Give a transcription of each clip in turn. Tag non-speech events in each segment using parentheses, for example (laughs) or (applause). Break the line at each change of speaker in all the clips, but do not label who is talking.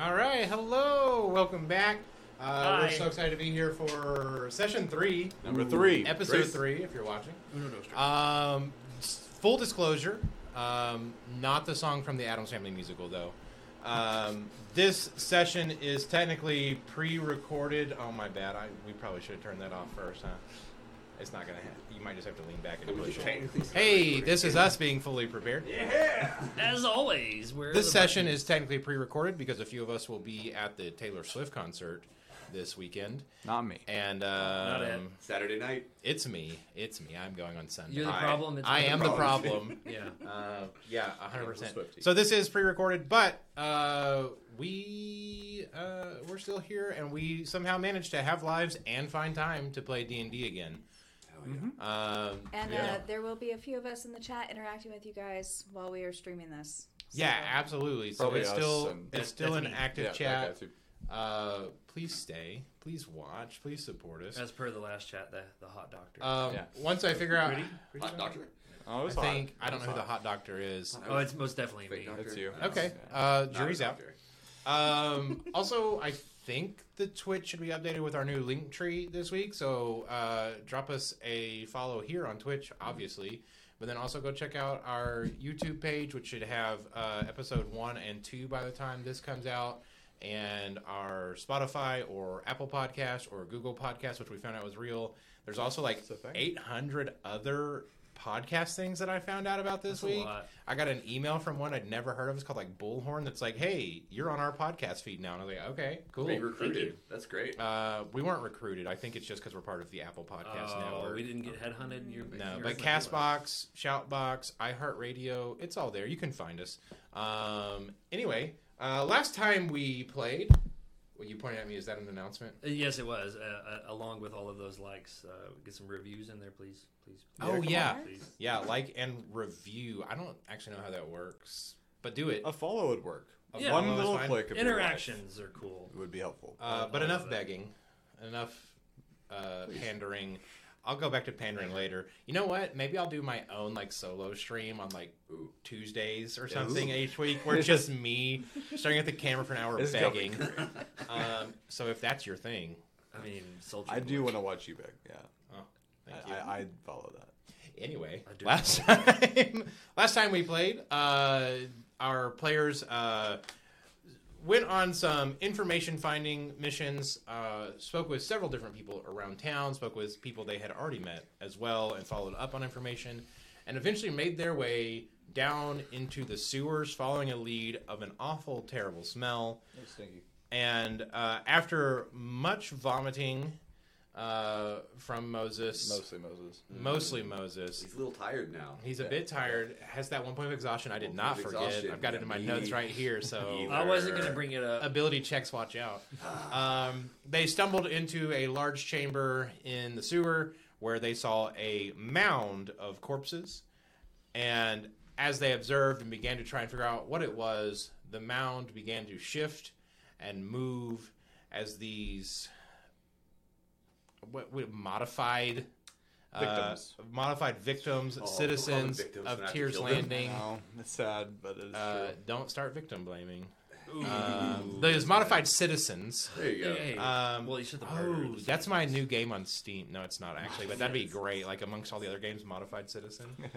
All right, hello, welcome back. Uh, we're
Hi.
so excited to be here for session three,
Number three.
episode
Race-
three, if you're watching.
Uno nostro.
Um, s- full disclosure, um, not the song from the Adams Family musical though. Um, this session is technically pre-recorded. Oh my bad. I we probably should have turned that off first, huh? It's not gonna. happen. You might just have to lean back and
It was
push it.
technically-
Hey, this is us being fully prepared.
Yeah.
As always, we're
This
the
session is technically pre-recorded because a few of us will be at the Taylor Swift concert this weekend,
Not me.
and
it.
um,
Saturday night.
it's me. It's me. I'm going on Sunday.
You're the
I-
problem. It's
I
me.
am the
(laughs)
problem.
Yeah.
Uh, yeah, a hundred percent.
Swiftie.
So this is pre-recorded, but uh, we uh, we're still here, and we somehow managed to have lives and find time to play D and D again. Um,
And
yeah.
uh, there will be a few of us in the chat interacting with you guys while we are streaming this. So,
yeah, absolutely. So
Probably
it's
us
still
and-
it's still
That's
an
me.
active
Yeah,
chat.
that guy too.
Uh, please stay. Please watch. Please support us.
As per the last chat, the, the hot doctor.
Um,
Yeah.
Once I figure out,
Pretty-
Hot doctor.
Oh, it
I
was
think
hot.
I don't know
It
who the
was
hot doctor is.
oh, it's most definitely me.
Fake doctor.
It's you.
Uh,
Okay,
Yeah.
uh,
not
jury's
a
out.
doctor.
Um, (laughs) also, I think the Twitch should be updated with our new link tree this week. So uh, drop us a follow here on Twitch, obviously. But then also go check out our YouTube page, which should have uh, episode one and two by the time this comes out. And our Spotify or Apple Podcast or Google Podcast, which we found out was real. There's also like
It's a thing.
800 other podcast things that I found out about this
That's a
week.
lot.
I got an email from one I'd never heard of. It's called like Bullhorn. That's like, hey, you're on our podcast feed now. And I was like, okay,
Being
cool.
recruited. That's great. (laughs)
Uh, we weren't recruited. I think it's just because we're part of the Apple Podcast
Oh,
Network.
we didn't get headhunted. You're,
no,
you're
but
lucky.
Castbox, Shoutbox, iHeartRadio, it's all there. You can find us. Um, anyway, uh, last time we played, what you pointed at me is that an announcement?
Uh, Yes, it was. Uh, uh, along with all of those likes, uh, get some reviews in there, please, please.
Oh,
come
yeah.
on, please.
Yeah, like and review. I don't actually know how that works, but do it.
A follow would work.
Yeah,
One
follow is
little
fine.
click of your life
Interactions are cool.
would be helpful.
Uh, but
I
enough
love that.
begging, enough uh, pandering. I'll go back to pandering later. You know what? Maybe I'll do my own like solo stream on like
Ooh.
Tuesdays or
Yeah,
something
ooh.
each week,
(laughs)
where it's just me staring at the camera for an hour
This is
begging.
going
Um, so if that's your thing,
I mean, soldier.
(laughs) I do
boy.
want to watch you beg. Yeah.
thank
I,
you.
I, I'd follow that.
anyway,
I do
last time, (laughs) last time we played, uh, our players uh, went on some information finding missions. Uh, spoke with several different people around town. Spoke with people they had already met as well, and followed up on information. And eventually made their way down into the sewers, following a lead of an awful, terrible smell
Stinky.
and uh, after much vomiting uh, from Moses,
Mostly Moses.
mostly Moses,
He's a little tired now.
he's a bit tired. Has that one point of exhaustion I did
One
not
point of
forget.
exhaustion.
I've got it in my
Me
notes right here.
(laughs)
So
either.
I wasn't gonna bring it up.
uh, ability checks, watch out.
(sighs)
Um, they stumbled into a large chamber in the sewer where they saw a mound of corpses. And as they observed and began to try and figure out what it was, the mound began to shift and move as these what, what modified
Victims.
uh, modified victims,
Oh, don't call them
citizens
victims when I
of
have to
Tears
kill them.
I
Landing.
know. It's sad, but it's
Uh,
true.
don't start victim blaming.
Ooh.
Um, those modified citizens.
There you go.
Hey,
Um,
well, you said the murderer.
Oh, that's my new game on Steam. No, it's not actually, but that'd be great. Like amongst all the other games, Modified Citizen.
(laughs)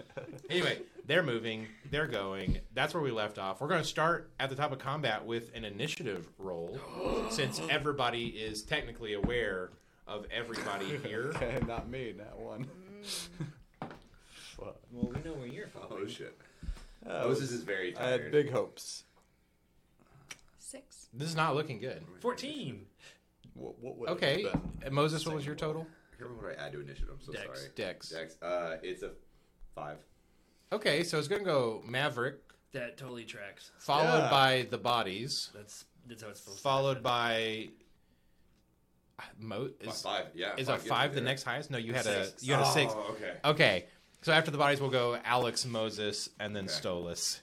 Anyway, they're moving, they're going. That's where we left off. We're going to start at the top of combat with an initiative
(gasps)
roll, since everybody is technically aware of
(laughs)
everybody
(laughs)
here.
Okay, not me, not
(laughs)
one. Fuck.
Well, we know where you're from.
(laughs) Oh shit.
That
Moses
was-
is very
I had
tired.
big hopes.
Six.
This is not looking good.
fourteen.
What, what would it
Okay,
have been?
and Moses, what was your total?
I can't remember what I add to initiative. I'm so
Dex.
sorry.
Dex.
Dex. Uh, it's a five.
Okay, so it's going to go Maverick,
That totally tracks.
followed
Yeah.
by the bodies,
That's that's how it's supposed.
followed by. Mo- is,
five. Yeah.
Is a
gets me
five the
there.
next highest? No, you had
Six.
a you had a
oh,
six.
Okay.
Okay, so after the bodies, we'll go Alex, Moses, and then
Okay.
Stolas.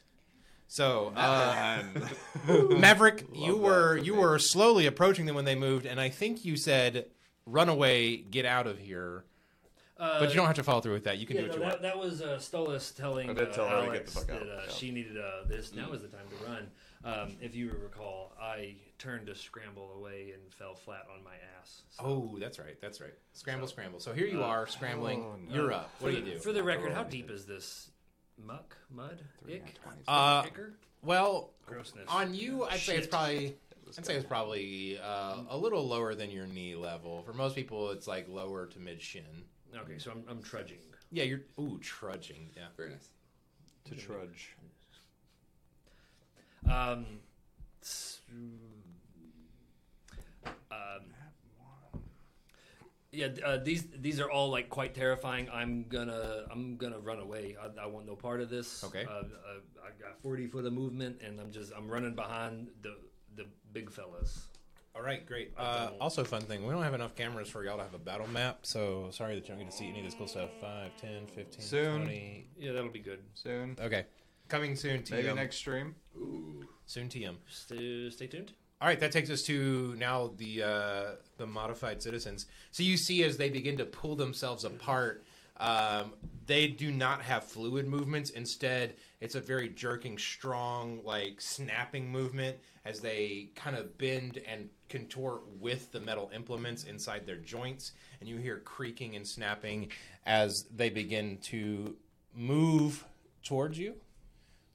So uh,
Man.
Maverick,
Love
you
that
were
for
you
me.
were slowly approaching them when they moved, and I think you said, "Run away, get out of here."
Uh,
but you don't have to follow through with that. You can
yeah,
do what
no,
you want.
that, that was uh, Stolas telling
I did
uh,
tell her to get the
Alex
fuck out,
that uh,
yeah.
she needed uh, this. Now
Mm.
is the time to run. Um, if you recall, I turned to scramble away and fell flat on my ass. So,
Oh, that's right. That's right. Scramble, scramble. So here you
Uh,
are scrambling.
oh, no.
You're up. What
for
do
the,
you
For
do?
the record, how
Three
deep is this muck, mud, ick,
Uh,
icker?
Well,
grossness?
on you, I'd say it's
Shit.
(laughs) probably. (laughs) I'd say it's probably uh, a little lower than your knee level. For most people, it's like lower to mid shin.
Okay, so I'm, I'm trudging.
Yeah, you're ooh trudging. Yeah.
(laughs) Very nice.
(laughs) to trudge.
Um, s- um, yeah, d- uh, these these are all like quite terrifying. I'm gonna I'm gonna run away. I, I want no part of this.
Okay.
Uh, uh, I got 40 foot of movement, and I'm just I'm running behind the the big fellas.
All right, great.
I
Uh,
don't-
also, fun thing, we don't have enough cameras for y'all to have a battle map, so sorry that you don't get to see any of this cool stuff. 5, 10, 15,
Soon.
20.
Yeah, that'll be good.
Soon.
Okay. Coming soon, TM.
Maybe next stream.
Ooh.
Soon, TM.
Stay, stay tuned.
All right, that takes us to now the uh, the modified citizens. So you see, as they begin to pull themselves apart, um, they do not have fluid movements. Instead, it's a very jerking, strong, like snapping movement as they kind of bend and contort with the metal implements inside their joints, and you hear creaking and snapping as they begin to move towards you.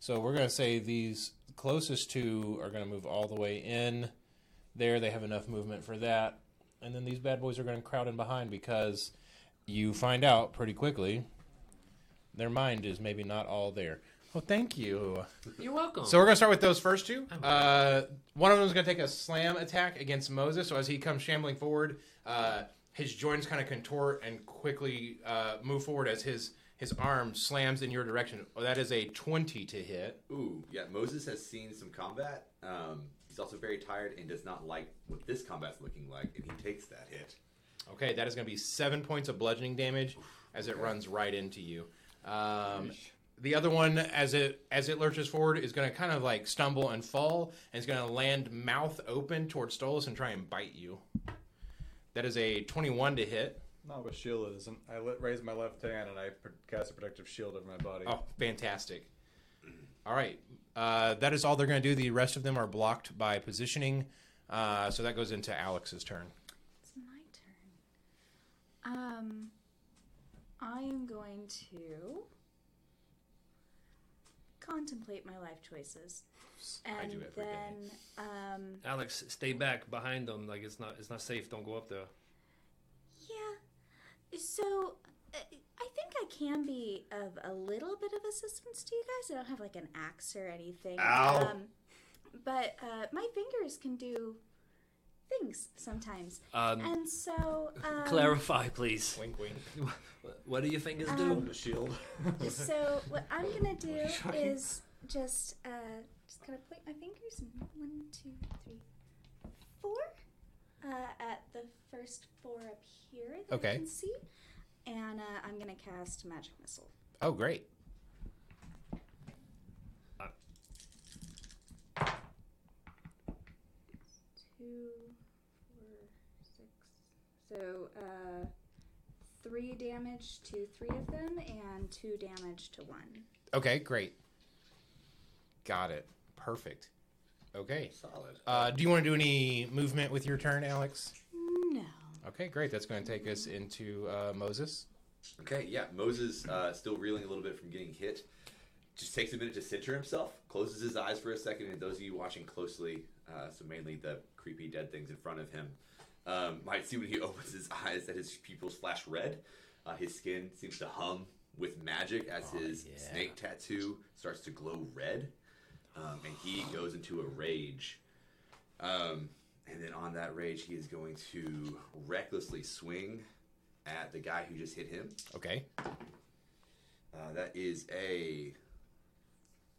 So we're going to say these closest two are going to move all the way in. There, they have enough movement for that. And then these bad boys are going to crowd in behind because you find out pretty quickly their mind is maybe not all there. Well, thank you.
You're welcome.
So we're going to start with those first two. Uh, one of them is going to take a slam attack against Moses. So as he comes shambling forward, uh, his joints kind of contort and quickly uh, move forward as his, his arm slams in your direction. Oh, that is a 20 to hit.
Ooh. Yeah. Moses has seen some combat. Um, he's also very tired and does not like what this combat's looking like, and he takes that hit.
Okay, that is going to be seven points of bludgeoning damage as it runs right into you. Um, the other one, as it as it lurches forward, is going to kind of like stumble and fall, and it's going to land mouth open towards Stolas and try and bite you. That is a twenty-one to hit.
Not with shield it isn't. I E let, raise my left hand and I pr- cast a protective shield over my body.
Oh, fantastic! All right, uh, that is all they're going to do. The rest of them are blocked by positioning, uh, so that goes into Alex's turn.
It's my turn. Um, I am going to contemplate my life choices, and
I do every day.
then um,
Alex, stay back behind them. Like it's not it's not safe. Don't go up there.
yeah. So uh, I think I can be of a little bit of assistance to you guys. I don't have like an axe or anything.
Ow.
Um, but uh, my fingers can do things sometimes,
Um,
and so um,
clarify, please.
Wink, wink.
(laughs) What do your fingers
Um,
do?
The
E
shield.
So what I'm gonna do
Sorry.
is just uh, just kind of point my fingers and one, two, three, four uh, at the first four up here that I
Okay.
can see, and uh, I'm gonna cast magic missile.
Oh, great!
Two, four, six. So uh, three damage to three of them, and two damage to one.
Okay, great. Got it. Perfect. Okay.
Solid.
Uh, do you want to do any movement with your turn, Alex?
No.
Okay, great. That's going to take us into uh, Moses.
Okay, yeah. Moses, uh, still reeling a little bit from getting hit, just takes a minute to center himself, closes his eyes for a second, and those of you watching closely, uh, so mainly the creepy dead things in front of him, um, might see when he (laughs) opens his eyes that his pupils flash red. Uh, his skin seems to hum with magic as his
yeah.
snake tattoo starts to glow red, um, and he goes into a rage. Um, and then on that rage, he is going to recklessly swing at the guy who just hit him.
Okay.
Uh, that is a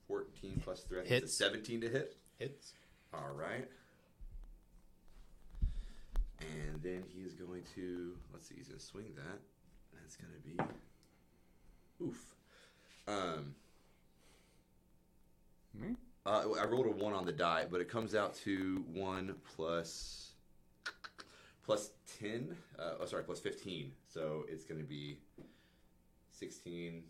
14 plus 3.
Hits.
It's a 17 to hit.
Hits.
All right. And then he is going to, let's see, he's going to swing that. That's going to be, oof. Um,
Me?
uh, I rolled a 1 on the die, but it comes out to 1 plus plus 10, uh, oh, sorry, plus 15. So it's going to be 16,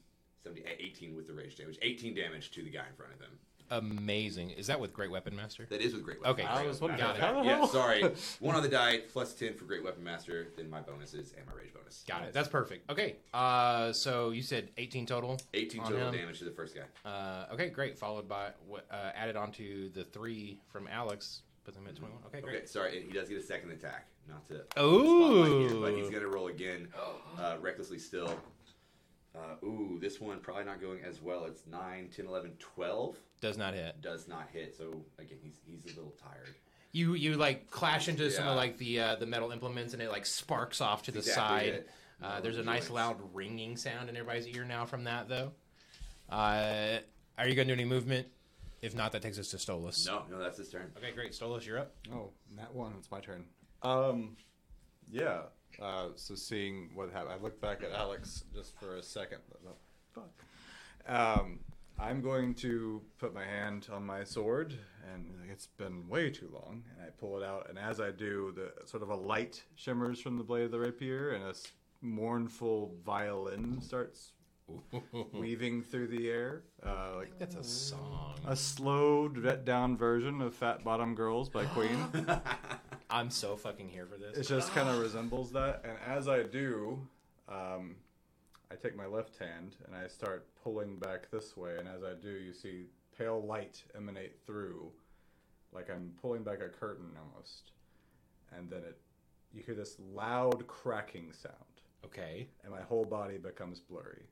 17, 18 with the rage damage. 18 damage to the guy in front of him.
Amazing. Is that with Great Weapon Master?
That is with Great Weapon
Okay,
Master.
I was wondering
Got it.
how
the
Yeah,
(laughs)
hell-
sorry. One on the die, plus 10 for Great Weapon Master, then my bonuses and my rage bonus.
Got it. That's perfect. Okay. Uh, so you said 18 total.
18
On
total
him.
damage to the first guy.
Uh, okay, great. Followed by what uh, added onto the three from Alex. Put them at 21. Okay, great.
Okay, sorry, and he does get a second attack. Not to
Oh.
Ooh. But he's gonna roll again, uh, recklessly still. Uh, ooh, this one probably not going as well. It's 9, 10, 11, 12.
Does not hit.
Does not hit, so again, he's he's a little tired.
You you like clash into some
Yeah.
of like the uh, the metal implements and it like sparks off to the
Exactly
side.
it.
Uh, there's a nice
Joints.
loud ringing sound in everybody's ear now from that though. Uh, are you gonna do any movement? If not, that takes us to Stolas.
No, no, that's his turn.
Okay, great. Stolas, you're up.
Oh, that one. It's my turn. Um, yeah. Uh, so seeing what happened, I looked back at Alex just for a second. Fuck. Um, I'm going to put my hand on my sword, and it's been way too long. And I pull it out, and as I do, the sort of a light shimmers from the blade of the rapier, and a s- mournful violin (laughs) starts weaving through the air, uh, like
That's a song.
a slowed down version of "Fat Bottom Girls" by (gasps) Queen. (laughs)
I'm so fucking here for
It
this.
just kind of resembles that. And as I do, um, I take my left hand and I start pulling back this way. And as I do, you see pale light emanate through, like I'm pulling back a curtain almost. And then it, you hear this loud cracking sound,
Okay.
and my whole body becomes blurry,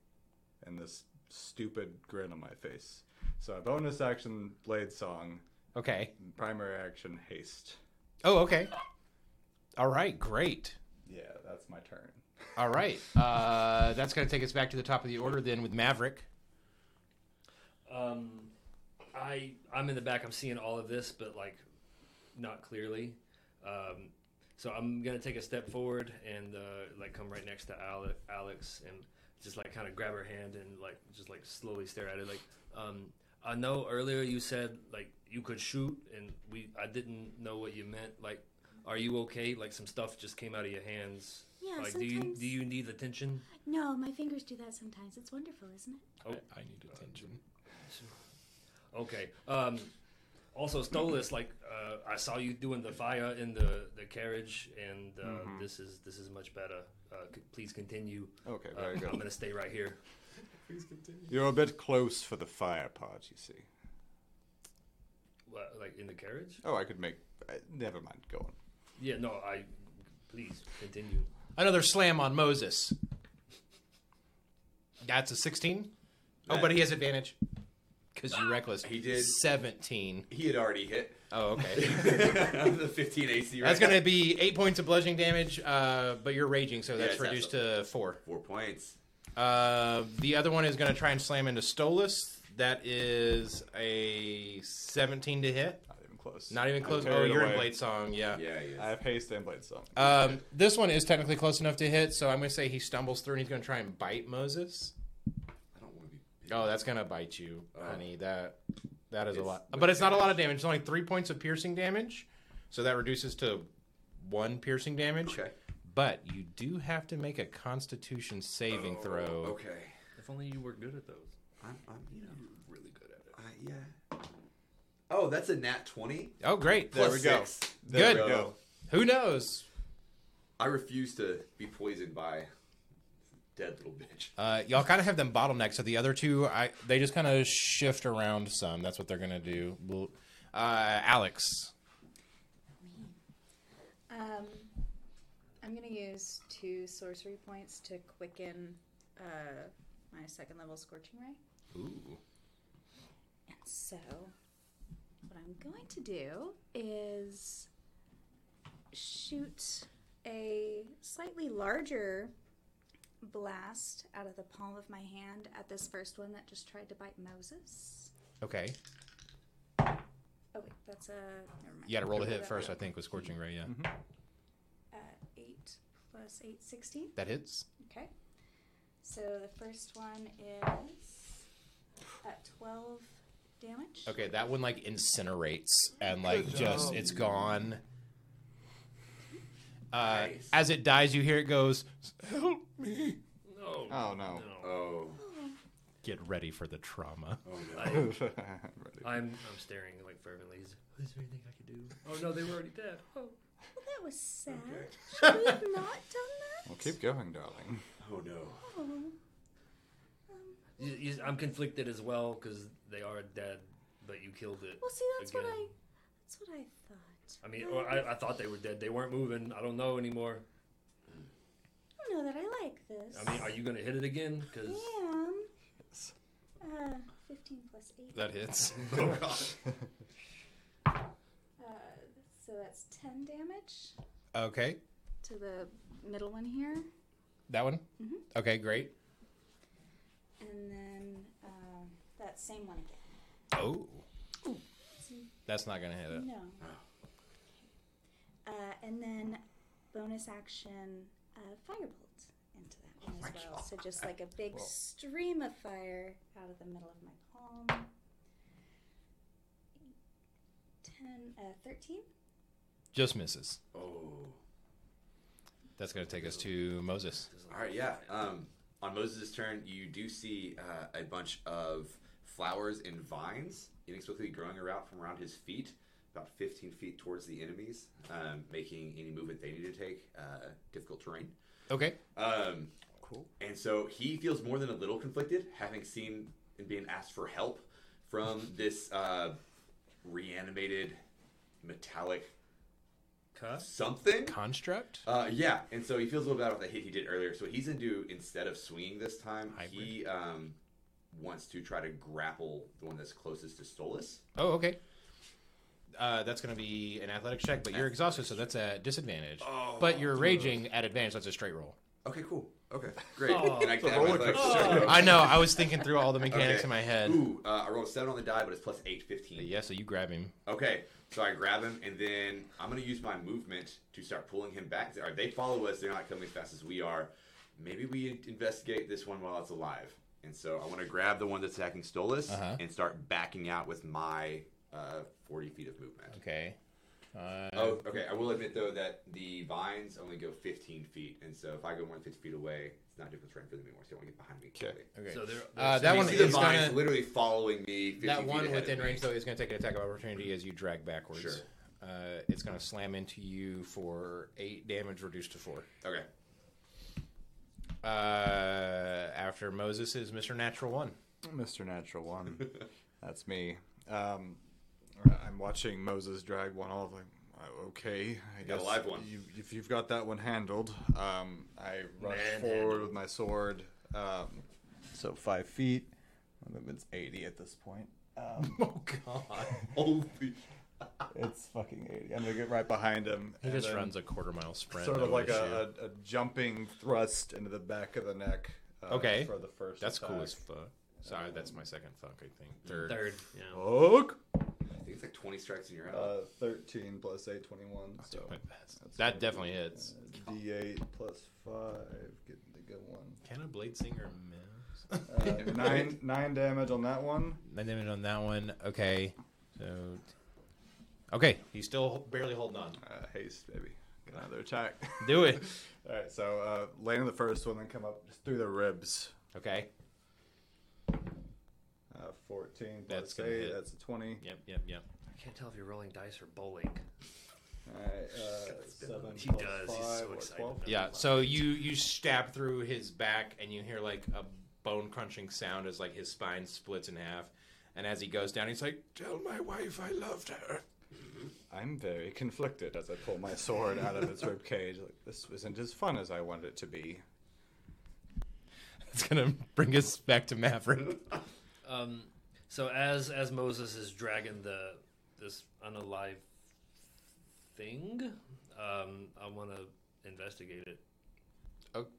and this stupid grin on my face. So a bonus action blade song,
Okay.
primary action haste.
Oh, okay. All right. Great.
Yeah, that's my turn.
All right. Uh, that's going to take us back to the top of the order then with Maverick.
Um, I I'm in the back. I'm seeing all of this, but like not clearly. Um, so I'm gonna take a step forward and uh, like come right next to Ale- Alex and just like kind of grab her hand and like just like slowly stare at it. Like um, I know earlier you said like you could shoot and we I didn't know what you meant. Like, are you okay? Like some stuff just came out of your hands.
Yeah,
like do you
sometimes-
do you need attention?
No, my fingers do that sometimes. It's wonderful, isn't it?
I need attention.
Okay. Um, also, Stolas, like uh, I saw you doing the fire in the, the carriage, and uh,
Mm-hmm.
this is this is much better. Uh, c- please continue.
Okay,
Uh, I'm gonna stay right here.
You're a bit close for the fire part, you see.
What, uh, like in the carriage?
Oh, I could make. Uh, never mind. Go on.
Yeah. No. I. Please continue.
Another slam on Moses. That's a 16. Oh, but he has advantage. Because you reckless.
He did.
17.
He had already
(laughs)
hit (laughs)
Oh, okay.
the 15 AC. Right
That's going to be eight points of bludgeoning damage, uh, but you're raging, so that's
it's
reduced to four.
four points.
Uh, the other one is going to try and slam into Stolas. That is a 17 to hit.
Not even close.
Not even
I'm
close. Oh,
carried
you're in
away.
Blade Song, yeah.
Yeah, yeah.
I have haste and blade song.
Um, this one is technically close enough to hit, so I'm going to say he stumbles through and he's going to try and bite Moses.
I don't want to be.
Oh, that's going to bite you, honey. That that is a
It's-
lot, but it's not a lot of damage. It's only three points of piercing damage, so that reduces to one piercing damage.
Okay.
But you do have to make a Constitution saving throw.
Oh, Okay.
If only you were good at those.
I'm, I'm you know,
Really good at it.
I, yeah. Oh, that's a nat 20.
Oh, great!
There
Plus
we go.
six.
There
Good.
we go.
Who knows?
I refuse to be poisoned by dead little bitch.
Uh, y'all kind of have them bottlenecked, so the other two, I they just kind of shift around some. That's what they're gonna do. Well, Uh, Alex,
Um, I'm gonna use two sorcery points to quicken uh, my second level scorching ray.
Ooh.
And so, what I'm going to do is shoot a slightly larger blast out of the palm of my hand at this first one that just tried to bite Moses.
okay,
Oh wait, that's a never mind.
you got to roll a hit
That
first, I
one.
think, with scorching ray. Yeah,
Uh, eight plus eight, sixteen.
that hits.
Okay. So the first one is at 12 damage.
Okay, that one like incinerates and like just it's gone. Uh,
Nice.
As it dies, you hear it goes, "Help me!"
No.
Oh, no.
Oh,
Get ready for the trauma.
oh
(laughs)
no.
I,
Ready.
I'm I'm staring like fervently. Is there anything I could do? Oh no, they were already dead. Oh.
Well, that was sad.
Okay.
Should
(laughs)
we have not done that?
Well, keep going, darling.
Oh no.
Oh.
You, you, I'm conflicted as well because they are dead, but you killed it.
Well, see, that's what I.
Again.
That's what I thought.
I mean, or I, I thought they were dead. They weren't moving. I don't know anymore.
I don't know that I like this.
I mean, are you gonna hit it again? Because
Damn. Uh, 15 plus 8.
That hits.
(laughs) Oh god.
Uh, so that's 10 damage
Okay,
to the middle one here.
that one.
Mm-hmm.
Mhm.
Okay, great.
And then
uh,
um, that same one again.
Oh, that's not gonna hit it.
No. Uh, and then bonus action uh, firebolt into that one as well. So just like a big
Whoa.
stream of fire out of the middle of my palm. 10, uh, 13.
Just misses.
Oh.
That's gonna take us to Moses.
All right, yeah. Um, on Moses' turn, you do see uh, a bunch of flowers and vines inexplicably growing around from around his feet, about 15 feet towards the enemies, um, making any movement they need to take uh, difficult terrain.
Okay.
Um,
Cool.
and so he feels more than a little conflicted, having seen and being asked for help from this uh, reanimated metallic
Cuss.
something.
Construct.
Uh, yeah, and so he feels a little bad about the hit he did earlier. So what he's gonna do instead of swinging this time, he um, wants to try to grapple the one that's closest to Stolas.
Oh, okay. Uh, that's going to be an athletic check, but you're exhausted, so that's a disadvantage.
Oh,
but you're raging at advantage. That's a straight roll.
Okay, cool. (laughs) Okay, great.
Oh.
And I
It's a
can have my
roller
legs. (laughs)
coaster.
(laughs) I know. I was thinking through all the mechanics
Okay.
in my head.
Ooh, uh, I rolled a seven on the die, but it's plus eight, fifteen.
Yeah, so you grab him.
Okay, so I grab him, and then I'm gonna use my movement to start pulling him back. All right, they follow us; they're not coming as fast as we are. Maybe we in- investigate this one while it's alive. And so I want to grab the one that's attacking Stolas
Uh-huh.
and start backing out with my uh, 40 feet of movement.
Okay. Uh,
Oh, okay. I will admit though that the vines only go 15 feet, and so if I go more than 50 feet away, it's not a different terrain for them anymore. So I want to get behind me. quickly.
Okay.
So they're,
Uh,
they're
that
You
one
see the
is
vines
gonna-
literally following me. 50
that
feet
one
ahead of
within
me.
range, though, is going to take an attack of opportunity as you drag backwards.
Sure.
Uh, it's going to slam into you for eight damage, reduced to four.
Okay. (laughs)
Uh, after Moses is Mr. Natural One.
Mr. Natural One. That's me. Um, I'm watching Moses drag one off. Like, uh, okay, I
got a
guess
live one.
You, if you've got that one handled, um, I rush
Man
forward
handled.
with my sword. Um, so five feet. My movement's eighty at this point. Um,
Oh God!
Holy.
it's fucking eighty. I'm gonna get right behind him.
He
and
just
then
runs a quarter mile sprint.
sort
no
of like
issue.
a, a, a jumping thrust into the back of the neck. Uh,
Okay.
for the first.
That's cool
attack.
as fuck. Sorry, that's my second fuck, I think. Mm, Third.
third. Yeah.
Fuck.
I think it's like 20 strikes in your
Uh,
out.
thirteen plus eight, twenty-one. So.
My best. That definitely hits.
D8 plus five, getting to go one.
Can a Blade Singer miss? (laughs)
Uh, nine, nine damage on that one.
Nine damage on that one. Okay. So. Okay. He's still barely holding on.
Uh, haste, baby. Get another attack.
Do it.
All right, so uh, land on the first one, then come up just through the ribs.
Okay.
Uh, 14 plus
That's gonna
8,
hit.
that's a 20.
Yep, yep, yep.
I can't tell if you're rolling dice or bowling.
All right, uh,
been-
7
He
plus
does,
5,
he's so
what,
excited
12?
about
Yeah, so you you stab through his back and you hear like a bone crunching sound as like his spine splits in half. And as he goes down, he's like, "Tell my wife I loved her." (laughs)
I'm very conflicted as I pull my sword out of its rib cage. Like, this isn't as fun as I wanted it to be.
That's gonna bring us back to Maverick. (laughs)
Um, so as as Moses is dragging the this unalive thing, um, I want to investigate it.
Okay,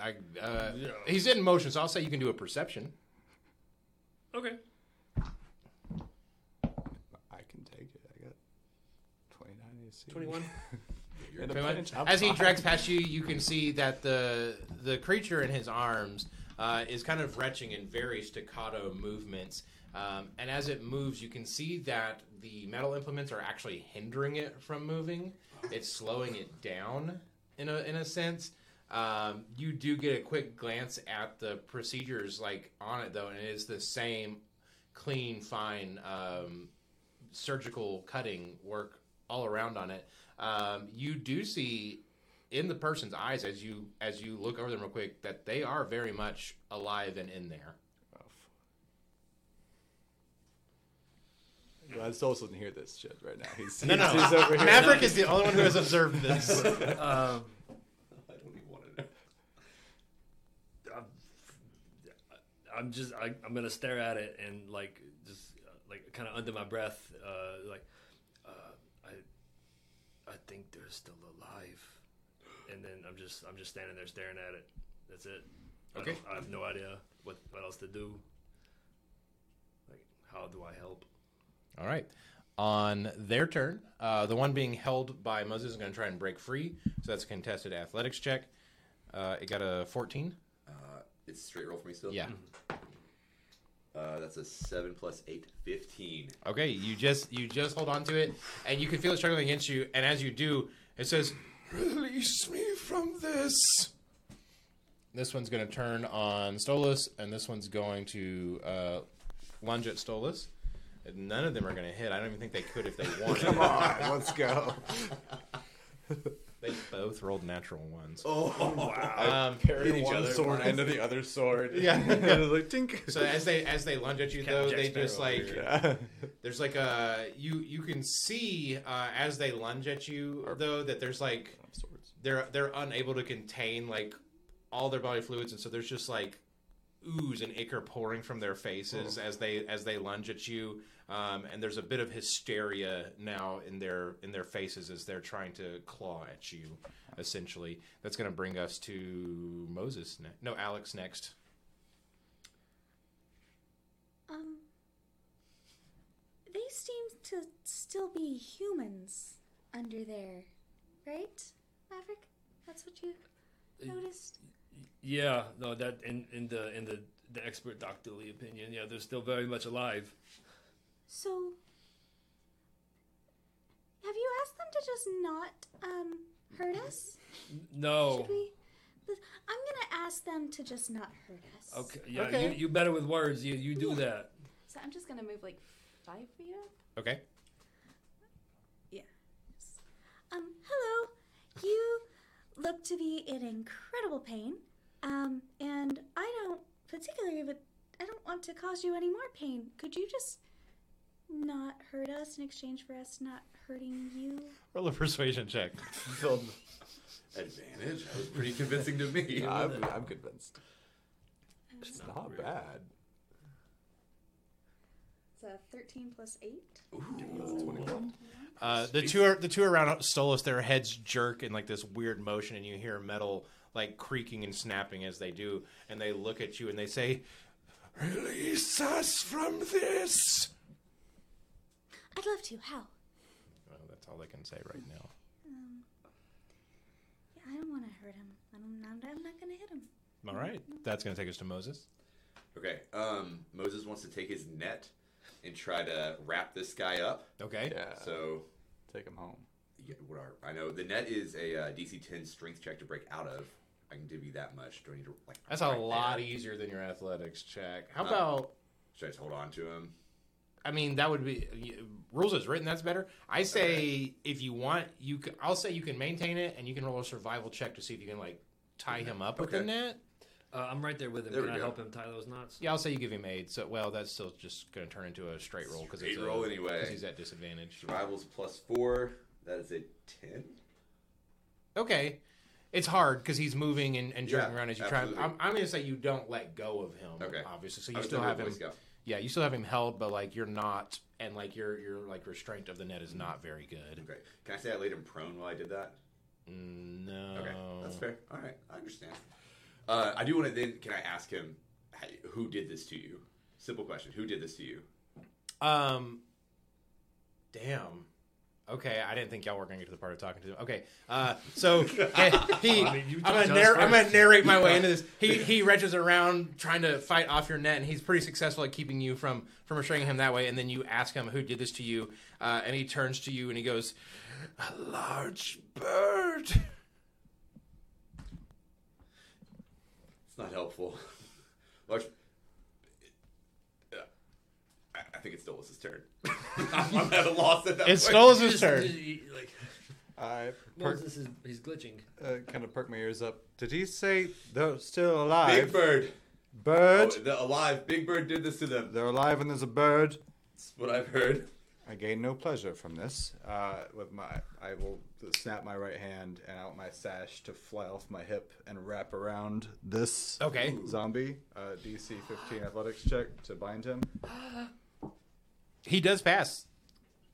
I, uh,
Yeah.
He's in motion, so I'll say you can do a perception.
Okay.
I can take it. I got 29 AC.
21.
And a
Pretty much.
pinch, I'm
As he
(laughs) fine.
drags past you, you can see that the the creature in his arms uh, is kind of retching in very staccato movements. Um, and as it moves, you can see that the metal implements are actually hindering it from moving. It's slowing it down in a in a sense. Um, you do get a quick glance at the procedures like on it though, and it is the same clean, fine um, surgical cutting work all around on it. Um, you do see in the person's eyes as you as you look over them real quick that they are very much alive and in there.
Lance Olsen doesn't hear this shit right now. He's,
No, no.
he's, he's over here.
Maverick is the only one who has observed this.
Um,
I don't even want to know.
I'm just I, I'm gonna stare at it and like just uh, like kind of under my breath, uh, like uh, I I think they're still alive, and then I'm just I'm just standing there staring at it. That's it. I
Okay.
don't- I, have no idea what what else to do. Like how do I help?
(laughs) All right. On their turn, uh, the one being held by Moses is going to try and break free. So that's a contested athletics check. Uh, it got a 14.
Uh, it's a straight roll for me still?
Mm-hmm.
Yeah.
Uh, that's a 7 plus 8, 15.
Okay. You just you just hold on to it, and you can feel it struggling against you. And as you do, it says, "Release me from this." This one's going to turn on Stolas, and this one's going to uh, lunge at Stolas. None of them are going to hit. I don't even think they could
(laughs)
if they wanted.
Come on, let's go.
They both rolled natural ones.
Oh, (laughs) wow.
Um,
Carry
each
one
other.
sword into the other sword.
Yeah.
(laughs) and it's like tink.
(laughs) So as they as they lunge at you though,
Jack
they
Sparrow
just like
(laughs) yeah.
there's like a you you can see uh, as they lunge at you though that there's like
Swords.
they're they're unable to contain like all their body fluids and so there's just like ooze and ichor pouring from their faces as they as they lunge at you um, and there's a bit of hysteria now in their in their faces as they're trying to claw at you essentially that's going to bring us to moses ne- no alex next
Um, they seem to still be humans under there, right, Maverick? That's what you noticed.
Yeah, no, that in in the in the the expert doctorly opinion, yeah, they're still very much alive.
So, have you asked them to just not um hurt us?
No. Oh.
Should we? but I'm gonna ask them to just not hurt us.
Okay. Yeah,
Okay.
you you better with words. You you do that.
So I'm just gonna move like five feet up.
okay
Um, hello. You look to be in incredible pain. Um, and I don't particularly, but I don't want to cause you any more pain. Could you just not hurt us in exchange for us not hurting you?
roll a persuasion check
Advantage? That was pretty convincing to me.
I'm, I'm convinced. It's not, bad.
It's a 13 plus 8.
Uh, the two are, the two around Stolas, their heads jerk in like this weird motion, and you hear metal like creaking and snapping as they do, and they look at you and they say, "Release us from this."
I'd love to. How?
Well, that's all they can say right now.
Yeah, I don't want to hurt him. I don't, I'm, I'm not going to hit him.
All right, that's gonna take us to Moses.
Okay. Um, Moses wants to take his net and try to wrap this guy up.
Okay.
Yeah.
So,
Take him home.
yeah, what are I know the net is a uh, DC 10 strength check to break out of. I can give you that much. Do I need to like?
That's a
right
lot
there?
easier than your athletics check. How
Uh,
about?
Should I just hold on to him?
I mean, that would be y- rules as written. That's better. I say if you want, you. c- I'll say you can maintain it, and you can roll a survival check to see if you can like tie him up with the
Okay.
net.
Uh, I'm right there with him.
There we
Can I
go.
help him tie those knots?
Yeah, I'll say you give him aid. So, well, that's still just going to turn into a straight roll because it's
Straight
a-
roll anyway.
'cause he's at disadvantage.
Survival's plus four. That is a 10.
Okay, it's hard because he's moving and, and jerking
Yeah,
around as you
absolutely.
try. I'm, I'm going to say you don't let go of him.
Okay.
obviously. So
I
you
was
still
never a
have
Boy
him.
Scout.
Yeah, you still have him held, but like you're not, and like your your like restraint of the net is not very good.
Okay. Can I say I laid him prone while I did that?
Mm, No.
Okay, that's fair. All right, I understand. Uh, I do want to then. Can I ask him hey, who did this to you? Simple question. Who did this to you?
Um. Damn. Okay, I didn't think y'all were going to get to the part of talking to him. Okay, uh,
(laughs)
so he,
I mean, you
I'm,
talked to
gonna
us
narr- I'm gonna
first.
narrate my way into this. He he wrenches around trying to fight off your net, and he's pretty successful at keeping you from from restraining him that way. And then you ask him who did this to you, uh, and he turns to you and he goes, "A large bird."
It's not helpful. (laughs) Large. uh, I I think it's Stolas' turn. (laughs) I'm I'm at a loss at that
(laughs) It's
point.
Stolas'
Just-
turn.
just- you- like,
I
well,
perk,
this is, he's glitching.
uh, kind of perk my ears up. Did he say they're still
Big
alive?
Bird. Oh,
Bird.
the alive. Big Bird did this to them.
They're alive and there's a bird.
That's what I've heard.
I gain no pleasure from this. Uh, with my, I will snap my right hand and out my sash to fly off my hip and wrap around this
Okay.
zombie. Uh, DC 15 athletics check to bind him.
He does pass.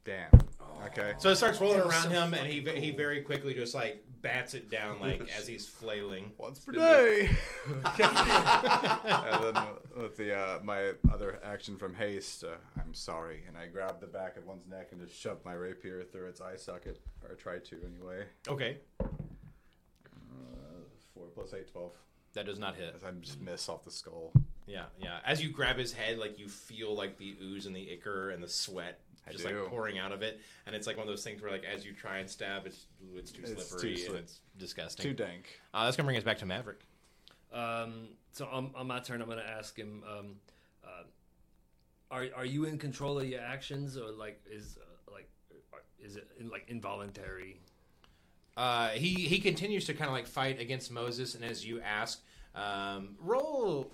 Damn.
Oh.
Okay.
So it starts rolling around him, and he he very quickly just like bats it down, like as he's flailing.
Once per day.
(laughs)
(laughs) and then with the uh, my other action from haste, uh, I'm sorry, and I grab the back of one's neck and just shove my rapier through its eye socket, or try to anyway.
Okay,
Four plus eight, twelve.
that does not hit.
As I just miss off the skull.
Yeah, yeah. As you grab his head, like you feel like the ooze and the ichor and the sweat
I
just
do.
like pouring out of it, and it's like one of those things where like as you try and stab, it's it's too
It's too
slippery and
slip-
it's
Too
disgusting.
dank.
uh, that's gonna bring us back to Maverick.
Um, so on, on my turn, I'm going to ask him: um, uh, Are are you in control of your actions, or like is uh, like are- is it like involuntary?
Uh, he he continues to kind of like fight against Moses, and as you ask, um, roll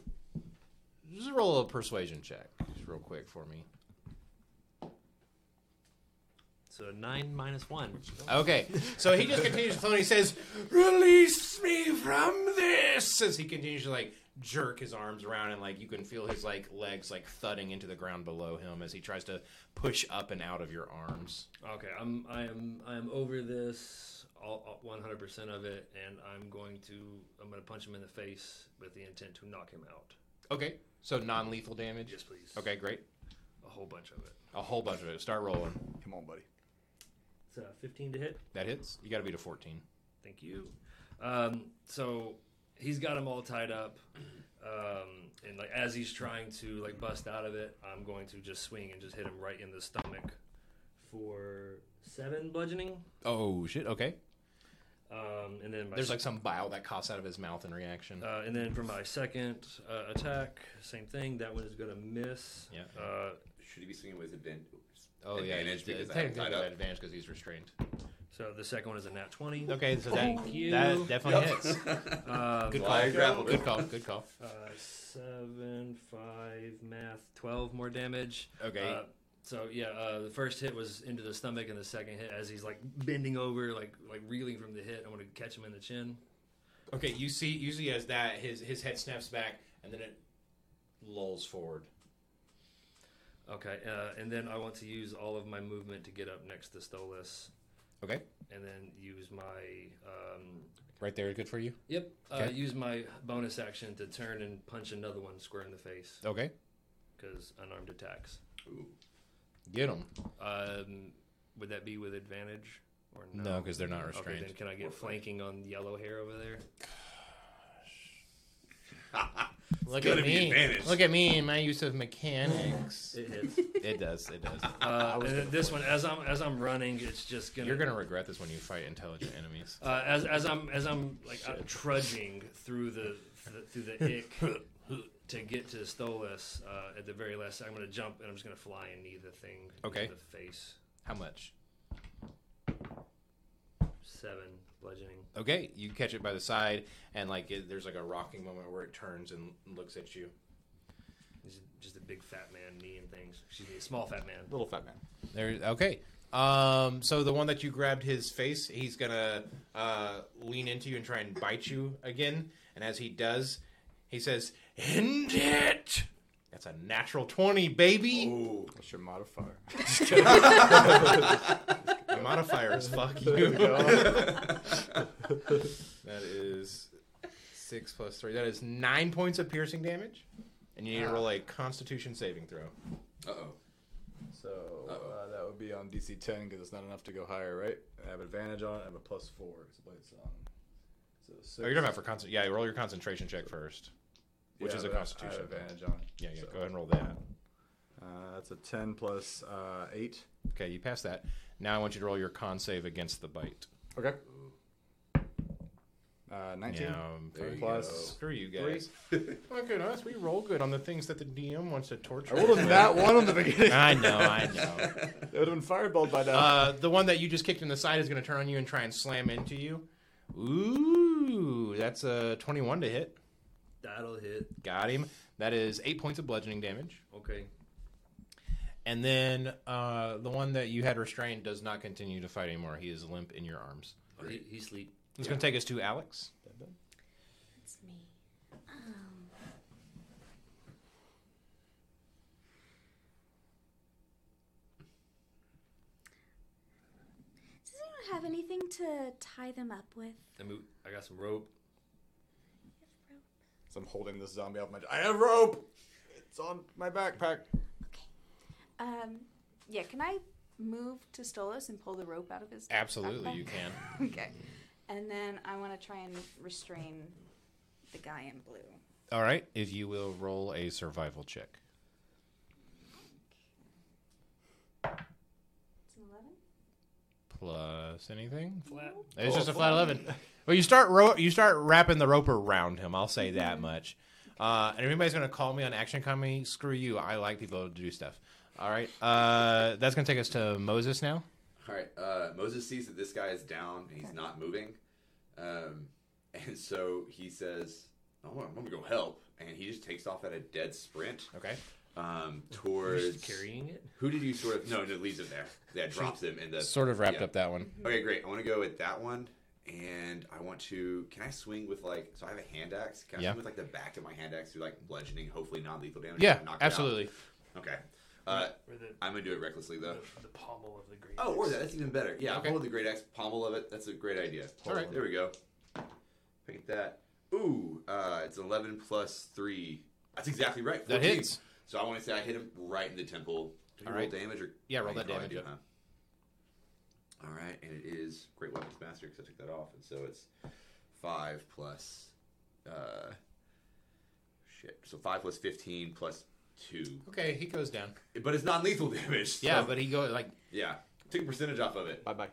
just roll a persuasion check, just real quick for me.
So nine minus one.
Okay, so he just continues to phone. He says, "Release me from this!" As he continues to like jerk his arms around, and like you can feel his like legs like thudding into the ground below him as he tries to push up and out of your arms.
Okay, I'm I am I am over this all 100 percent of it, and I'm going to I'm going to punch him in the face with the intent to knock him out.
Okay, so non-lethal damage.
Yes, please.
Okay, great.
a whole bunch of it.
A whole bunch of it. Start rolling.
Come on, buddy.
So 15 to hit.
That hits. You got to beat a fourteen.
Thank you. Um, so he's got him all tied up, um, and like as he's trying to like bust out of it, I'm going to just swing and just hit him right in the stomach for seven bludgeoning.
Oh shit. Okay.
Um, and then my
There's like some bile that coughs out of his mouth in reaction.
uh, and then for my second uh, attack, same thing. That one is gonna miss.
Yeah.
Uh,
Should he be swinging with advan-
Oh yeah. It's, it's
advantage? because I have
technically
tied
got
up.
advantage because he's restrained.
so the second one is a nat 20.
Okay, so that
you.
that
(laughs)
definitely
Yep.
hits.
Um,
Good
Well, I
call.
grappled
Good call. Good call.
Uh, seven, five, math, twelve more damage.
Okay.
Uh, so yeah, uh, the first hit was into the stomach, and the second hit, as he's like bending over, like like reeling from the hit, I want to catch him in the chin.
Okay, you see, you see as that his his head snaps back and then it lolls forward.
Okay, uh, and then I want to use all of my movement to get up next to Stolas,
Okay,
and then use my um,
right there, good for you.
yep, uh,
Okay.
use my bonus action to turn and punch another one square in the face
Okay,
because unarmed attacks.
Ooh.
get him.
Um, would that be with advantage or no?
No, because they're not
Okay,
restrained.
then can I get flanking on yellow hair over there?
Look
gotta be advantage.
Look at me and my use of mechanics.
It hits.
it does. It (laughs) does.
Uh, and then this one, as I'm as I'm running, it's just gonna.
You're gonna regret this when you fight intelligent enemies.
Uh, as as I'm as I'm like uh, trudging through the through the
(laughs)
ick to get to Stolas, uh, at the very last, I'm gonna jump and I'm just gonna fly and knee the thing.
Okay.
In the face.
How much?
Seven bludgeoning.
Okay, you catch it by the side and like it, there's like a rocking moment where it turns and looks at you.
He's just a big fat man kneeing things. Excuse me, a small fat man.
Little fat man.
There. Okay. Um. So the one that you grabbed his face, he's gonna uh, lean into you and try and bite you again. And as he does, he says, "End it." That's a natural twenty, baby.
Ooh.
What's
(laughs)
your modifier? Oh.
The modifier
(laughs)
is fuck you. that is six plus three. That is nine Oh, points of piercing damage, and you need to roll a Constitution saving throw.
Uh oh.
So uh, that would be on DC 10 because it's not enough to go higher, right? I have advantage on it. I have a plus four because it's on. So six.
Oh, you're talking about for concent. Yeah, roll your concentration check first, which
Yeah,
is a
but I- I have
constitution
advantage on it.
Yeah, yeah.
So,
Go ahead and roll that.
Uh, that's a 10 plus uh, 8.
Okay, you pass that. Now I want you to roll your con save against the bite.
Okay. Uh, 19.
Yeah, um,
There you
Plus-
go.
screw you
(laughs)
guys. Look at us. We roll good on the things that the DM wants to
I
torture.
rolled
us
a
with. (laughs)
that one on the beginning.
I know. I know.
it would have been fireballed by now.
(laughs) Uh, the one that you just kicked in the side is going to turn on you and try and slam into you. Ooh, that's a 21 to hit.
That'll hit.
Got him. That is eight points of bludgeoning damage.
Okay.
And then uh, the one that you had restrained does not continue to fight anymore. He is limp in your arms.
He, he sleep.
It's going to take us to Alex.
It's me.
Um. Does anyone have anything to tie them up with?
I, mean, I got some rope.
so I'm holding this zombie off my. I have rope! It's on
(laughs)
my backpack.
Um, yeah, can I move to Stolos and pull the rope out of his?
Absolutely,
backpack?
you can.
okay, and then I want to try and restrain the guy in blue.
All right, if you will roll a survival check.
It's an eleven.
Plus anything?
Flat.
It's just a flat eleven. Well, you start ro- you start wrapping the rope around him. I'll say that much. Uh, and if anybody's gonna call me on action comedy, screw you. I like people to do stuff. All right, uh, that's gonna take us to Moses now.
All right. Uh, Moses sees that this guy is down and he's not moving, um, (laughs) and so he says, oh, "I'm gonna go help." And he just takes off at a dead sprint
Okay. (laughs)
um,
Just
towards.
carrying it.
Who did you sort of? No, no, leaves him
(laughs)
there. Yeah, drops him in the.
Sort of wrapped
yeah.
up that one.
Okay, great. I want to go with that one, and I want to. Can I swing with like? So I have a hand axe. Can I
Yeah.
swing with like the back of my hand axe through like bludgeoning, hopefully non-lethal damage?
Yeah,
Knock it out?
absolutely.
Okay. Uh,
Or the,
I'm gonna do it recklessly though.
the pommel of the green.
Oh, or that. That's even better. Yeah,
Okay.
I'll hold the great axe pommel of it. That's a great idea.
All right.
There we go. Pick at that. Ooh, uh, it's 11 plus 3. That's exactly right.
That
14.
hits.
So I want to say I hit him right in the temple. Do we
All
roll
right.
damage or?
Yeah, roll
I
that
can probably
damage,
do it,
yeah.
huh? All right, and it is Great Weapons Master because I took that off. And so it's 5 plus. Uh, shit. So 5 plus 15 plus 2.
Okay, he goes down.
But it's non lethal (laughs) damage. so-
Yeah, but he go like
Yeah. Took a percentage off of it.
Bye bye.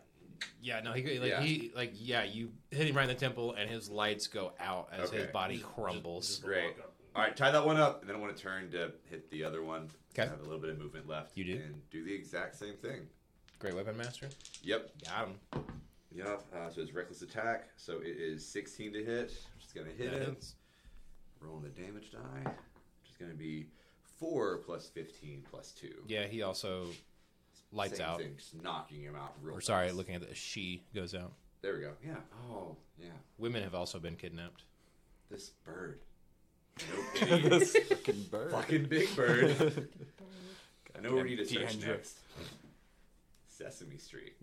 yeah no he like
Yeah.
he like yeah you hit him right in the temple and his lights go out as his
Okay.
body crumbles.
Great. All right, tie that one up, and then I want to turn to hit the other one.
Okay.
I have a little bit of movement left.
You do.
And do the exact same thing.
Great weapon master.
Yep.
Got him.
Yep. Uh, so it's reckless attack. So it is 16 to hit. Just going to hit
That
him.
hits.
Rolling the damage die. Which is going to be 4 plus 15 plus 2.
Yeah, he also lights
same
out.
Thing, just knocking him out real
Or sorry,
fast.
looking at the she goes out.
There we go. Yeah. Oh, yeah.
Women have also been kidnapped.
This bird. No
(laughs)
pity.
Fucking bird.
Fucking big bird. I know where we need to
Goddamn
search
Deandra.
next. Sesame Street.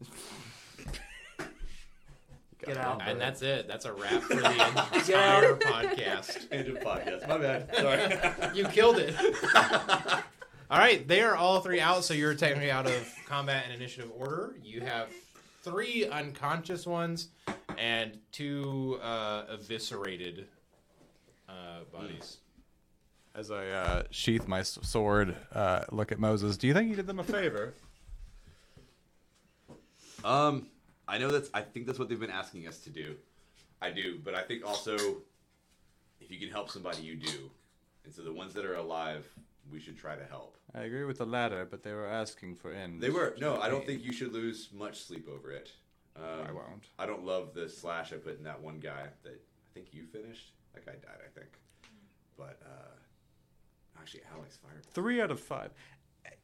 Get out.
And that's it. That's a wrap for
(laughs)
the entire podcast.
End of podcast. My
(laughs)
bad. Sorry.
You killed
(laughs)
it. all right, they are all three out, so you're technically out of combat and initiative order. You have three unconscious ones and two uh, eviscerated uh, bodies.
As I uh, sheath my s- sword, uh, look at Moses. Do you think you did them a favor?
um, I know that's. I think that's what they've been asking us to do. I do, but I think also, if you can help somebody, you do. And so the ones that are alive, we should try to help.
I agree with the latter, but they were asking for ends.
They were no. I don't think you should lose much sleep over it. Um,
I won't.
I don't love the slash I put in that one guy that I think you finished. That guy died, I think. But uh, actually, Alex fired.
Three out of five.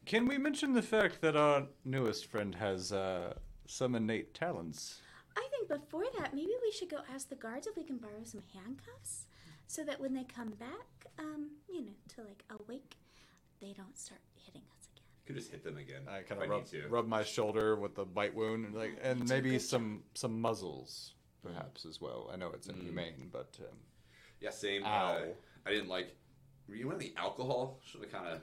Can we mention the fact that our newest friend has uh, some innate talents?
I think before that, maybe we should go ask the guards if we can borrow some handcuffs so that when they come back, um, you know, to like awake, they don't start hitting us again.
Could just hit them again.
I
if
kind of
need
rub,
to.
rub my shoulder with the bite wound, and like, and
It's a
maybe
good
some some muzzles, perhaps as well. I know it's
Mm.
inhumane, but um,
Yeah, same. Uh,
Ow.
I didn't like. You went on the alcohol. Should have kind of.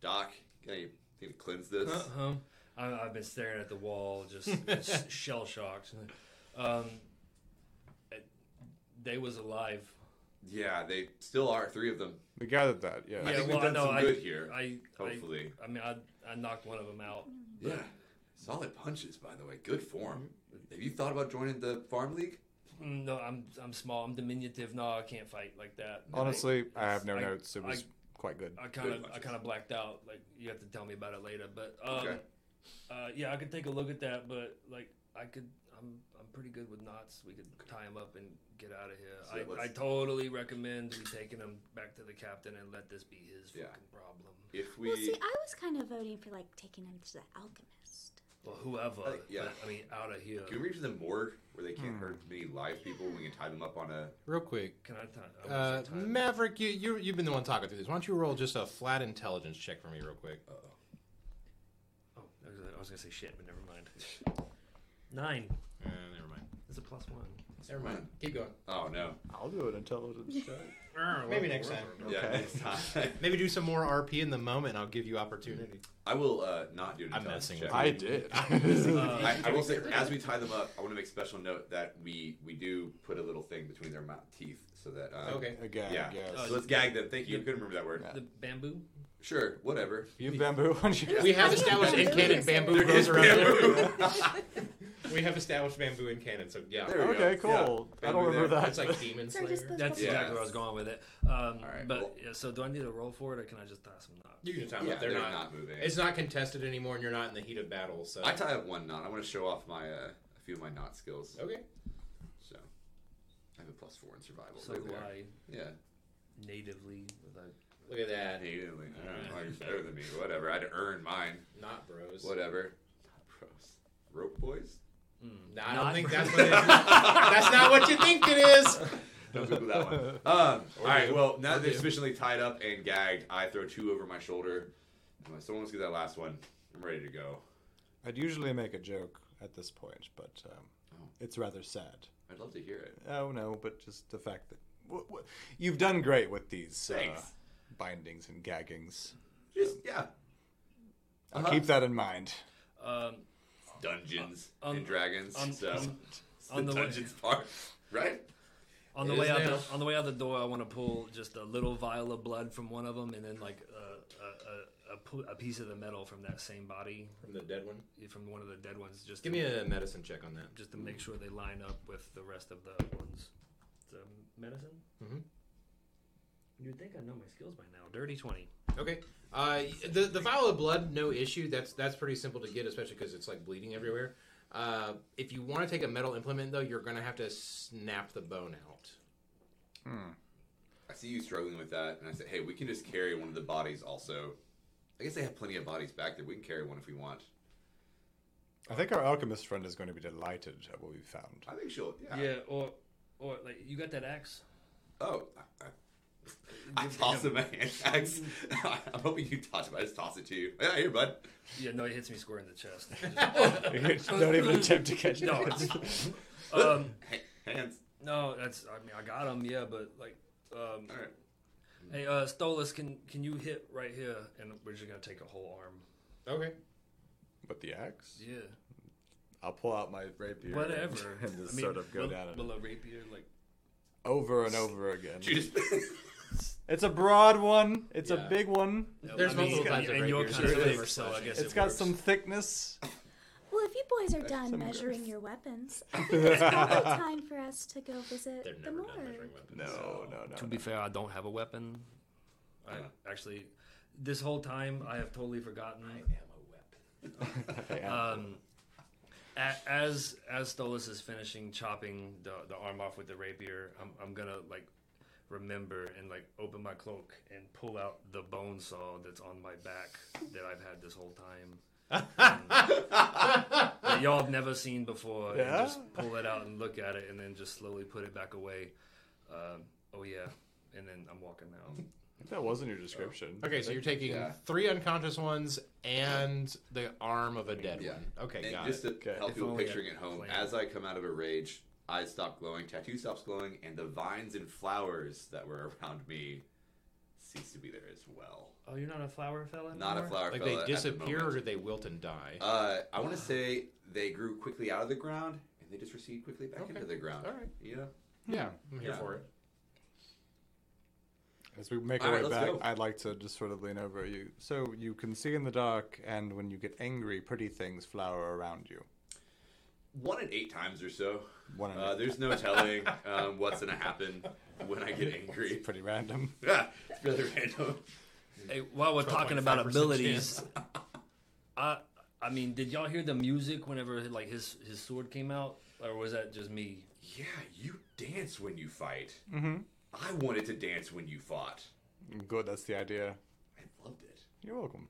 Doc, can I Need to cleanse this.
Uh-huh. I, I've been staring at the wall, just shell shocked. Um, it- they was alive.
Yeah, they still are three of them.
We gathered that, yeah.
I
Yeah.
think
well,
we've done
no,
some
I-
good here.
I, I,
hopefully,
I mean, I, I knocked one of them out.
yeah. Solid punches, by the way. Good form. Have you thought about joining the farm league?
Mm, No, I'm I'm small. I'm diminutive. No, I can't fight like that.
Honestly, I have no
I-
notes. It was
I-
quite good.
I kind
Good
of I
punches.
kind of blacked out. Like you have to tell me about it later. But um,
Okay.
uh, yeah, I could take a look at that. But like I could, I'm I'm pretty good with knots. We could tie him up and get out of
So
here. I, I
let's-
totally recommend we taking him back to the captain and let this be his
Yeah.
fucking problem.
If we
Well, see, I was kind of voting for like taking him to the alchemist.
Well, whoever.
Uh, yeah.
but, I mean, out of here.
can we reach the morgue where they can't hurt many live people, we can tie them up on a.
Real quick,
Can I tie? oh, I
uh,
want to tie him.
Maverick, you, you you've been the one talking through this. Why don't you roll just a flat intelligence check for me, real quick?
Oh, I was- I was gonna say shit, but never mind. Nine.
Uh, never mind.
It's a plus one.
Never mind. Keep going.
Oh no!
I'll do an intelligence
(laughs)
check.
Maybe next time.
Yeah,
Okay.
next time.
Maybe do some more RP in the moment. I'll give you opportunity.
(laughs) I will uh, not do an
I'm
intelligence
messing
check.
with
I
(laughs)
did. (laughs)
Uh,
I, I will say, as we tie them up, I want to make special note that we we do put a little thing between their mouth teeth so that. Uh,
Okay.
Again,
Yeah.
I guess.
Uh,
So let's gag them. Thank Oh, you. I couldn't remember that word.
Yeah.
The bamboo.
Sure. Whatever. (laughs)
you bamboo on
(laughs)
your
We have
I think
established in
bamboo
canon
is-
bamboo
There
grows
is
around
bamboo. (laughs)
everywhere. we have established bamboo in canon, so yeah.
There we
Okay,
go. Yeah.
cool. I
Bamboo
don't remember
there.
that.
It's like demon
Sorry, just
slayer.
the-
That's
Yeah.
exactly where I was going with it. Um,
right,
But
well-
yeah, so do I need a roll for it, or can I just toss them up?
You can time
Yeah,
up. They're, not,
moving.
It's not contested anymore, and you're not in the heat of battle. So
I tie up one knot. I want to show off my uh, a few of my knot skills.
okay.
So I have a plus four in survival.
So
Look
do
there.
I
Yeah.
natively without
Look at that.
Natively. I don't know. "Oh, You're better than me. Whatever. I had to earn mine.
Not bros.
Whatever. Gross. Rope boys.
No, I
Not
don't think that's
bros.
what it is. that's not what you think it is.
Don't Google that (laughs) one. Um, all right.
do.
Well, now
Or
that they're
do.
sufficiently tied up and gagged, I throw two over my shoulder. I'm like, Someone wants to get that last one. I'm ready to go.
(laughs) I'd usually make a joke at this point, but um,
Oh.
it's rather sad.
I'd love to hear it.
Oh no, but just the fact that wha- wha- you've done great with these uh,
Thanks.
bindings and gaggings.
Just yeah.
I'll
Uh-huh.
keep that in mind.
um,
Dungeons
Um,
and Dragons.
um,
so
um,
it's
on
the
the way-
dungeons part, (laughs) right?
on
It
the
is
way out the,
now.
on the way out the door. I want to pull just a little vial of blood from one of them, and then like a a, a, a, pu- a piece of the metal from that same body
From the dead one.
from one of the dead ones. Just
Give
to,
me a medicine check on that.
just to make sure they line up with the rest of the ones. It's, um, medicine.
Mhm.
You'd think I know my skills by now. Dirty twenty.
Okay. Uh, the the vial of blood, no issue. That's that's pretty simple to get, especially because it's like bleeding everywhere. Uh, if you want to take a metal implement, though, you're gonna have to snap the bone out.
I see you struggling with that, and I say, hey, we can just carry one of the bodies. Also, I guess they have plenty of bodies back there. We can carry one if we want.
I think our alchemist friend is going to be delighted at what we've
(laughs)
found. (laughs)
I think she'll. Yeah.
Yeah, or or like you got that axe.
Oh. I- I- I toss him a hand
(laughs)
axe. (laughs) I'm hoping you toss it. but I just toss it to you. Yeah, here, bud.
Yeah, no, it hits me square in the
(laughs)
chest. (laughs)
Don't even attempt to catch
no,
it.
(laughs) it's- um,
H- Hands.
no, that's. I mean, I got him. Yeah, but like, um,
All right.
hey, uh, Stolas, can can you hit right here? And we're just gonna take a whole arm.
Okay.
But the axe?
Yeah,
I'll pull out my rapier.
whatever.
And (laughs) just
I mean,
sort of go
will,
down it
Will a rapier like?
over and over again.
You just. (laughs)
It's a broad one. It's
Yeah.
a big one.
There's
I mean,
multiple
it's gonna-
types of
and you're
rapiers.
kind of
Sure.
thick, so I guess
it's
it
got
works.
some (laughs) thickness.
Well, if you boys are done
(laughs)
some
measuring
girth.
your weapons, I think it's probably time for us to go visit
They're
the
never done measuring
morgue.
weapons.
No, no, no.
To be fair, I don't have a weapon. I actually, this whole time, I have totally forgotten.
Yeah.
Um, a- as as Stolas is finishing chopping the, the arm off with the rapier, I'm, I'm gonna like remember and like open my cloak and pull out the bone saw that's on my back that I've had this whole time. Um, that y'all have never seen before.
Yeah?
And just pull it out and look at it, and then just slowly put it back away. Um, oh yeah, and then I'm walking out.
that wasn't your description.
Okay, so you're taking
Yeah.
three unconscious ones and the arm of a dead
Yeah.
one. Okay,
And
got
just
it.
to
Okay.
help
If
people
only
picturing
I
it home,
planned.
as I come out of a rage, eyes (laughs) stop glowing, tattoo stops glowing, and the vines and flowers that were around me cease to be there as well.
Oh, you're not a flower fella.
Not a
anymore?
flower
Like
fella.
they
at the
disappear or
moment.
did they wilt and die?
Uh, I want to say they grew quickly out of the ground and they just receded quickly back
Okay.
into the ground.
All right.
Yeah.
yeah, I'm here
Yeah.
for it.
As we make
All
our
right,
way
let's
back,
go.
I'd like to just sort of lean over you. So you can see in the dark, and when you get angry, pretty things flower around you.
One in eight times or so.
One in
Uh,
eight.
there's no
(laughs)
telling um, what's going to happen when I get angry. (laughs)
It's (laughs) pretty random.
Yeah, it's really random.
Hey, while we're talking about
12.5%
abilities, (laughs) I I mean, did y'all hear the music whenever like his his sword came out, or was that just me?
Yeah, you dance when you fight.
Mhm.
I wanted to dance when you fought.
Good, that's the idea.
I loved it.
You're welcome.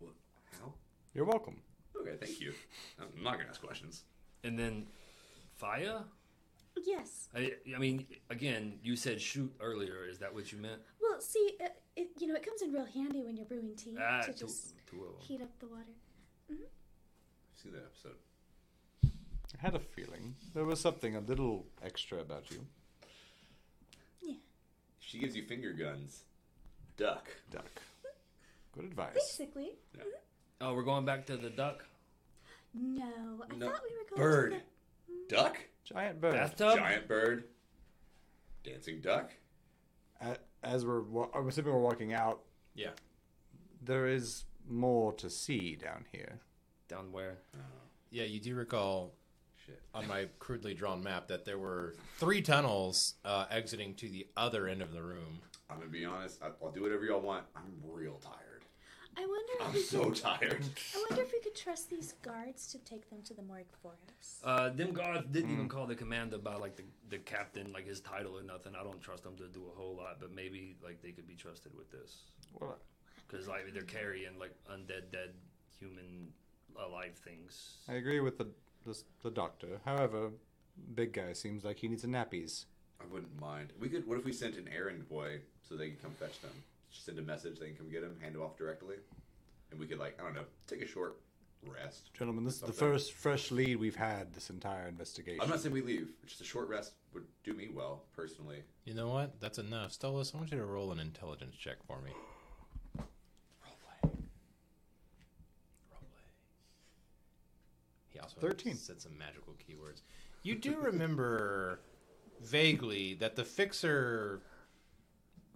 What? How?
You're welcome.
Okay, thank you. I'm not gonna ask questions.
And then Fire?
Yes.
I, I mean, again, you said shoot earlier. Is that what you meant?
Well, see, uh, it, you know, it comes in real handy when you're brewing tea
Ah,
Mm-hmm. to
two,
just
two of 'em.
heat up the water.
I've seen that episode.
I had a feeling there was something a little extra about you.
She gives you finger guns. Duck.
Duck. Good advice.
Basically,
Oh, we're going back to the duck
no. I
No.
thought we were going to
Bird.
the-
Duck.
Oh, Giant bird.
bathtub.
Giant bird. Dancing duck.
A- As we're, wa- I'm assuming we're walking out,
Yeah.
there is more to see down here.
Down where?
Yeah, you do recall
Shit.
on my crudely drawn map that there were three tunnels uh, exiting to the other end of the room.
I'm gonna be honest. I- I'll do whatever y'all want. I'm real tired.
I wonder. If
I'm
we
so (laughs)
could,
tired.
I wonder if we could trust these guards to take them to the morgue for us.
Uh, them guards didn't even call the commander by like the, the captain, like his title or nothing. I don't trust them to do a whole lot, but maybe like they could be trusted with this
Well,
because like they're carrying like undead, dead human alive things.
(laughs) I agree with the the, the doctor. However, big guy seems like he needs a nappies.
I wouldn't mind. We could. What if we sent an errand boy so they could come fetch them? Just send a message. They can come get him. Hand him off directly. And we could like I don't know. Take a short rest.
Gentlemen, this is the
Okay.
first fresh lead we've had this entire investigation.
I'm not saying we leave. Just a short rest would do me well personally.
You know what? That's enough. Stolas, I want you to roll an intelligence check for me. He also
13.
said some magical keywords. You do remember vaguely that the fixer,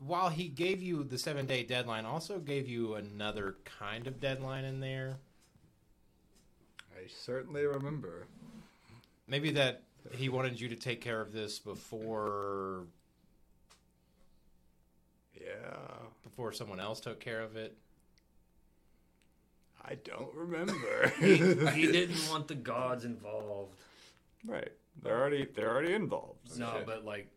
while he gave you the seven day deadline, also gave you another kind of deadline in there.
I certainly remember.
Maybe that he wanted you to take care of this before
Yeah,
before someone else took care of it.
I don't remember.
he didn't want the gods involved.
(laughs) right, they're already they're already involved.
no,
shit.
but like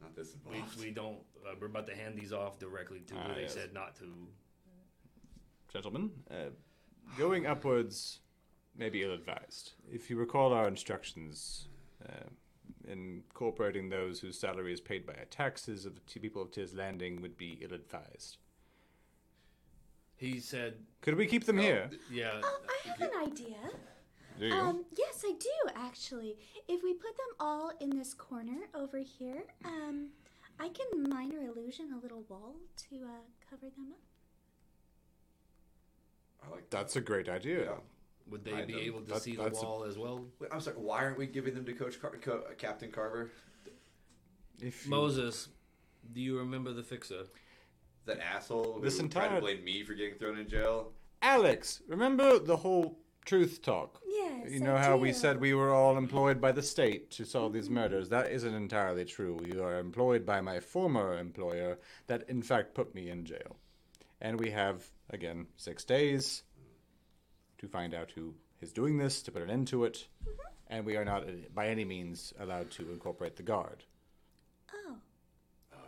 Not this
we,
involved.
we don't. Uh, we're about to hand these off directly to
Ah,
who they
yes.
said not to.
Gentlemen, uh, going upwards may be ill-advised. If you recall our instructions. Uh, Incorporating those whose salary is paid by taxes of the t- people of Tears Landing would be ill advised.
He said,
Could we keep them here?
"Yeah,
Oh, I have an idea.
Do you?
Um, yes, I do actually. If we put them all in this corner over here, um, I can minor illusion a little wall to uh, cover them up.
I like that.
That's a great idea.
would they
Hide
be
them.
able to
That-
see the
that's a-
wall as well?"
Wait, I'm sorry. Why aren't we giving them to Coach Car- Co- uh, Captain Carver?
If you-
Moses, do you remember the fixer?
That asshole. Who
This
tried
entire-
to blame me for getting thrown in jail.
Alex, remember the whole truth talk?
Yes.
You know
I
how we
do.
said we were all employed by the state to solve these murders. That isn't entirely true. You are employed by my former employer that, in fact, put me in jail. And we have, again, six days to find out who is doing this, to put an end to it.
Mm-hmm.
And we are not, uh, by any means, allowed to incorporate the guard.
Oh,
Oh,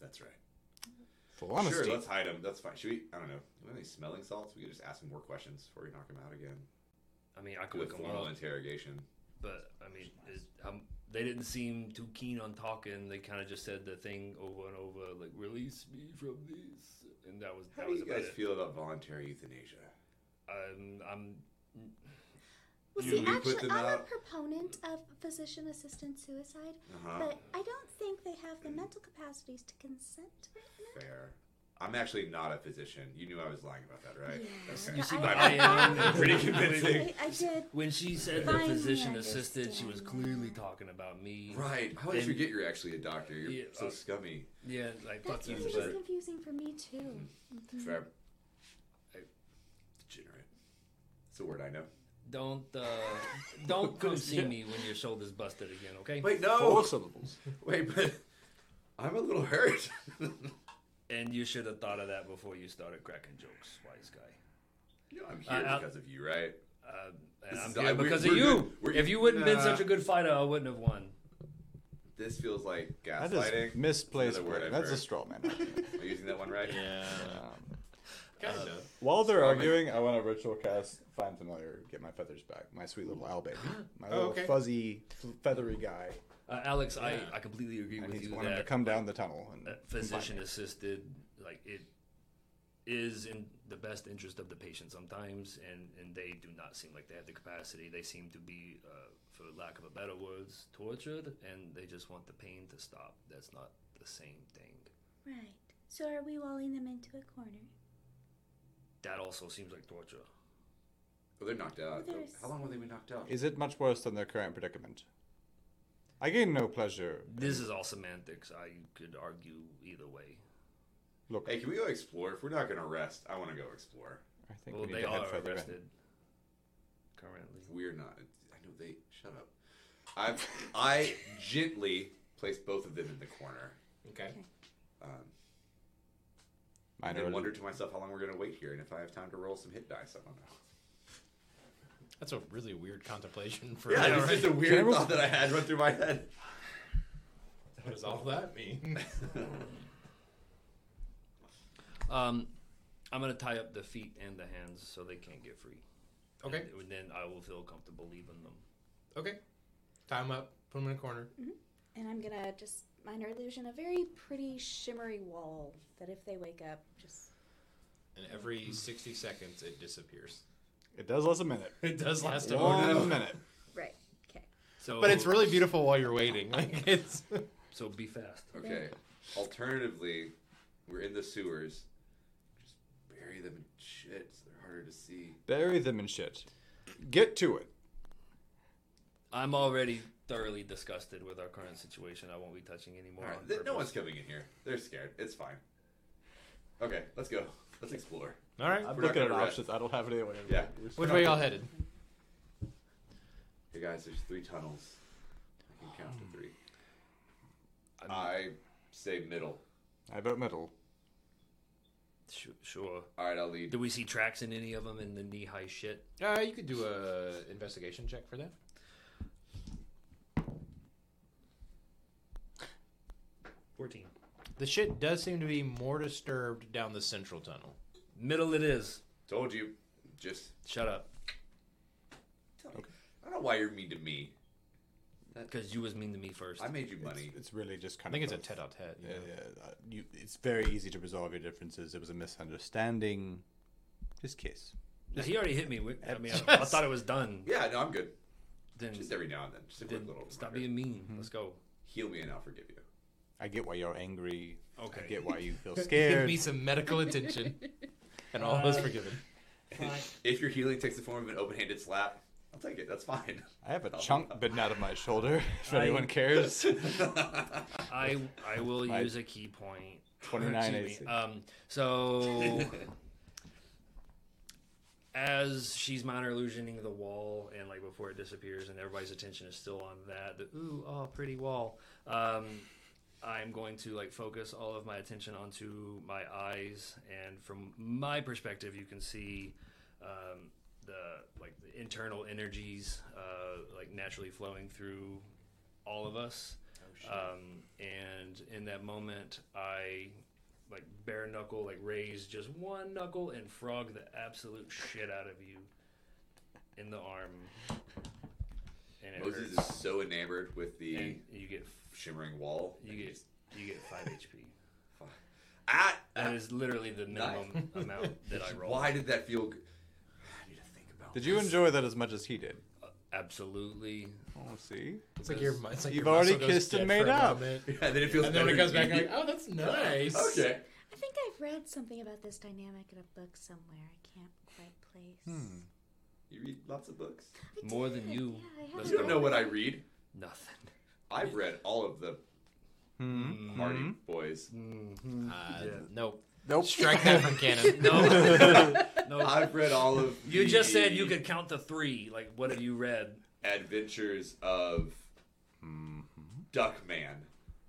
that's right.
For honesty.
Sure, let's hide him. That's fine. Should we? I don't know. Do we have any smelling salts? We could just ask him more questions before we knock him out again.
I mean, I
Do
could
a
look him
formal
up,
interrogation.
but I mean, is, um, they didn't seem too keen on talking. They kind of just said the thing over and over, like "release me from these," and that was
How
that
do
was
you
about
guys
it.
(laughs) feel about voluntary euthanasia?
Um, I'm
Well,
You
see,
put
actually,
them
I'm a
out.
proponent of physician assisted suicide,
Uh-huh.
but I don't think they have the mental capacities to consent right now.
Fair. I'm actually not a physician. You knew I was lying about that, right?
Yes.
Okay.
No,
You see
I-
my
I-
hand?
I-
(laughs) Pretty convincing.
I, I did.
When she said the
Finally
physician
understand.
assisted, she was clearly talking about me.
(laughs) Right. How did
Then-
you get you're actually a doctor? You're
Yeah,
so
uh,
scummy.
Yeah, like fuck
That's
you,
usually
but
confusing for me too. Mm-hmm.
Fair. Degenerate. It's a word I know.
don't uh, don't come see me when your shoulder's busted again, okay?
Wait,
Four
no.
syllables.
Wait, but (laughs) I'm a little hurt. (laughs)
And you should have thought of that before you started cracking jokes, wise guy.
You know, I'm
I-
here
I-
because of you, right?
Um, and
This
I'm
is-
here
I- we-
because
we're
of you.
good. We're-
if you wouldn't have been
Nah.
such a good fighter, I wouldn't have won.
This feels like
That
gaslighting.
is (laughs) misplaced
Another word
wording.
I've
That's a
heard.
straw
(laughs)
man.
Am I using that one right?
Yeah.
Um,
Uh,
Kind of.
While they're
Sorry.
arguing, I want to ritual cast Find Familiar, get my feathers back. My sweet little owl baby. My
Oh,
little
okay.
fuzzy, f- feathery guy.
Uh, Alex,
Yeah.
I, I completely agree
I
with
need to
you
want him to
that
come down the tunnel. And
physician assisted, like it is in the best interest of the patient sometimes, and and they do not seem like they have the capacity. They seem to be, uh, for lack of a better words, tortured, and they just want the pain to stop. That's not the same thing.
Right. So are we walling them into a corner?
That also seems like torture.
Well, they're knocked out.
There's-
How long have they been knocked out?
Is it much worse than their current predicament? I gain no pleasure.
This is all semantics. I could argue either way.
Look,
Hey, can we go explore? If we're not gonna rest, I want to go explore.
I think
Well,
we need
they
to head
are
further in.
arrested currently.
We're not. I know they. Shut up. I I gently placed both of them in the corner.
Okay.
Um,
Mine
and
are-
then wondered to myself how long we're gonna wait here, and if I have time to roll some hit dice. I don't know.
That's a really weird contemplation (laughs) for
Yeah, it's just a
Can I
weird
roll-
thought that I had run through my head.
What does all that mean?
Um, I'm gonna tie up the feet and the hands so they can't get free.
(laughs) okay.
And then I will feel comfortable leaving them.
Okay. Tie him up. Put him in a corner.
And I'm gonna just minor illusion a very pretty shimmery wall that if they wake up, just
And every 60 seconds, it disappears.
It does last a minute.
(laughs) It does last a
One
moment.
minute.
right. Okay.
So,
But it's (laughs) really beautiful while you're waiting. Like (laughs) it's
so be fast.
Okay. Alternatively, we're in the sewers. Just bury them in shit. So they're harder to see.
Bury them in shit. Get to it.
I'm already thoroughly disgusted with our current situation. I won't be touching anymore.
All right.
on
th- no
purpose.
one's coming in here. They're scared. It's fine. Okay, let's go. Let's explore.
all right.
I'm
We're not
looking at
gonna rest.
options. I don't have any way. of-
Yeah.
Which way y'all (laughs) headed?
Hey guys, there's three tunnels. I can count to three.
I'm-
I say middle.
I vote metal.
Su- sure.
All right, I'll lead.
Do we see tracks in any of them in the knee high shit?
Uh, you could do a investigation check for that.
Fourteen.
The shit does seem to be more disturbed down the central tunnel.
Middle it is.
Told you. Just.
Shut up.
I don't know why you're mean to me.
Because you was mean to me first.
I made you money.
It's, it's really just
I
kind
think
of.
it's a
both.
tete-a-tete. you
Yeah,
know?
yeah. uh, You, it's very easy to resolve your differences. It was a misunderstanding. Just kiss.
Now, he already hit me. with- I
(laughs)
mean, I, I thought it was done.
Yeah, no, I'm good.
Then,
Just every now and then. Just a quick
then
little.
stop
reminder.
being mean. Let's
(laughs)
go.
Heal me and I'll forgive you.
I get why you're angry.
Okay.
I get why you feel
(laughs) Give
scared.
me some medical attention, (laughs) and all is forgiven.
If your healing takes the form of an open-handed slap, I'll take it. That's fine.
I have a chunk bitten out of my shoulder. (laughs) If
(laughs)
(laughs)
anyone cares.
I I will
My-
use a key point.
29
Excuse me.
AC.
uh,
Um,
(laughs)
so as she's minor illusioning the wall, and like before it disappears, and everybody's attention is still on that, the ooh, oh, pretty wall. Um, I'm going to like focus all of my attention onto my eyes, and from my perspective, you can see um, the like the internal energies uh, like naturally flowing through all of us. Um, and in that moment, I like bare knuckle, like raise just one knuckle and frog the absolute shit out of you in the arm, and it
Moses is
hurts.
so enamored with the
And you get
shimmering wall.
you
that he
get
just-
you get five HP.
ah,
That
ah,
is literally the minimum amount that I roll.
(laughs) why did that feel? Good? I need to think about.
Did you
this.
enjoy that as much as he did?
Uh, absolutely.
Oh, see?
It's like your. It's like
You've
your
already
muscle goes
kissed and
dead
made
for a
up.
moment.
(laughs) Yeah, then it feels
And then when it comes
better
back,
to
I'm like,
be-
oh, that's nice.
(laughs) okay.
"Ah,
I think I've read something about this dynamic in a book somewhere. I can't quite place.
Hmm.
You read lots of books.
I
More
did,
than you.
Yeah, I have
Let's
You
it.
don't know what I read.
Nothing.
I've read all of the
Hmm.
Mm,
Hardy Boys.
Uh,
Yeah.
Nope. (laughs)
Nope.
Strike that from
(laughs)
canon.
No. no.
I've read all of.
You just said you
the
could count to three. Like, what have you read?
Adventures of Duckman.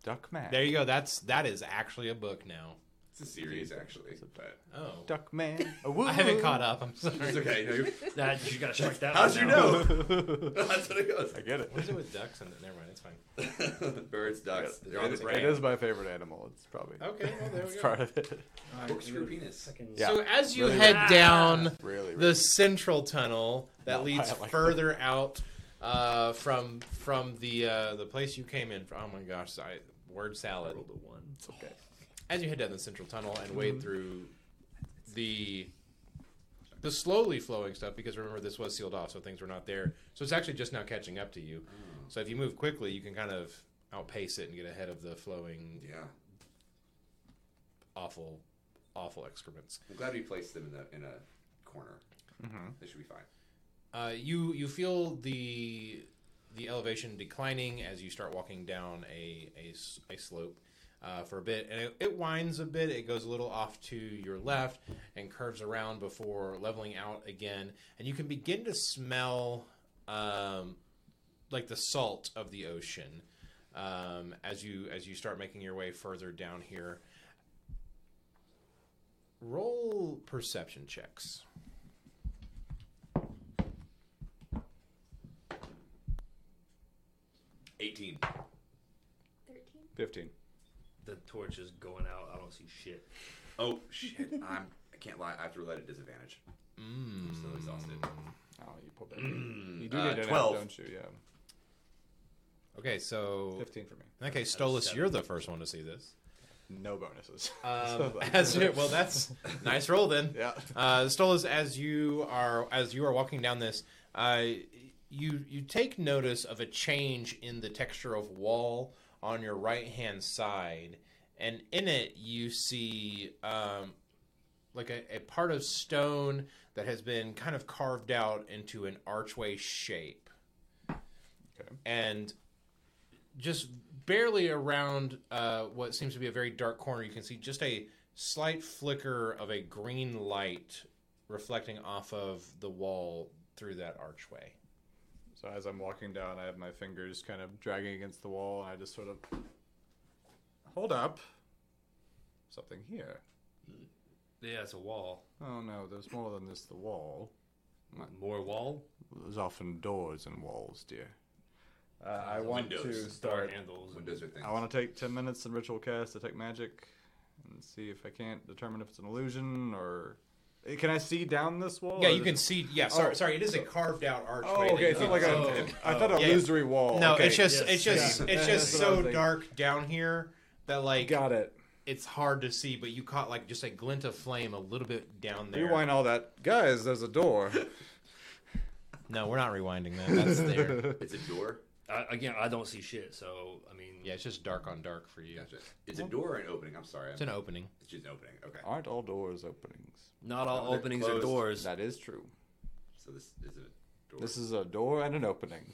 Duckman.
There you go. That's that is actually a book now.
It's a series, actually. But
Oh,
Duckman.
I haven't caught up. I'm sorry.
(laughs) it's okay. No, you-
That you gotta strike that.
How'd
one
you
out.
know?
(laughs)
(laughs) I
(laughs) that's what it goes. (laughs)
get it.
What is it with ducks and never mind, it's fine.
Birds, ducks. They're on the
It
It
brain.
is my favorite animal. It's probably
Okay, well there we
it's
go.
part of it. (laughs)
Corkscrew penis.
Fucking-
Yeah.
So as you
Really
head
weird.
down
Really, really.
the central tunnel that
No,
leads
I like
further out uh, from from the uh, the place you came in. From. Oh my gosh, I, word salad.
Rolled a one.
okay.
As you head down the central tunnel and wade through the the slowly flowing stuff, because remember this was sealed off, so things were not there. So it's actually just now catching up to
Mm.
you. So if you move quickly, you can kind of outpace it and get ahead of the flowing
Yeah.
awful, awful excrements.
I'm glad we placed them in the in a corner. They should be fine.
Uh, you you feel the the elevation declining as you start walking down a a s- a slope uh, for a bit, and it, it winds a bit. It goes a little off to your left and curves around before leveling out again, and you can begin to smell um, like the salt of the ocean um, as you as you start making your way further down here. Roll perception checks.
Eighteen.
13?
Fifteen.
The torch is going out. I don't see shit.
Oh shit! I'm. I can't lie. I have to roll at a disadvantage. I'm still exhausted.
Oh, you pulled that.
Mm,
you do
Uh,
need an
12.
Out, don't you? Yeah.
Okay, so
Fifteen for me.
In that case, Stolas, you're the first one to see this.
No bonuses.
Um, (laughs)
(laughs) So, like,
as you- well,
(laughs)
that's nice roll then.
Yeah.
Uh, Stolas, as you are as you are walking down this, uh, you you take notice of a change in the texture of wall on your right hand side, and in it you see um, like a, a part of stone that has been kind of carved out into an archway shape.
Okay.
And just barely around uh, what seems to be a very dark corner, you can see just a slight flicker of a green light reflecting off of the wall through that archway.
So as I'm walking down, I have my fingers kind of dragging against the wall, and I just sort of hold up something here.
Yeah, it's a wall.
Oh no, there's more than this. The wall.
More wall.
There's often doors and walls, dear. Uh, I want to
windows.
Star
start.
handles. and-
Windows are things.
I want to take ten minutes in ritual cast to take magic, and see if I can't determine if it's an illusion or. Eh, Can I see down this wall?
Yeah,
or
you
is
can
it-
see. Yeah, sorry,
Oh.
sorry. It is a carved out archway.
Oh,
that
okay.
you
It's
can
not like a,
see.
Oh.
I thought
Yeah,
a
yeah.
illusory wall.
No,
okay.
it's just
Yes,
it's just
yeah. (laughs)
it's just
That's what I was
so
thinking.
dark down here that like
got it.
it's hard to see, but you caught like just a glint of flame a little bit down there.
Rewind all that, guys. There's a door. (laughs)
No, we're not rewinding that. That's there.
(laughs)
It's a door.
I, again, I don't see shit. So I mean,
yeah, it's just dark on dark for you.
Gotcha. It's a door or an opening. I'm sorry.
It's an opening.
It's just an opening. Okay.
Aren't all doors openings?
not all
They're
openings are
closed.
doors.
That is true.
So this is a door.
This is a door and an opening.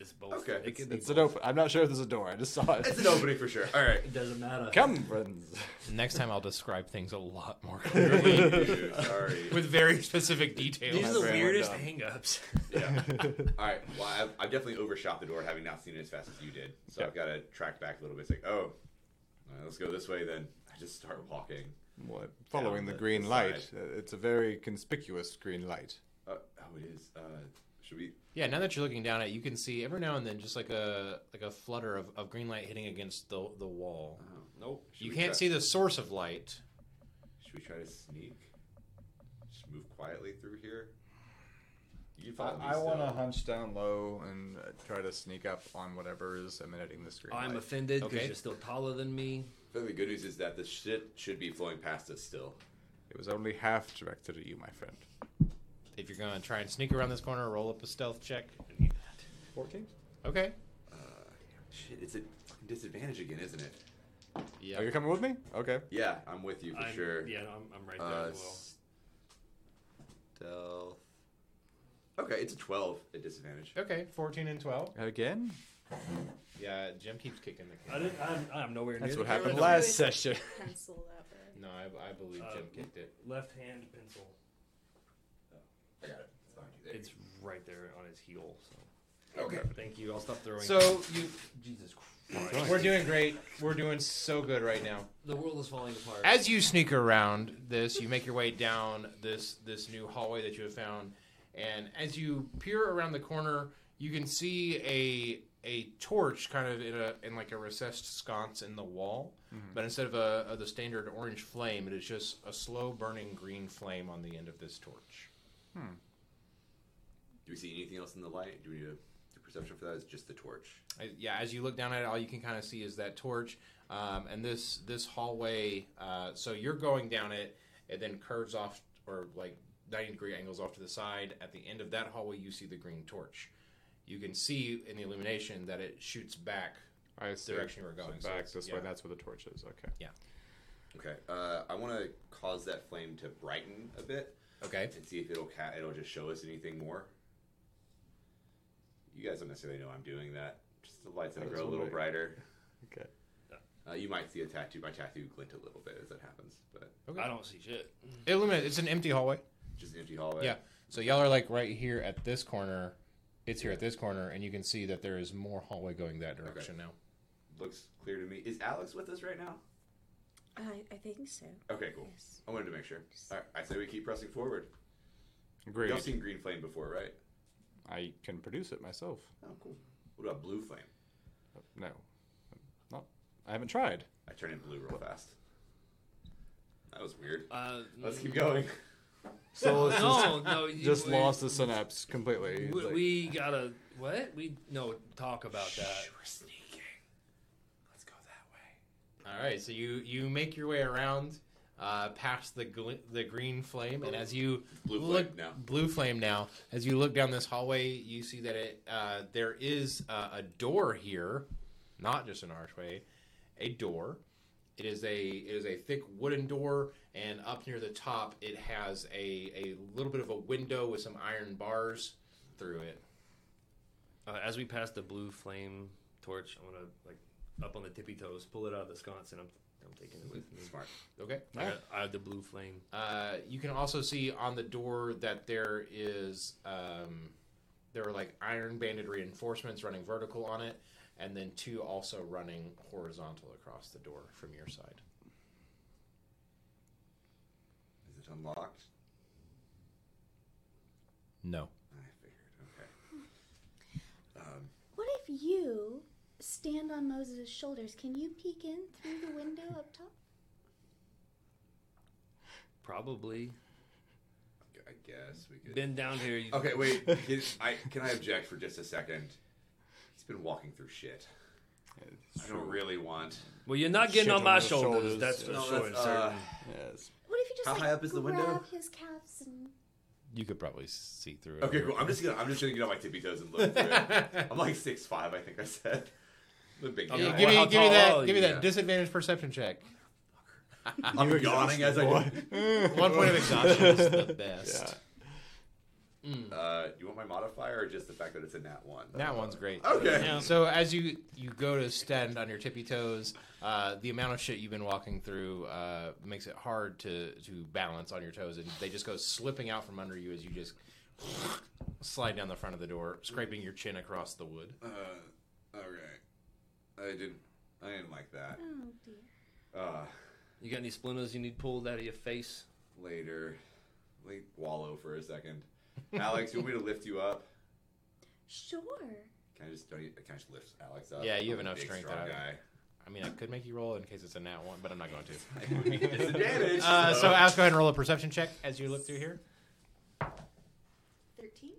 It's both.
Okay.
It could be
It's an
both.
open. I'm not sure if there's a door. I just saw
It's
(laughs) it.
an opening for sure. All right. (laughs)
It doesn't matter.
Come, friends.
Next time I'll describe things a lot more clearly (laughs)
Dude, (laughs) sorry.
with very specific details.
These are the
Everyone
weirdest
done.
hangups.
(laughs)
(laughs)
Yeah. All right. Well, I've, I've definitely overshot the door, having not seen it as fast as you did. So I've got to track back a little bit. It's like, oh, all right, let's go this way then. I just start walking.
What? Following
Down
the
the
green
side.
light. Uh, It's a very conspicuous green light.
Uh, oh, it is. Uh, should we?
Yeah, now that you're looking down at it, you can see every now and then just like a like a flutter of, of green light hitting against the the wall.
Oh,
nope.
should
you
we
can't
try-
see the source of light.
Should we try to sneak? Just move quietly through here. You can follow me still.
wanna hunch down low and uh, try to sneak up on whatever is emanating this green
I'm offended because
Okay.
you're still taller than me.
I think the good news is that the shit should be flowing past us still.
It was only half directed at you, my friend.
If you're gonna try and sneak around this corner, roll up a stealth check.
I need that.
Fourteen.
Okay.
Uh, shit, it's a fucking disadvantage again, isn't it?
Yeah.
Oh, you're coming with me? Okay.
Yeah, I'm with you for
I'm-
sure.
Yeah, no, I'm, I'm right there
Uh,
as well.
stealth. Okay, it's a 12 at disadvantage.
Okay. Fourteen and twelve.
Again?
Yeah. Jim keeps kicking the
I
can. (laughs)
didn't, I'm, I'm nowhere near.
That's
the
what happened
camera.
last session.
pencil that way.
No, I, I believe
Uh,
Jim kicked it.
Left hand pencil.
I got it. It's behind you. There
It's right there on his heel. So
you go. Okay.
thank you. I'll stop throwing.
So you,
Jesus Christ,
we're doing great. We're doing so good right now.
the world is falling apart.
As you sneak around this, you make your way down this this new hallway that you have found, and as you peer around the corner, you can see a a torch kind of in a in like a recessed sconce in the wall, but instead of a of the standard orange flame, it is just a slow burning green flame on the end of this torch.
Do we see anything else in the light? Do we need a do perception for that? Is just the torch?
I- yeah, as you look down at it, all you can kind of see is that torch, um, and this this hallway. Uh, so you're going down it, it then curves off or like ninety degree angles off to the side. At the end of that hallway, you see the green torch. You can see in the illumination that it shoots back.
I
see. direction you were going, so
back
it's-
this
yeah.
way. That's where the torch is. Okay.
Okay. Uh, I want to cause that flame to brighten a bit
Okay.
and see if it'll ca- it'll just show us anything more. You guys don't necessarily know I'm doing that. Just the lights
I
that
was
grow a little
wondering.
brighter.
Okay.
Uh, you might see a tattoo. My tattoo glint a little bit as that happens, but
I don't see shit.
It illuminates. It's an empty hallway.
just an empty hallway.
Yeah. So y'all are like right here at this corner. It's here at this corner, and you can see that there is more hallway going that direction now.
Looks clear to me. Is Alex with us right now?
I, I think so.
Okay, cool.
Yes.
I wanted to make sure. All right, I say we keep pressing forward.
Agreed.
Y'all seen green flame before, right?
I can produce it myself.
Oh, cool. What about blue flame?
No. Not. I haven't tried.
I turn it blue real fast. That was weird.
Uh,
Let's keep going.
(laughs)
So it's just,
no, no, you-
just
we-
lost the synapse completely.
We,
It's like-
we gotta what? We no talk about that.
We're sneaking. Let's go that way.
All right, so you you make your way around uh, past the gl- the green flame, and as you
Blue
look,
flame now.
blue flame now, as you look down this hallway, you see that it uh, there is uh, a door here, not just an archway, a door. It is a it is a thick wooden door, and up near the top, it has a a little bit of a window with some iron bars through it.
Uh, as we pass the blue flame torch, I'm gonna like up on the tippy toes, pull it out of the sconce, and I'm I'm taking it with me.
Smart.
Okay.
I, got- I have the blue flame.
Uh, you can also see on the door that there is um, there are like iron banded reinforcements running vertical on it, and then two also running horizontal across the door from your side.
Is it unlocked?
No.
I figured. Okay. Um,
What if you stand on Moses' shoulders? Can you peek in through the window up top?
Probably
I guess we could.
been down here. You,
Okay, wait. (laughs) Can I, can I object for just a second? He's been walking through shit. I don't really want.
Well, you're not getting
Shit
on
on
my
your
shoulders.
shoulders.
That's for
No,
sure. and
uh,
certain.
Yes.
What if you just
How
like,
high up is the
grab
window?
his calves and
You could probably see through it.
Okay, cool. I'm just gonna I'm just gonna get on my tippy toes and look through it. I'm like six five, I think I said. I'm a big
I
guy.
mean,
give me,
How
give me
tall
that,
are
give me
you?
that disadvantage perception check.
I'm yawning as I go.
(laughs) One point of exhaustion is (laughs) the best.
Uh, do you want my modifier or just the fact that it's a nat one?
That one's great.
Okay.
Yeah.
So as you you go to stand on your tippy toes, uh, the amount of shit you've been walking through uh, makes it hard to to balance on your toes, and they just go slipping out from under you as you just slide down the front of the door, scraping your chin across the wood.
Uh, okay. I didn't I didn't like that.
oh dear.
Uh,
You got any splinters you need pulled out of your face?
later. Let me wallow for a second. Alex, you want me to lift you up?
Sure.
Can I just don't you, can I just lift Alex up?
Yeah, you have
I'm a
enough
big,
strength
Strong
that I-
guy.
I mean, I could make you roll in case it's a nat one, but I'm not going to.
(laughs) Disadvantage.
Uh, so Alex, go ahead and roll a perception check as you look through here.
Thirteen.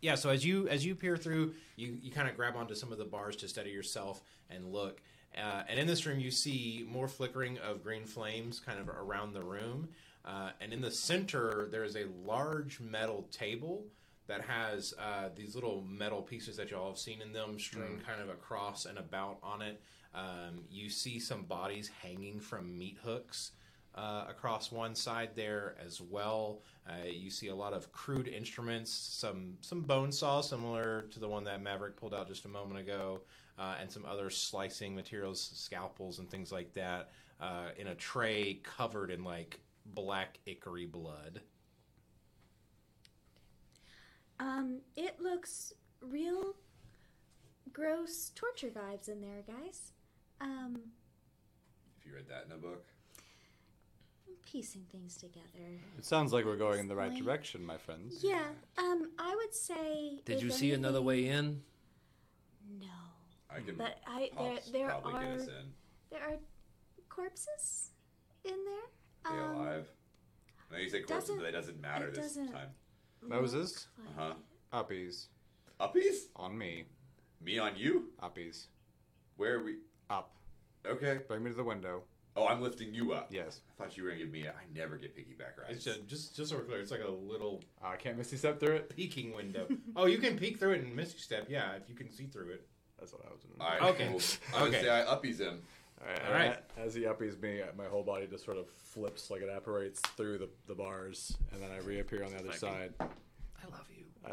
yeah so as you as you peer through you you kind of grab onto some of the bars to steady yourself and look uh, and in this room you see more flickering of green flames kind of around the room uh, and in the center there is a large metal table that has uh, these little metal pieces that you all have seen in them strewn kind of across and about on it. Um, you see some bodies hanging from meat hooks uh, across one side there as well. Uh, you see a lot of crude instruments, some some bone saw similar to the one that Maverick pulled out just a moment ago, uh, and some other slicing materials, scalpels and things like that, uh, in a tray covered in like black ichory blood.
Um, it looks real gross torture vibes in there, guys. Um,
If you read that in a book,
I'm piecing things together.
It sounds like we're going in the right
Explain.
direction, my friends.
Yeah, um, I would say.
Did
if
you see another
anything-
way in?
No,
I can
but I there
pops
there
probably get
are
us in.
there are corpses in there.
Be
Um,
alive. I know you said corpses,
doesn't-
but that doesn't matter
it
this
doesn't-
time.
Moses?
look like-
Uh-huh.
Uppies.
Uppies?
On me.
Me on you?
Uppies.
Where are we?
Up.
Okay.
Bring me to the window.
Oh, I'm lifting you up.
Yes.
I thought you were gonna give me. A, I never get piggyback rides.
It's just just just so we're clear, it's like a little
I can't misty step through it.
peeking window. (laughs) oh, you can peek through it and misty step, yeah, if you can see through it.
That's what I was doing.
All right,
Okay.
cool. I'm
Okay.
gonna say I uppies him.
All right.
All right.
As he uppies me, my whole body just sort of flips, like it apparates through the, the bars, and then I reappear on the other side.
I love you.
I,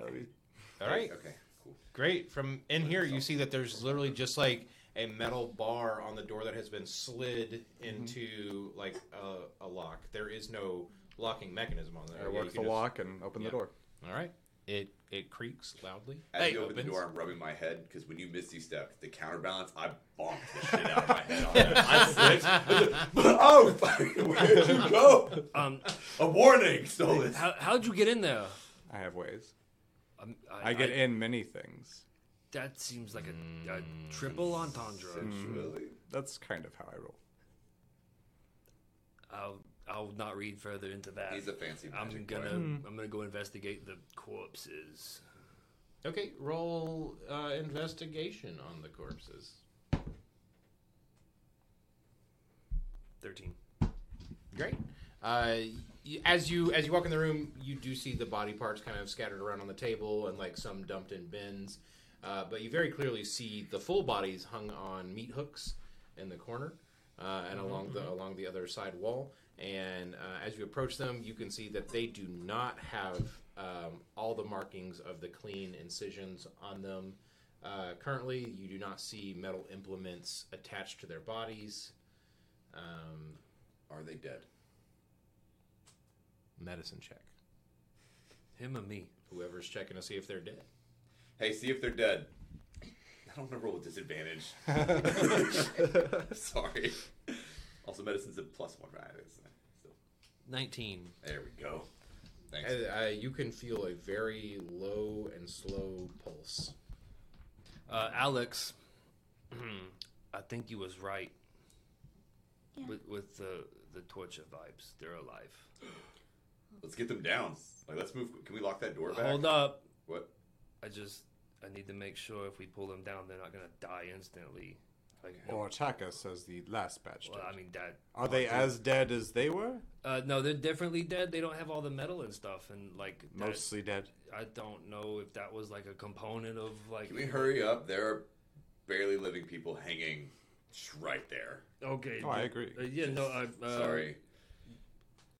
All right.
Okay. Cool.
Great. From in here, you see that there's literally just like a metal bar on the door that has been slid into like a, a lock. There is no locking mechanism on there.
I
Yeah,
work
you
the
can just-
lock and open
yeah.
the door. (laughs)
All right. It it creaks loudly.
As
Hey,
you open the
opens. (laughs)
door, I'm rubbing my head because when you misty step, the counterbalance, I bonked the shit out of my head.
(laughs)
On that. I slipped. oh, fuck, (laughs) where did you go?
Um,
A warning. Stole this.
how how'd you get in there?
I have ways.
Um,
I get in many things.
That seems like a,
Mm.
a triple entendre.
Sensually.
Mm.
That's kind of how I roll.
I'll I'll not read further into that.
He's a fancy
I'm
magic
gonna
boy.
I'm gonna go investigate the corpses.
Okay. Roll uh, investigation on the corpses.
Thirteen.
Great. Uh, y- as you as you walk in the room, you do see the body parts kind of scattered around on the table and like some dumped in bins, uh, but you very clearly see the full bodies hung on meat hooks in the corner uh, and along the along the other side wall. And uh, as you approach them, you can see that they do not have um, all the markings of the clean incisions on them. Uh, currently, you do not see metal implements attached to their bodies. Um,
Are they dead?
medicine check.
Him or me?
Whoever's checking to see if they're dead.
Hey, see if they're dead. I don't want to roll with disadvantage. Sorry. Also, medicine's a plus one, right? It's- So,
Nineteen.
there we go. Thanks.
Uh, you can feel a very low and slow pulse.
Uh, Alex, (clears throat) I think you was right
Yeah.
with with the the torture vibes. They're alive.
Let's get them down. Like, let's move. Can we lock that door back?
Hold up.
What?
I just I need to make sure if we pull them down, they're not gonna die instantly. Like,
Or attack us as the last batch did.
well, I mean that.
Are they as dead as they were?
Uh, no, they're definitely dead. They don't have all the metal and stuff, and like that-
Mostly dead.
I don't know if that was like a component of like.
Can we hurry up? There are barely living people hanging just right there.
Okay.
Oh, I
the-
agree.
Uh, yeah, no, I. Uh,
Sorry.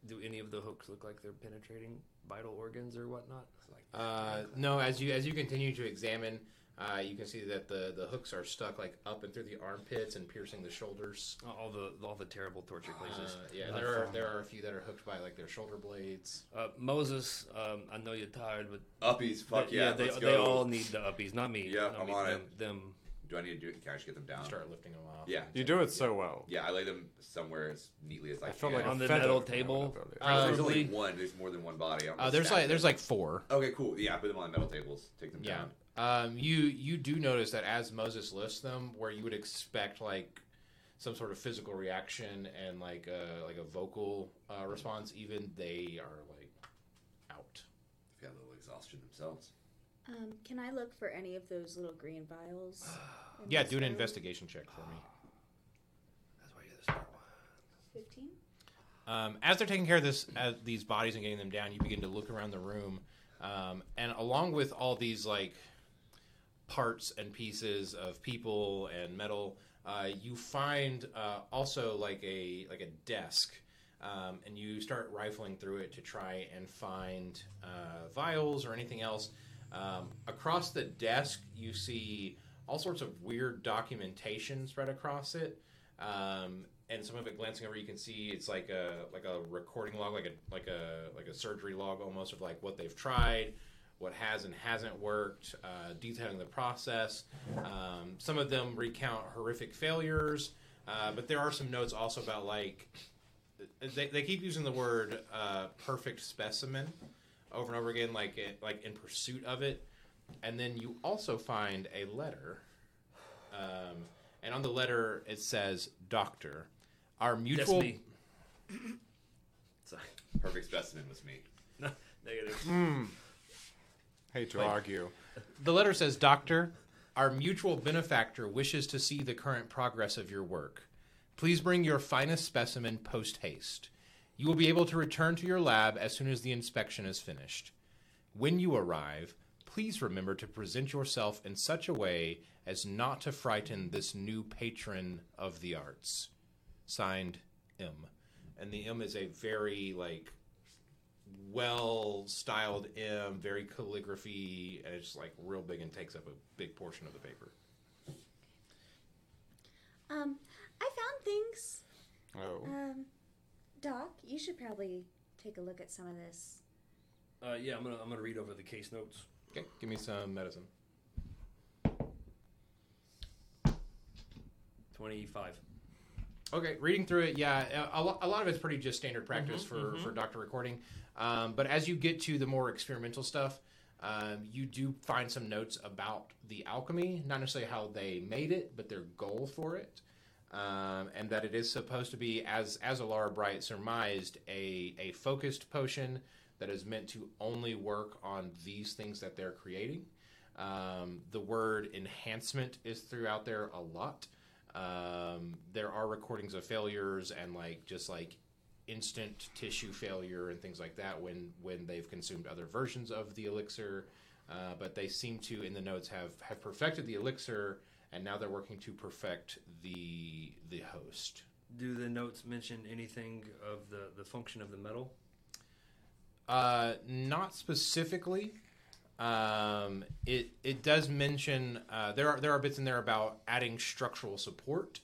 Do any of the hooks look like they're penetrating vital organs or whatnot? Like,
Uh, no, as you as you continue to examine, uh, you can see that the the hooks are stuck like up and through the armpits and piercing the shoulders.
all the all the terrible torture
Uh,
places.
yeah, there are there are a few that are hooked by like their shoulder blades.
Uh, Moses, um, I know you're tired, but
Uppies, fuck
but
yeah,
they,
let's go.
they all need the uppies, not me.
Yeah,
not
I'm
me,
on
them,
it.
Them,
Do I need to do it? Can I just get them down?
Start lifting them off. Uh,
Yeah.
You do it so well.
Yeah, I lay them somewhere as neatly as I,
I
can.
felt like
On
a
the
feather
metal
when I
table?
went up earlier.
Uh,
there's only
probably-
one. There's more than one body. I'm
Uh,
just
there's
stack
like there's like four.
them. Okay, cool. Yeah, I put them on metal tables. Take them
Yeah.
down.
Um, you you do notice that as Moses lists them, where you would expect like some sort of physical reaction and like a, like a vocal uh, response, even they are like out.
They've got a little exhaustion themselves.
Um, can I look for any of those little green vials? in
(sighs) Yeah,
this
do an
room?
investigation check for me.
that's why you're the smart one.
15?
uh, Um, as they're taking care of this, as these bodies and getting them down, you begin to look around the room, Um, and along with all these like parts and pieces of people and metal, uh, you find uh, also like a like a desk, um, and you start rifling through it to try and find uh, vials or anything else. Um, across the desk, you see all sorts of weird documentation spread across it. Um, and some of it glancing over, you can see it's like a like a recording log, like a like a like a surgery log almost of like what they've tried, what has and hasn't worked, uh, detailing the process. Um, some of them recount horrific failures, uh, but there are some notes also about like they, they keep using the word uh, perfect specimen over and over again, like it, like in pursuit of it. And then you also find a letter, um, and on the letter it says, "Doctor, our
That's
mutual."
me. Sorry.
Perfect specimen was me.
No, (laughs) negative.
Hate to
Like-
argue.
The letter says, Doctor, our mutual benefactor wishes to see the current progress of your work. Please bring your finest specimen post haste. You will be able to return to your lab as soon as the inspection is finished. When you arrive, please remember to present yourself in such a way as not to frighten this new patron of the arts. Signed, M. And the M is a very, like, well styled M, very calligraphy, and it's just like real big and takes up a big portion of the paper.
Um, I found things.
Oh.
Um, Doc, you should probably take a look at some of this.
Uh, yeah, I'm gonna I'm gonna read over the case notes.
Okay, give me some medicine.
Twenty five.
Okay, reading through it, yeah, a, a lo- a lot of it's pretty just standard practice
Mhm,
for,
mhm.
for doctor recording. Um, but as you get to the more experimental stuff, um, you do find some notes about the alchemy, not necessarily how they made it, but their goal for it, um, and that it is supposed to be, as as Alara Bright surmised, a a focused potion that is meant to only work on these things that they're creating. Um, the word enhancement is throughout there a lot. Um, there are recordings of failures and like just like instant tissue failure and things like that when when they've consumed other versions of the elixir. Uh, but they seem to in the notes have have perfected the elixir and now they're working to perfect the the host.
Do the notes mention anything of the the function of the metal?
Uh, not specifically. Um, it it does mention uh, there are there are bits in there about adding structural support,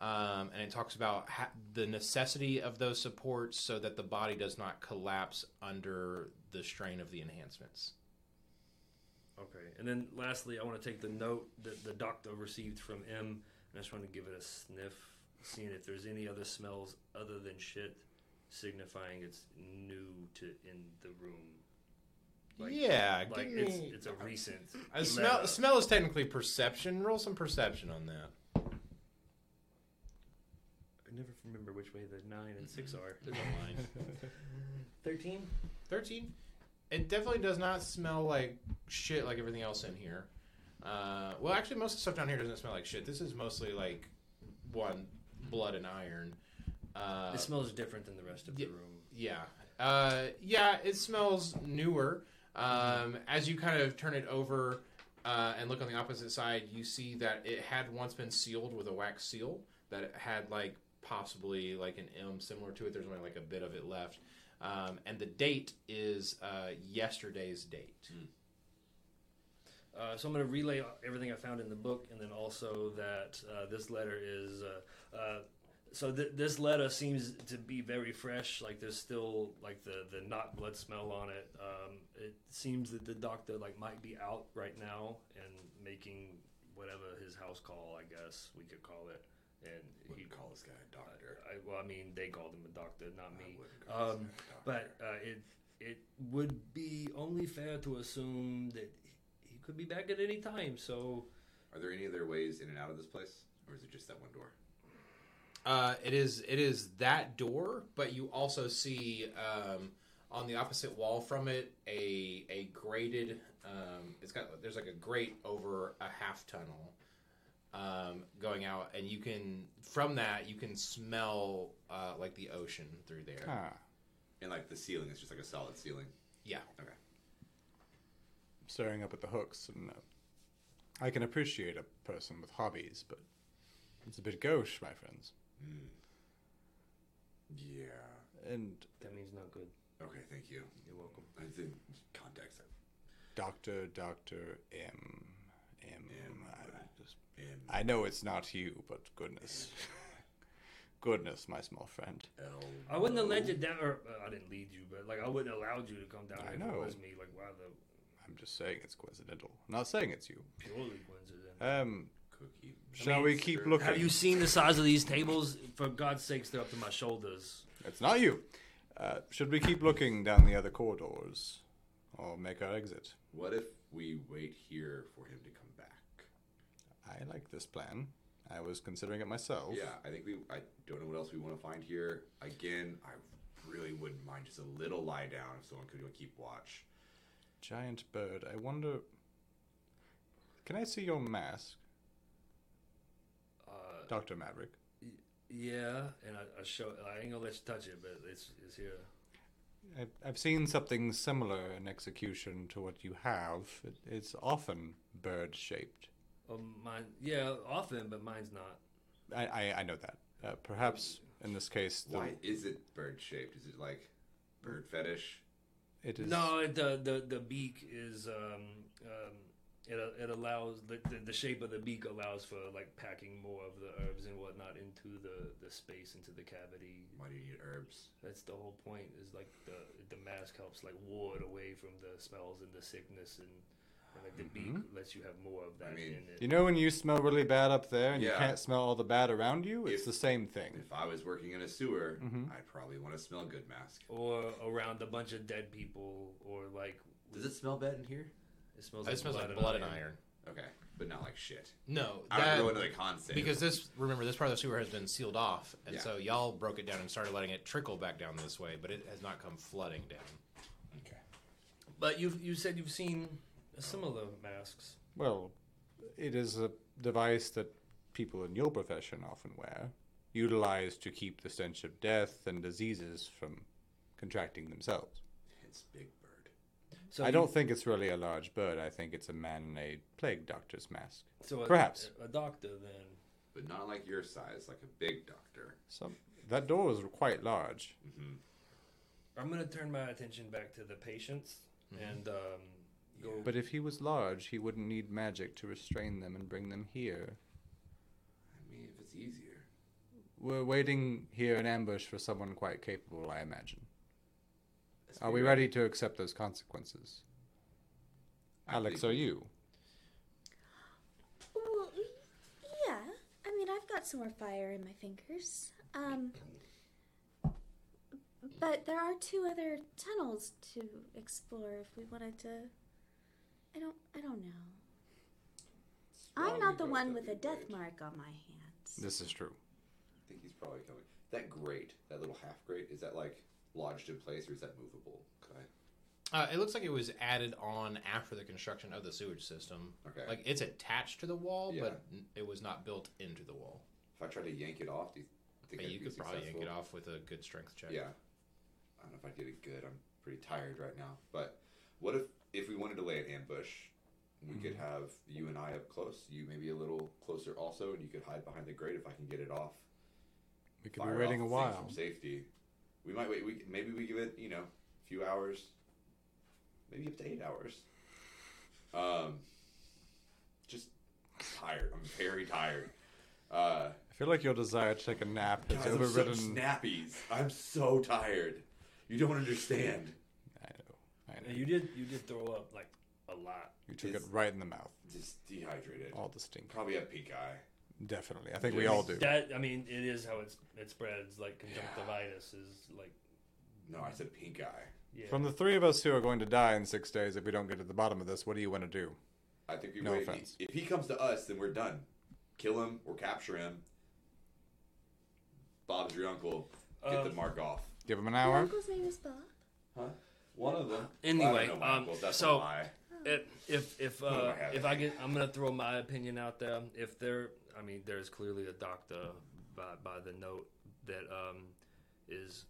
um, and it talks about ha- the necessity of those supports so that the body does not collapse under the strain of the enhancements.
Okay. And then lastly, I want to take the note that the doctor received from M, and I just want to give it a sniff, seeing if there's any other smells other than shit, signifying it's new to in the room. Like-
yeah,
Like
give
it's
me-
it's a recent.
uh, smell
letter.
smell is technically perception. Roll some perception on that.
I never remember which way the nine and six are.
There's a
(laughs)
line.
Thirteen.
13 it definitely does not smell like shit like everything else in here uh, well actually most of the stuff down here doesn't smell like shit this is mostly like one blood and iron uh,
it smells different than the rest of
yeah.
the room.
yeah uh, yeah it smells newer um, as you kind of turn it over uh, and look on the opposite side you see that it had once been sealed with a wax seal that it had like possibly like an m similar to it there's only like a bit of it left um, and the date is uh, yesterday's date.
Uh, so I'm going to relay everything I found in the book, and then also that uh, this letter is. Uh, uh, so th- this letter seems to be very fresh. Like there's still like the the not blood smell on it. Um, it seems that the doctor like might be out right now and making whatever his house call. I guess we could call it. And he
Wouldn't call this guy a doctor.
I, well, I mean, they called him a doctor, not me.
wouldn't call
Um, but uh, it it would be only fair to assume that he could be back at any time. So
Are there any other ways in and out of this place, or is it just that one door?
Uh, it is it is that door, but you also see um, on the opposite wall from it a a grated. Um, it's got there's like a grate over a half tunnel um, going out, and you can from that you can smell uh, like the ocean through there.
Ah.
And like the ceiling is just like a solid ceiling.
Yeah.
Okay.
staring up at the hooks, and uh, I can appreciate a person with hobbies, but it's a bit gauche, my friends.
Yeah.
And
That means not good.
Okay, thank you.
You're welcome.
I think context.
Doctor, Doctor M, M,
M,
I
right.
just,
M
I know it's not you, but goodness, (laughs) goodness, my small friend.
L.
I wouldn't have led you down, or uh, I didn't lead you, but like I wouldn't have allowed you to come down
I
if
know.
it was me. Like why the
I'm just saying it's coincidental. I'm not saying it's you.
purely coincidence.
Um,
Cookie.
shall
mean,
we keep
sure.
looking?
Have you seen the size of these tables? For God's sakes, they're up to my shoulders.
It's not you. Uh, should we keep looking down the other corridors, or make our exit?
What if we wait here for him to come back?
I like this plan. I was considering it myself.
Yeah, I think we. I don't know what else we want to find here. Again, I really wouldn't mind just a little lie down if someone could keep watch.
Giant bird. I wonder. Can I see your mask,
Uh,
Doctor Maverick?
yeah, and I, I show. I ain't gonna let you touch it, but it's it's here.
I've, I've seen something similar in execution to what you have. It, it's often bird shaped.
Um, mine. Yeah, often, but mine's not.
I, I, I know that. Uh, perhaps in this case, the,
Why is it bird shaped? Is it like bird fetish?
it is.
No, it- the the the beak is um um it it allows the, the the shape of the beak allows for like packing more of the herbs and whatnot into the the space into the cavity.
Why do you need herbs?
That's the whole point. Is like the the mask helps like ward away from the smells and the sickness and. And like the beak lets you have more of that
I mean,
in it.
You know when you smell really bad up there and you
Yeah.
can't smell all the bad around you? It's
If-
the same thing.
If I was working in a sewer,
Mm-hmm.
I'd probably want to smell good mask.
or around a bunch of dead people, or like
Does it smell bad in here?
it smells
It
like
smells
blood
like blood
and iron.
Okay, but not like shit.
No,
I
that-
would go into the concept
because this remember this part of the sewer has been sealed off, and
Yeah.
so y'all broke it down and started letting it trickle back down this way, but it has not come flooding down.
okay.
But you you said you've seen similar masks.
Well, it is a device that people in your profession often wear, utilized to keep the stench of death and diseases from contracting themselves.
It's big bird.
So
I
you-
don't think it's really a large bird. I think it's a man in a plague doctor's mask.
So a,
Perhaps.
a, a doctor then.
But not like your size, like a big doctor.
Some, that door is quite large.
I'm gonna turn my attention back to the patients
Mm-hmm.
and um, go.
But if he was large, he wouldn't need magic to restrain them and bring them here.
I mean, if it's easier.
We're waiting here in ambush for someone quite capable, I imagine.
Let's
Are we
figure out-
ready to accept those consequences?
I
Alex,
think-
are you?
Well, yeah. I mean, I've got some more fire in my fingers. Um, but there are two other tunnels to explore if we wanted to. I don't. I don't know. I'm
Probably
not the
go with
one with
the
a death
big.
mark on my hands.
This is true.
I think he's probably coming. That grate, that little half grate, is that like lodged in place or is that movable? Okay.
Uh, it looks like it was added on after the construction of the sewage system.
Okay.
Like it's attached to the wall, but
Yeah.
n- it was not built into the wall.
If I tried to yank it off, do you think
But
I'd
you
be
could probably yank
successful?
it off with a good strength check.
Yeah. I don't know if I did it good. I'm pretty tired right now. But what if if we wanted to lay an ambush, we could
Mm-hmm.
have you and I up close, you maybe a little closer also, and you could hide behind the grate if I can get it off.
We could
Fire
be waiting a
off things
while.
From safety, we might wait. We maybe we give it you know a few hours, maybe up to eight hours. Um, just tired. I'm very tired. Uh,
I feel like your desire to take a nap has
guys, I'm
overridden.
such nappies. I'm so tired. You don't understand.
I know. I know.
And
You,
you did you did throw up like a lot.
took it
It's-
right in the mouth.
Just dehydrated.
All the stink.
Probably have pink eye.
Definitely. I think we all do.
That I mean, it is how it's it spreads. Like conjunctivitis is like
No, I said pink eye.
yeah.
From the three of us who are going to die in six days if we don't get to the bottom of this, what do you want to do?
I think we
No
wait.
offense.
If he comes to us, then we're done. Kill him or capture him. Bob's your uncle. Get the
Um,
mark off.
Give him an
Your
hour?
uncle's name is Bob.
Huh? One of them.
Anyway,
I don't know my
um,
uncles, that's
so-
a lie.
If if if,
do
uh,
I have?
if I get, I'm gonna throw my opinion out there. If there, I mean, there's clearly a doctor by by the note that um, is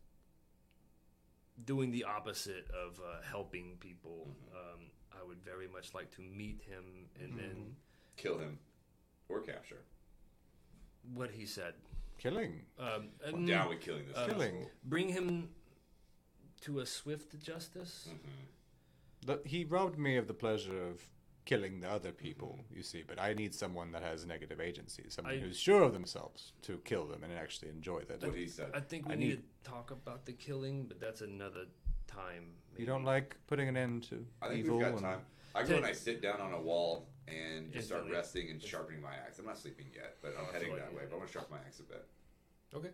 doing the opposite of uh, helping people. Um, I would very much like to meet him and then
Kill him or capture.
what he said.
Killing.
Um,
I'm
and
down with killing this.
Uh,
Killing.
Bring him to a swift justice.
The, he robbed me of the pleasure of killing the other people,
Mm-hmm.
you see, but I need someone that has negative agency, someone
I-
who's sure of themselves to kill them and actually enjoy that.
What he said.
I think we
I
need,
need-
to talk about the killing, but that's another time.
You don't like putting an end to
I think
evil
we've got
and-
time. I go and I sit down on a wall and just start
Instantly.
resting and sharpening my axe. I'm not sleeping yet, but
Oh, I
I'm
feel
heading
like
that
you-
way. But I want to sharpen my axe a bit.
Okay.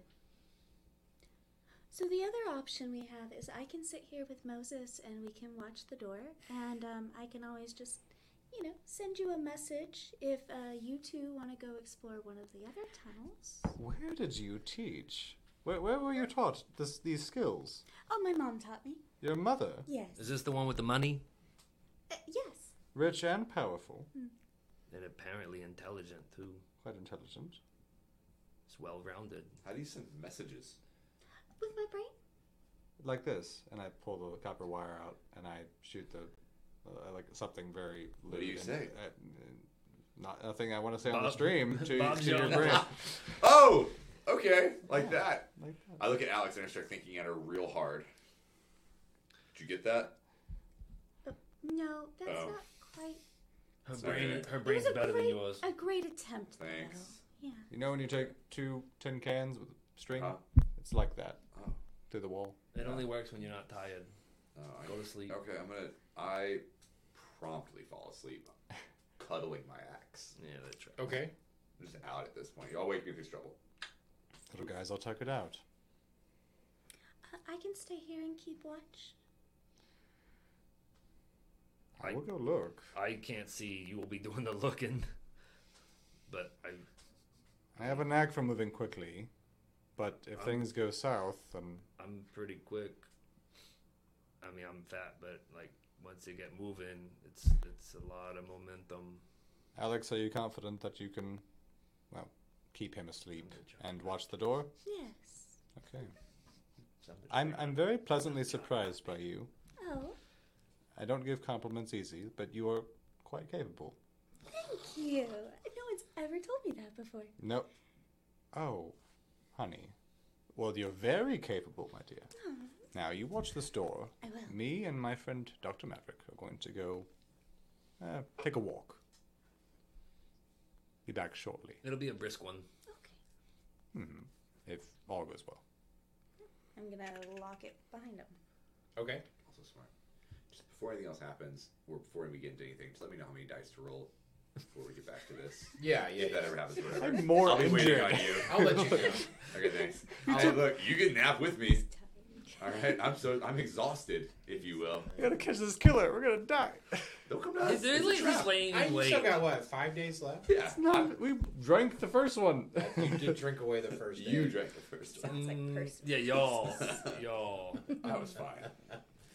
So the other option we have is I can sit here with Moses and we can watch the door, and um, I can always just, you know, send you a message if uh, you two want to go explore one of the other tunnels.
Where did you teach? Where, where were you taught this, these skills?
Oh, my mom taught me.
Your mother,
Yes.
Is this the one with the money?
Uh, yes.
rich and powerful,
And apparently intelligent too.
quite intelligent.
It's well rounded.
How do you send messages?
With my brain.
like this, and I pull the copper wire out and I shoot the uh, like something very.
What do you
lewd and-
say?
uh, not nothing I want to say on the
Bob-
(laughs)
stream to,
Bob
to your
Jones.
brain.
Oh, okay, like that.
like that.
I look at Alex and I start thinking at her real hard. Did you get that?
No, that's
Oh.
not quite.
Her
Sorry.
brain, her
It
brain's
was a
better
great,
than yours.
A great attempt. though.
Thanks.
Yeah.
You know when you take two tin cans with string,
Huh?
it's like that
Oh,
through the wall.
It only works when you're not tired.
oh I-
Go to sleep.
Okay, I'm gonna. I promptly fall asleep, cuddling my axe.
Yeah, that's right.
Okay.
I'm just out at this point. Y'all wake me if there's trouble.
Little guys, I'll tuck it out.
Uh, I can stay here and keep watch.
I
I-
will go look.
I can't see. You will be doing the looking. But I,
I have a knack for moving quickly, but if
Um,
things go south, then
I'm pretty quick. I mean, I'm fat, but like once you get moving, it's it's a lot of momentum.
Alex, are you confident that you can, well, keep him asleep
gonna jump
and watch the door?
Yes.
Okay. I'm I'm very pleasantly surprised by you.
Oh,
I don't give compliments easy, but you are quite capable.
thank you. No one's ever told me that before.
No. Oh, honey. Well, you're very capable, my dear. Now you watch this door.
I will.
Mm.
Me and my friend Dr. Maverick are going to go uh, take a walk. Be back shortly,
It'll be a brisk one.
Okay.
if all goes well.
I'm gonna lock it behind him.
Okay.
Also smart. Just before anything else happens, or before we get into anything, just let me know how many dice to roll before we get back to this.
Yeah, yeah.
If that ever happens, whatever.
(laughs) I'm more
I'll be waiting
injured.
on you.
I'll let you know. (laughs)
Okay, (laughs) thanks. Hey, look, you can nap with me. All right, I'm so I'm exhausted, if you will.
We gotta catch this killer. We're gonna (laughs) die.
Don't come to us. It's a trap.
laying
I still got what five days left.
Yeah,
no, we drank the first (laughs) one.
You did drink away the first day.
you drank the
(laughs)
first one.
Sounds like
Mm,
personal.
yeah, y'all,
(laughs)
y'all.
I was fine.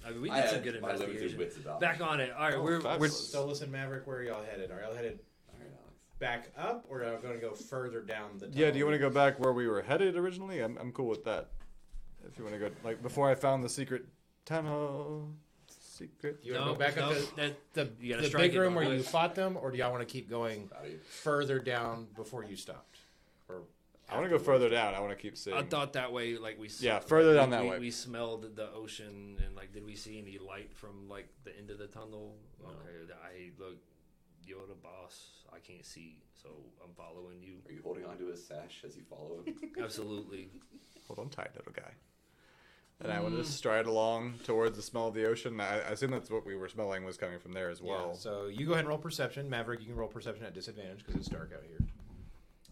I mean, we
I
did some
had
good
my limited
investigation.
wits about.
Back on it. All right,
Oh,
we're we're
fabulous.
So listen, Maverick, where are y'all headed? Are y'all headed
All right, Alex.
back up, or are y'all going to go further down the?
Yeah, do you want to
tunnel?
go back where we were headed originally? I'm, I'm cool with that. If you want to go, like, before I found the secret tunnel. Secret.
You want to go back
no,
up to
that,
the,
you gotta
the
strike
big
it,
room
don't
where you
lose.
fought them, or do y'all want to keep going
Howdy.
further down before you stopped? Or
I want to go further down. I want to keep
I
seeing.
thought that way, like we. s-
Yeah, further
we-
down that
we,
way.
We smelled the ocean, and like, did we see any light from like the end of the tunnel? Okay, I look. You're the boss. I can't see, so I'm following
(laughs)
you.
Are you holding on to his sash as you follow him?
Absolutely.
Hold on tight, little guy. And I want to stride along towards the smell of the ocean. I, I assume that's what we were smelling was coming from there as well.
Yeah, so you go ahead and roll perception, Maverick. You can roll perception at disadvantage because it's dark out here.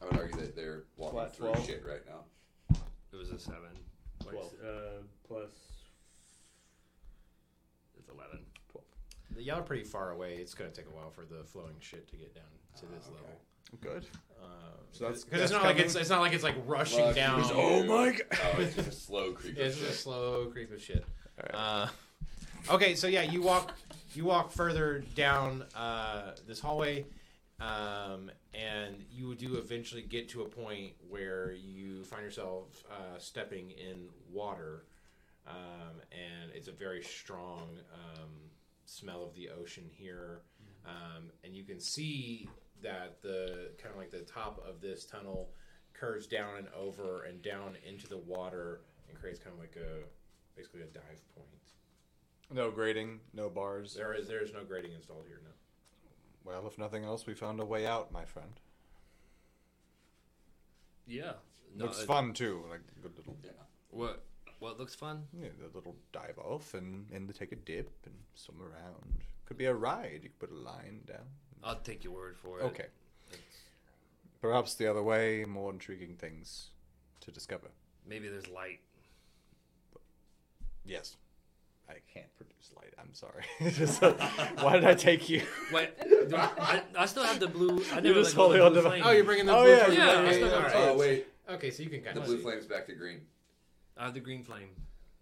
I would argue that they're walking
Flat
through
twelve.
shit right now.
It was a seven. Like,
Twelve.
Uh, plus. It's eleven.
The- Y'all are pretty far away. It's going to take a while for the flowing shit to get down to this
Ah, okay.
level. Um,
Good. So
Because
that's-
it's
that's
not like
coming?
it's it's not like it's like rushing
Lucky
down.
you.
Oh my God.
Oh, it's just a slow creep.
Yeah,
of
it's just a
shit.
slow creep of shit. Uh, okay, so yeah, you walk you walk further down uh, this hallway, um, and you do eventually get to a point where you find yourself uh, stepping in water, um, and it's a very strong um, smell of the ocean here, um, and you can see that the kind of like the top of this tunnel curves down and over and down into the water and creates kind of like a basically a dive point.
No grading, no bars.
There is there is no grading installed here. No.
Well, if nothing else, we found a way out, my friend.
Yeah. No,
Looks
it-
fun too, like the little
What? What looks fun?
yeah, the little dive off and and to take a dip and swim around. Could be a ride. You could put a line down.
I'll take your word for it.
Okay. Perhaps the other way, more intriguing things to discover.
Maybe there's light.
Yes. I can't produce light. I'm sorry. (laughs) Just, uh, why did I take you?
Wait, do I, I, I still have the blue. I never
just
let go
holding
of the
on to
blue
the-
flame.
Oh, you're bringing the
Oh,
blue
yeah,
flame
yeah,
back.
yeah,
Okay,
yeah.
all right.
uh,
Oh wait,
Okay, so you can kind
the
of
blue
see.
flame's back to green.
I have the green flame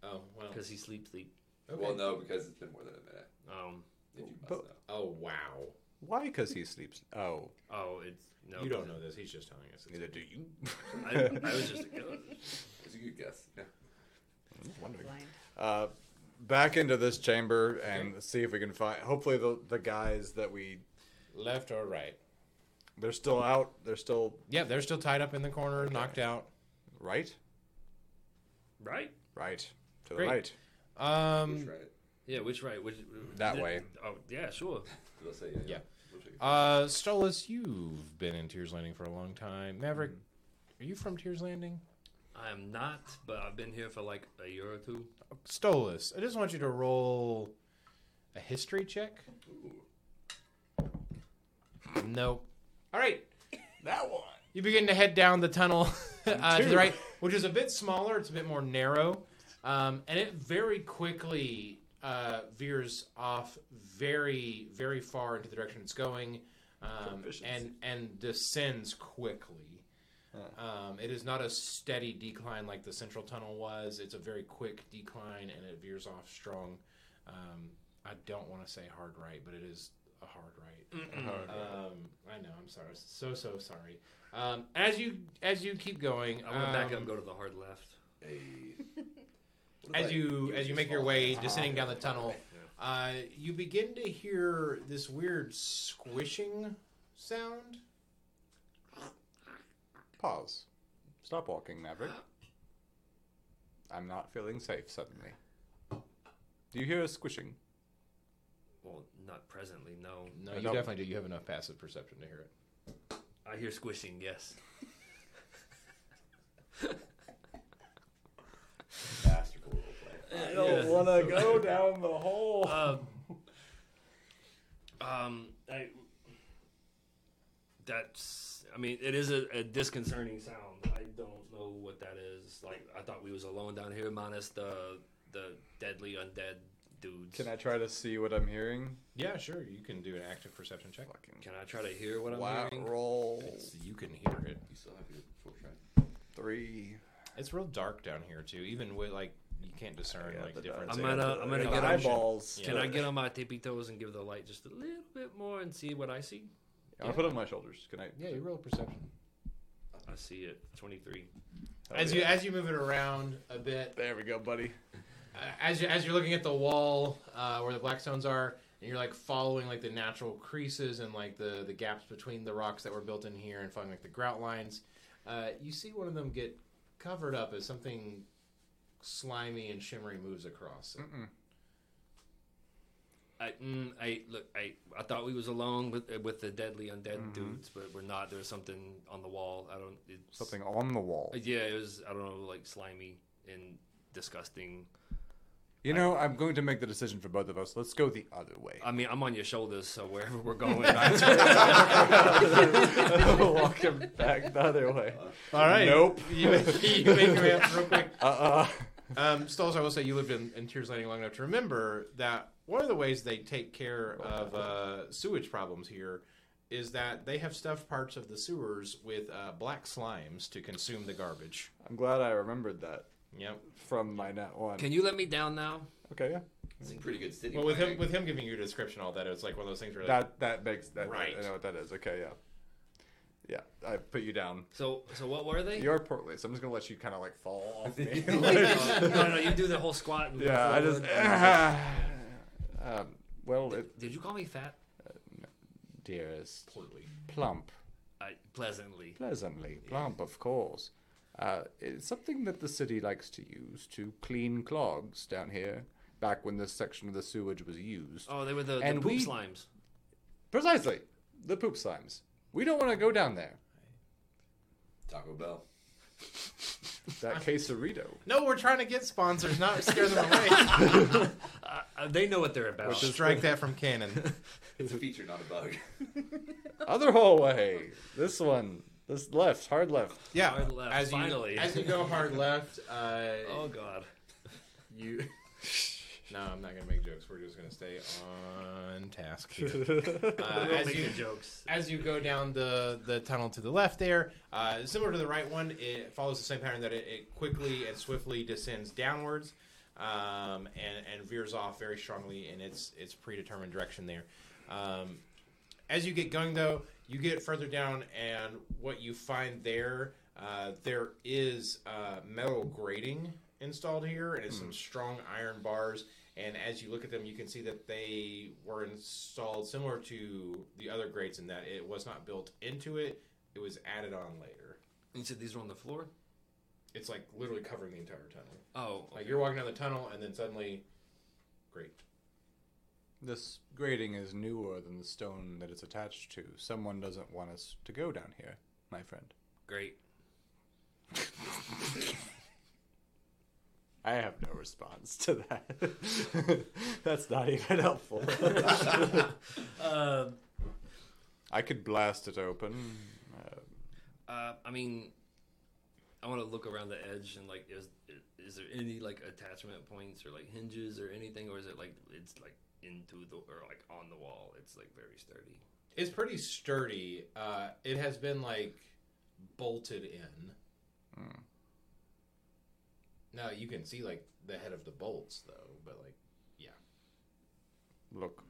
Oh well.
because he sleep sleep.
Okay.
Well, no, because it's been more than a minute.
Um.
If you must
But-
know.
Oh wow.
Why? Because he sleeps. Oh,
Oh, it's no.
You don't know this. He's just telling us.
neither do you.
(laughs) I, I
(laughs)
was just.
It's a good guess. Yeah.
wondering.
Blind.
Uh, back into this chamber and see if we can find. Hopefully, the the guys that we
Left or right?
they're still out. They're still
Yeah, they're still tied up in the corner, knocked out.
right,
Right?
right to the
Great.
right.
Um,
Which, right?
Yeah. Which right? Which
That
th-
way.
Oh yeah, sure.
Did I say yeah?
Yeah.
We'll check it.
Uh, Stolas, you've been in Tears Landing for a long time. Maverick,
Mm.
are you from Tears Landing?
I am not, but I've been here for like a year or two.
Stolas, I just want you to roll a history check. Nope. All right.
That one.
You begin to head down the tunnel (laughs) uh, to
Two.
the right, which is a bit smaller. It's a bit more narrow, um, and it very quickly uh, veers off very, very far into the direction it's going, um, and and descends quickly. Um, it is not a steady decline like the central tunnel was. It's a very quick decline, and it veers off strong. Um, I don't want to say hard right, but it is a hard right. Um, I know. I'm sorry. So so sorry. Um, as you as you keep going,
I want to back up
um,
and go to the hard left.
Hey. What
as
about
you as you
just
make your
fall
way
down?
descending down the tunnel, uh, you begin to hear this weird squishing sound.
Pause. Stop walking, Maverick. I'm not feeling safe suddenly. Do you hear a squishing?
Well, not presently, no.
No,
you definitely
do. You have enough passive perception to hear it.
I hear squishing, yes.
Masterful role
I don't want
(laughs)
to go down the hole.
Um, um, I, that's, I mean, it is a, a disconcerting sound. I don't know what that is. Like, I thought we was alone down here, minus the the deadly undead dudes.
Can I try to see what I'm hearing?
Yeah, sure. You can do an active perception check.
Fucking
Can I try to hear what I'm
wow,
hearing?
roll
It's, you can hear it.
You still have your full track.
three.
It's real dark down here too. Even with like, you can't discern
Yeah,
like
the
difference.
dark.
I'm gonna, I'm gonna
The
get on.
eyeballs.
Can I get on my tippy toes and give the light just a little bit more and see what I see?
I'll put it on my shoulders. Can I?
Yeah, you roll perception.
I see it. Twenty three.
As you as you move it around a bit,
There we go, buddy.
uh, as you, as you're looking at the wall uh, where the black stones are, and you're like following like the natural creases and like the the gaps between the rocks that were built in here, and following like the grout lines, uh, you see one of them get covered up as something slimy and shimmery moves across. it.
I, mm, I look. I, I thought we was alone with with the deadly undead
Mm-hmm.
dudes, but we're not. There's something on the wall. I don't. It's,
Something on the wall.
Yeah, it was. I don't know, like slimy and disgusting.
You know, I'm going to make the decision for both of us. Let's go the other way.
I mean, I'm on your shoulders, so wherever we're going, I,
(laughs)
(laughs)
Walk him back the other way.
All right.
Nope.
You make, you make your way up real quick.
Uh-uh.
Um, Stalls, I will say you lived in, in Tears Landing long enough to remember that one of the ways they take care of uh, sewage problems here is that they have stuffed parts of the sewers with uh, black slimes to consume the garbage.
I'm glad I remembered that
Yep.
from my net one.
can you let me down now?
okay, yeah.
It's a pretty good city.
Well, with him
planning.
with him giving you a description of all that, it's like one of those things where like,
That that makes that
Right.
I know what that is. Okay, yeah. Yeah, I put you down.
So, so what were they?
You're portly, so I'm just gonna let you kind of like fall off me. (laughs)
(laughs) no, no, you do the whole squat. And
yeah, I just.
forward.
um, well, it,
Did you call me fat?
dearest,
Poorly.
plump,
I, pleasantly.
pleasantly, plump, of course. Uh, it's something that the city likes to use to clean clogs down here. Back when this section of the sewage was used,
Oh, they were the, the
And
poop
we-
slimes.
precisely the poop slimes. We don't want to go down there.
Taco Bell.
(laughs) That quesarito,
No, we're trying to get sponsors, not scare them away.
Uh, they know what they're about.
Strike that from canon.
It's a feature, not a bug. (laughs)
other hallway. This one, this left, hard left.
Yeah.
Hard left,
as you,
finally.
As you go
(laughs)
hard left, uh,
oh God.
you. no, I'm not gonna make jokes. We're just gonna stay on task. Here.
(laughs)
Uh,
Don't
as
make
you
the jokes.
as you go down the, the tunnel to the left there, uh, similar to the right one, it follows the same pattern that it, it quickly and swiftly descends downwards um, and, and veers off very strongly in its, its predetermined direction there. Um, as you get going, though, you get further down, and what you find there, uh, there is uh, metal grating installed here, and it's some strong iron bars. And as you look at them, you can see that they were installed similar to the other grates in that it was not built into it; it was added on later.
You said these were on the floor.
It's like literally covering the entire tunnel.
Oh,
Like you're walking down the tunnel, and then suddenly, great.
This grating is newer than the stone that it's attached to. Someone doesn't want us to go down here, my friend.
(laughs) great.
I have no response to that. (laughs) That's not even (laughs) helpful.
Uh,
I could blast it open. Uh,
uh, I mean, I want to look around the edge and like, is is there any like attachment points or like hinges or anything, or is it like it's like into the or like on the wall? It's like very sturdy.
It's pretty sturdy. Uh, it has been like bolted in. Now you can see like the head of the bolts though, but like yeah,
look,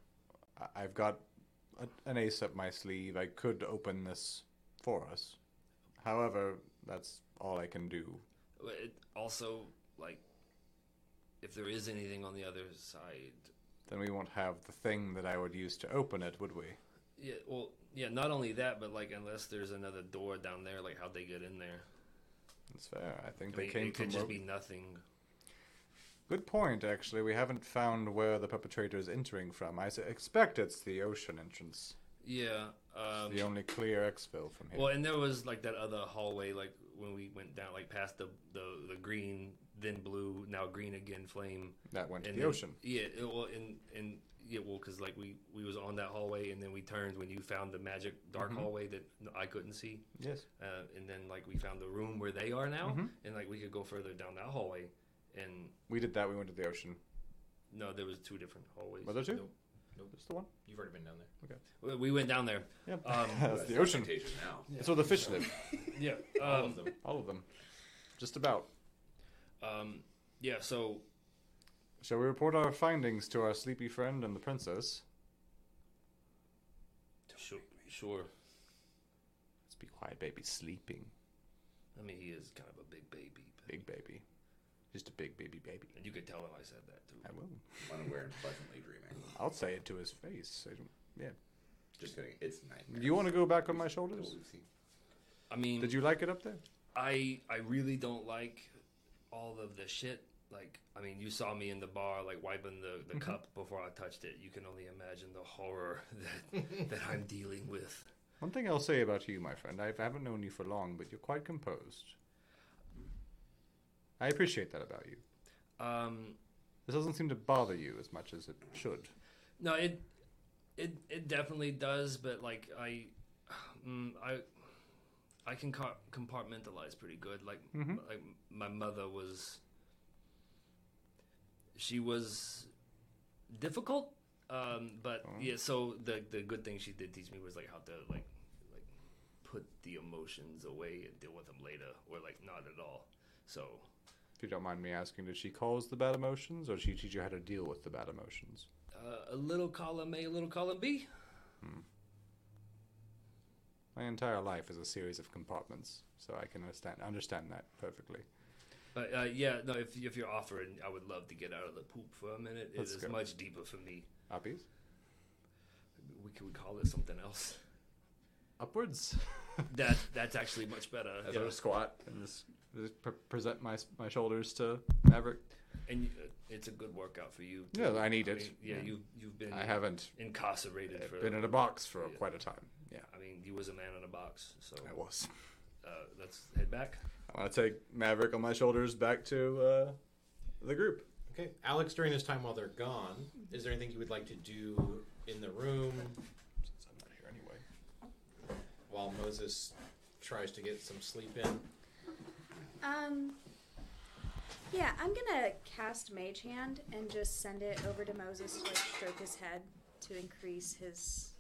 I- I've got a- an ace up my sleeve. I could open this for us. However, that's all I can do.
Well, It also like, if there is anything on the other side,
Then we won't have the thing that I would use to open it, would we?
yeah. Well, yeah. Not only that, but like, unless there's another door down there, like how'd they get in there?
That's fair. I think
I
they
mean,
came
it
from
could
ro-
just be nothing.
Good point, actually. We haven't found where the perpetrator is entering from. I s- expect it's the ocean entrance.
Yeah. Um,
The only clear exfil from here.
Well, and there was like that other hallway, like when we went down, like past the the, the green, then blue, now green again, flame.
that went to
and
the
then-
ocean.
Yeah. it- Well, and and yeah, well, because like we we was on that hallway, and then we turned when you found the magic dark
Mm-hmm.
hallway that I couldn't see,
Yes.
uh, and then like we found the room where they are now,
Mm-hmm.
and like we could go further down that hallway, and
We did that. We went to the ocean.
no, there was two different hallways.
Were there two?
Nope.
Just the one?
you've already been down there.
We- We went down there.
Yep.
Um,
(laughs) That's the ocean.
Expectation now.
That's where the fish live.
yeah. (laughs)
All
um,
of them.
All of them. Just about.
um, yeah. So
Shall we report our findings to our sleepy friend and the princess?
sure. Sure.
Let's be quiet, baby. Sleeping.
I mean, he is kind of a big baby. But,
Big baby. Just a big baby baby.
and you could tell him I said that too.
I will.
Unaware and pleasantly dreaming.
I'll say it to his face. I don't... Yeah.
Just kidding. It's night.
You want to go back on my shoulders?
I mean,
Did you like it up there?
I I really don't like all of the shit. Like, I mean, you saw me in the bar, like wiping the,
Mm-hmm.
the cup before I touched it. You can only imagine the horror (laughs) that that I'm dealing with.
One thing I'll say about you, my friend, I haven't known you for long, but you're quite composed. I appreciate that about you.
Um,
This doesn't seem to bother you as much as it should.
No, it it it definitely does, but like I mm, I I can co- compartmentalize pretty good. Like like my mother was she was difficult, um, but yeah. So the the good thing she did teach me was like how to like like put the emotions away and deal with them later, or like not at all. So
If you don't mind me asking, did she cause the bad emotions, or did she teach you how to deal with the bad emotions?
uh, a little column A, a little column B.
My entire life is a series of compartments, so I can understand understand that perfectly.
But uh, yeah, no. If if you're offering, I would love to get out of the poop for a minute. It
Let's
is
go.
much deeper for me.
Uppies?
can we call it something else?
(laughs) upwards.
That that's actually much better.
As
yeah.
I would squat.
and just, just pre- present my my shoulders to Maverick.
And you, uh, it's a good workout for you.
Yeah, I need it.
mean, yeah, you you've been
I haven't uh,
incarcerated for.
been in a box for
Yeah.
quite a time. Yeah,
I mean, you was a man in a box. So
I was.
uh, let's head back.
I want to take Maverick on my shoulders back to uh, the group.
Okay, Alex. During this time while they're gone, is there anything you would like to do in the room
Since I'm not here anyway.
while Moses tries to get some sleep in?
Um.
Yeah, I'm gonna cast Mage Hand and just send it over to Moses to like stroke his head to increase his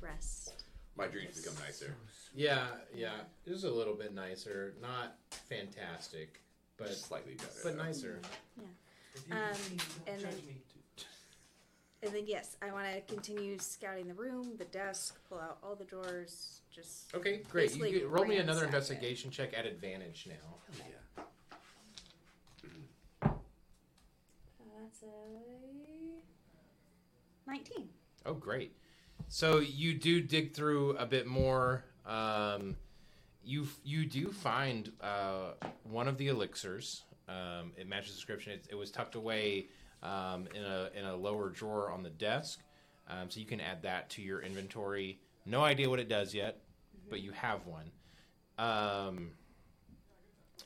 rest.
My dreams become nicer.
Yeah, yeah. It was a little bit nicer, not fantastic, but
Slightly better.
but nicer.
Um, and then, and then yes, I want to continue scouting the room, the desk, pull out all the drawers, just uh,
Okay, great. You
Basically
get, roll me another
ransack it.
investigation check at advantage now.
That's a 19.
Oh, great. So you do dig through a bit more. Um, you you do find uh, one of the elixirs. Um, it matches the description. It, it was tucked away um, in a in a lower drawer on the desk. Um, so you can add that to your inventory. No idea what it does yet, but you have one. Um,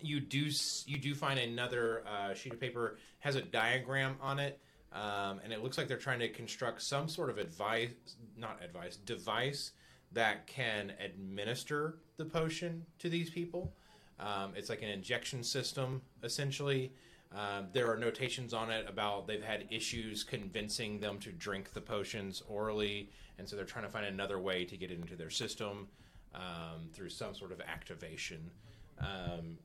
you do s- you do find another uh, sheet of paper has a diagram on it, um, and it looks like they're trying to construct some sort of advice, not advice, device that can administer the potion to these people. Um, it's like an injection system, essentially. Um, there are notations on it about they've had issues convincing them to drink the potions orally, and so they're trying to find another way to get it into their system um, through some sort of activation. Um,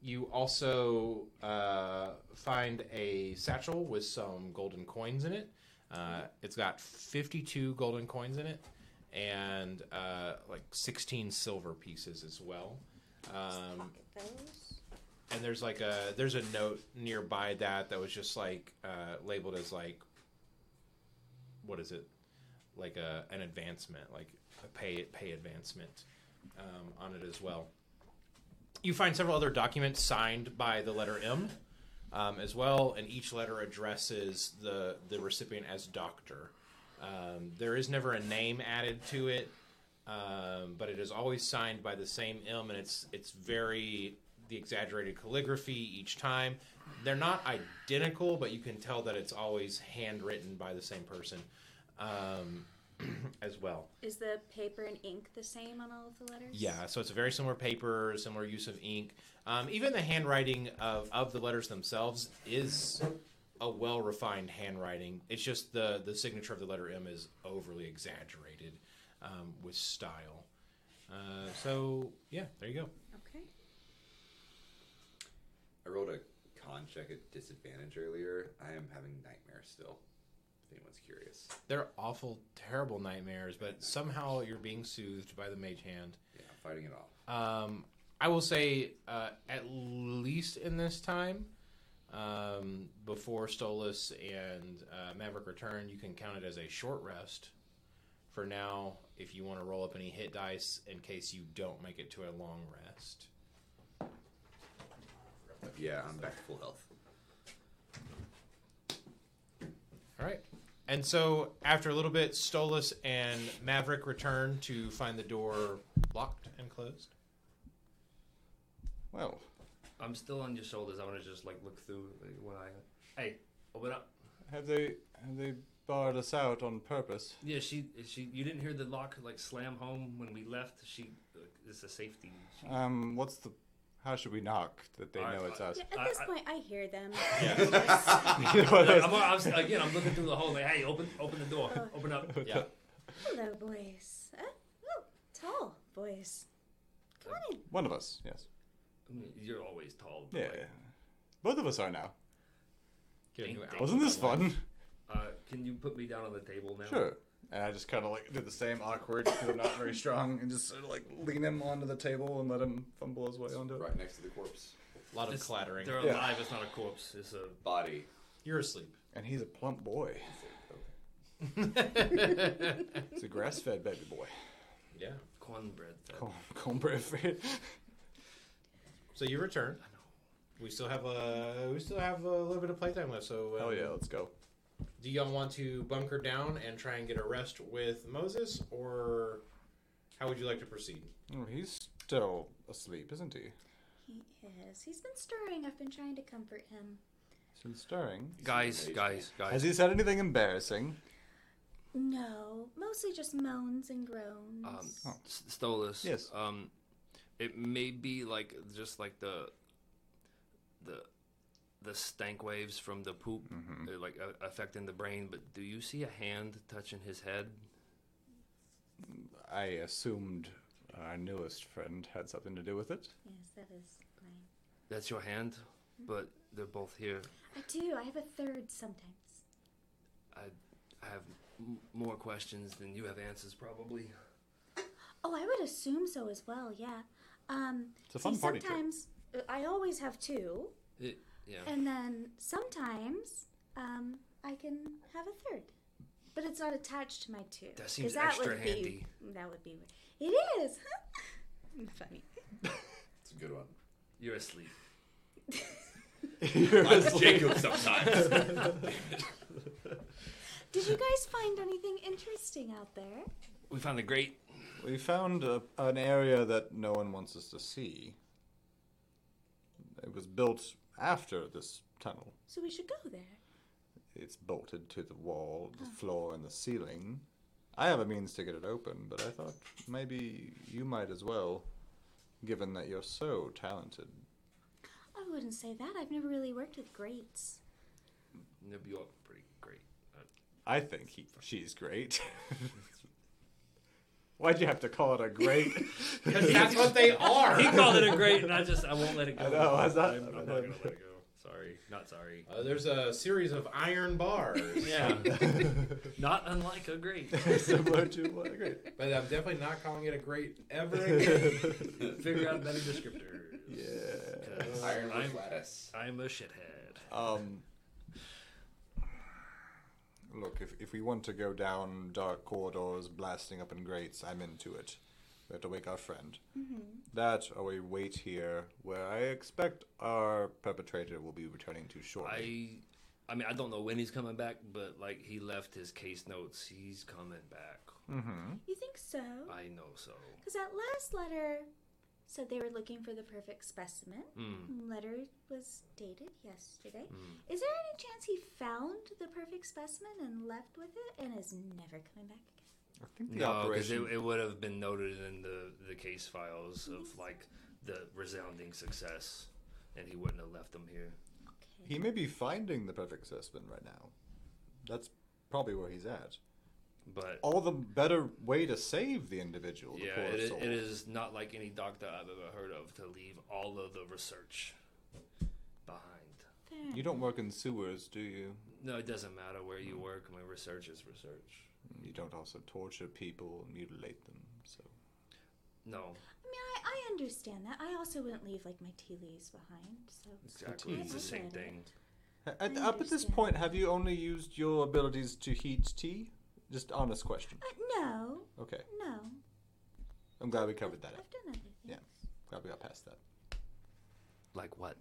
you also uh, find a satchel with some golden coins in it. Uh, it's got 52 golden coins in it and uh, like 16 silver pieces as well. Um,
Pocket those.
and there's like a there's a note nearby that that was just like uh, labeled as like what is it like a an advancement like a pay pay advancement um, on it as well. You find several other documents signed by the letter M um, as well, and each letter addresses the the recipient as doctor. Um, there is never a name added to it, um, but it is always signed by the same M, and it's it's very the exaggerated calligraphy each time. They're not identical, but you can tell that it's always handwritten by the same person um, (clears throat) as well.
Is the paper and ink the same on all of the letters?
Yeah, so it's a very similar paper, similar use of ink. Um, even the handwriting of, of the letters themselves is a well refined handwriting. It's just the, the signature of the letter M is overly exaggerated um, with style. Uh, so, yeah, there you go.
Okay.
I rolled a con check at disadvantage earlier. I am having nightmares still. If anyone's curious.
They're awful, terrible nightmares, but somehow you're being soothed by the mage hand.
Yeah, I'm fighting it off.
Um, I will say, uh, at least in this time, um, before Stolas and uh, Maverick return, you can count it as a short rest. For now, if you want to roll up any hit dice in case you don't make it to a long rest.
Yeah, I'm back to full health.
All right. And so, after a little bit, Stolas and Maverick return to find the door locked and closed.
Well,
I'm still on your shoulders. I want to just like look through like, one eye. Hey, open up.
have they have they barred us out on purpose?
Yeah, she she. You didn't hear the lock like slam home when we left. She, uh, it's a safety.
Um, what's the? How should we knock that they
I-
know it's
I-
(laughs) us?
Yeah, at
I-
this
I-
point, I hear them. (laughs)
(laughs)
Like, I'm, I'm, again, I'm looking through the hole. Like, hey, open open the door. (laughs) Open up.
Yeah.
Hello, boys. Uh, oh, tall boys. Come on in.
One of us, yes.
You're always tall. but,
Yeah,
like,
both of us are now.
Get a new
Dang,
outlook
Wasn't
on
this
life.
fun?
Uh, can you put me down on the table now?
(laughs) Sure. And I just kind of like did the same awkward because I'm not very strong, and just sort of like lean him onto the table and let him fumble his way onto it.
Right next to the corpse.
A lot of
It's-
clattering.
They're
Yeah.
alive. It's not a corpse. It's a.
Body.
You're asleep.
(laughs) And he's a plump boy. It's a grass-fed baby boy.
yeah.
Cornbread. Though.
Corn- (laughs) Cornbread fed.
So you return.
I know.
We still have a we still have a little bit of playtime left. So um,
Oh,
Hell yeah, let's go.
Do y'all want to bunker down and try and get a rest with Moses, or how would you like to
(laughs)
proceed?
Oh, he's still asleep, isn't he?
He is. He's been stirring. I've been trying to comfort him.
Still stirring.
Guys, guys, guys.
Has he said anything embarrassing?
No, mostly just moans and groans.
um, S- Stolas.
Yes.
Um, it may be like just like the the the stank waves from the poop,
Mm-hmm.
uh, like uh, affecting the brain. But do you see a hand touching his head?
I assumed our newest friend had something to do with it.
Yes, that is mine.
That's your hand, but they're both here.
I do. I have a third sometimes.
I I have m- more questions than you have answers, probably.
Oh, I would assume so as well. Yeah. Um,
It's a fun
see,
party trick.
sometimes uh, I always have two,
It, yeah.
and then sometimes um, I can have a third, but it's not attached to my two.
That
'cause
seems extra
would be-
handy.
that would be. It is. (laughs) Funny.
It's a good one.
You're asleep.
I'm Jacob sometimes.
Did you guys find anything interesting out there?
We found a great.
We found a, an area that no one wants us to see. It was built after this tunnel.
So we should go there.
It's bolted to the wall, the floor, and the ceiling. I have a means to get it open, but I thought maybe you might as well, given that you're so talented.
I wouldn't say that. I've never really worked with greats.
New York, pretty great.
I think he, she's great. (laughs) Why'd you have to call it a great?
Because that's what they are.
He called it a great, and I just I won't let it go.
(laughs) I know, I was not-
am I'm not gonna let it go. Sorry, not sorry.
Uh, there's a series of iron bars,
(laughs) Yeah, not unlike a great.
Similar to what? Great.
but I'm definitely not calling it a great ever
(laughs)
again.
Figure out better descriptors. (laughs)
Yeah.
'Cause
Iron
I'm,
lattice.
I'm a shithead.
Um. Look, if, if we want to go down dark corridors, blasting up in grates, I'm into it. We have to wake our friend. That, or we wait here, where I expect our perpetrator will be returning to shortly.
I, I mean, I don't know when he's coming back, but like he left his case notes. He's coming back.
Hmm.
You think so?
I know so.
Because that last letter said they were looking for the perfect specimen.
Mm.
Letter was dated yesterday.
Hmm.
Is there any chance he found the perfect specimen and left with it and is never coming back again?
I think the
No, because it,
operation.
it would have been noted in the the case files of like the resounding success, and he wouldn't have left them here.
Okay.
He may be finding the perfect specimen right now. That's probably where he's at.
But
All the better way to save the individual, the
yeah,
poor
it,
soul.
it is not like any doctor I've ever heard of to leave all of the research behind.
Fair.
You don't work in sewers, do you?
No, it doesn't matter where you work. I mean, research is research.
You don't also torture people and mutilate them, so.
No,
I mean, I, I understand that. I also wouldn't leave like my tea leaves behind. So
exactly. It's the same thing.
At, up at this
understand.
point, have you only used your abilities to heat tea? Just honest question.
Uh, no,
Okay,
no.
I'm glad we covered that. Up.
I've done other things.
Yeah. Glad we got past that.
Like what?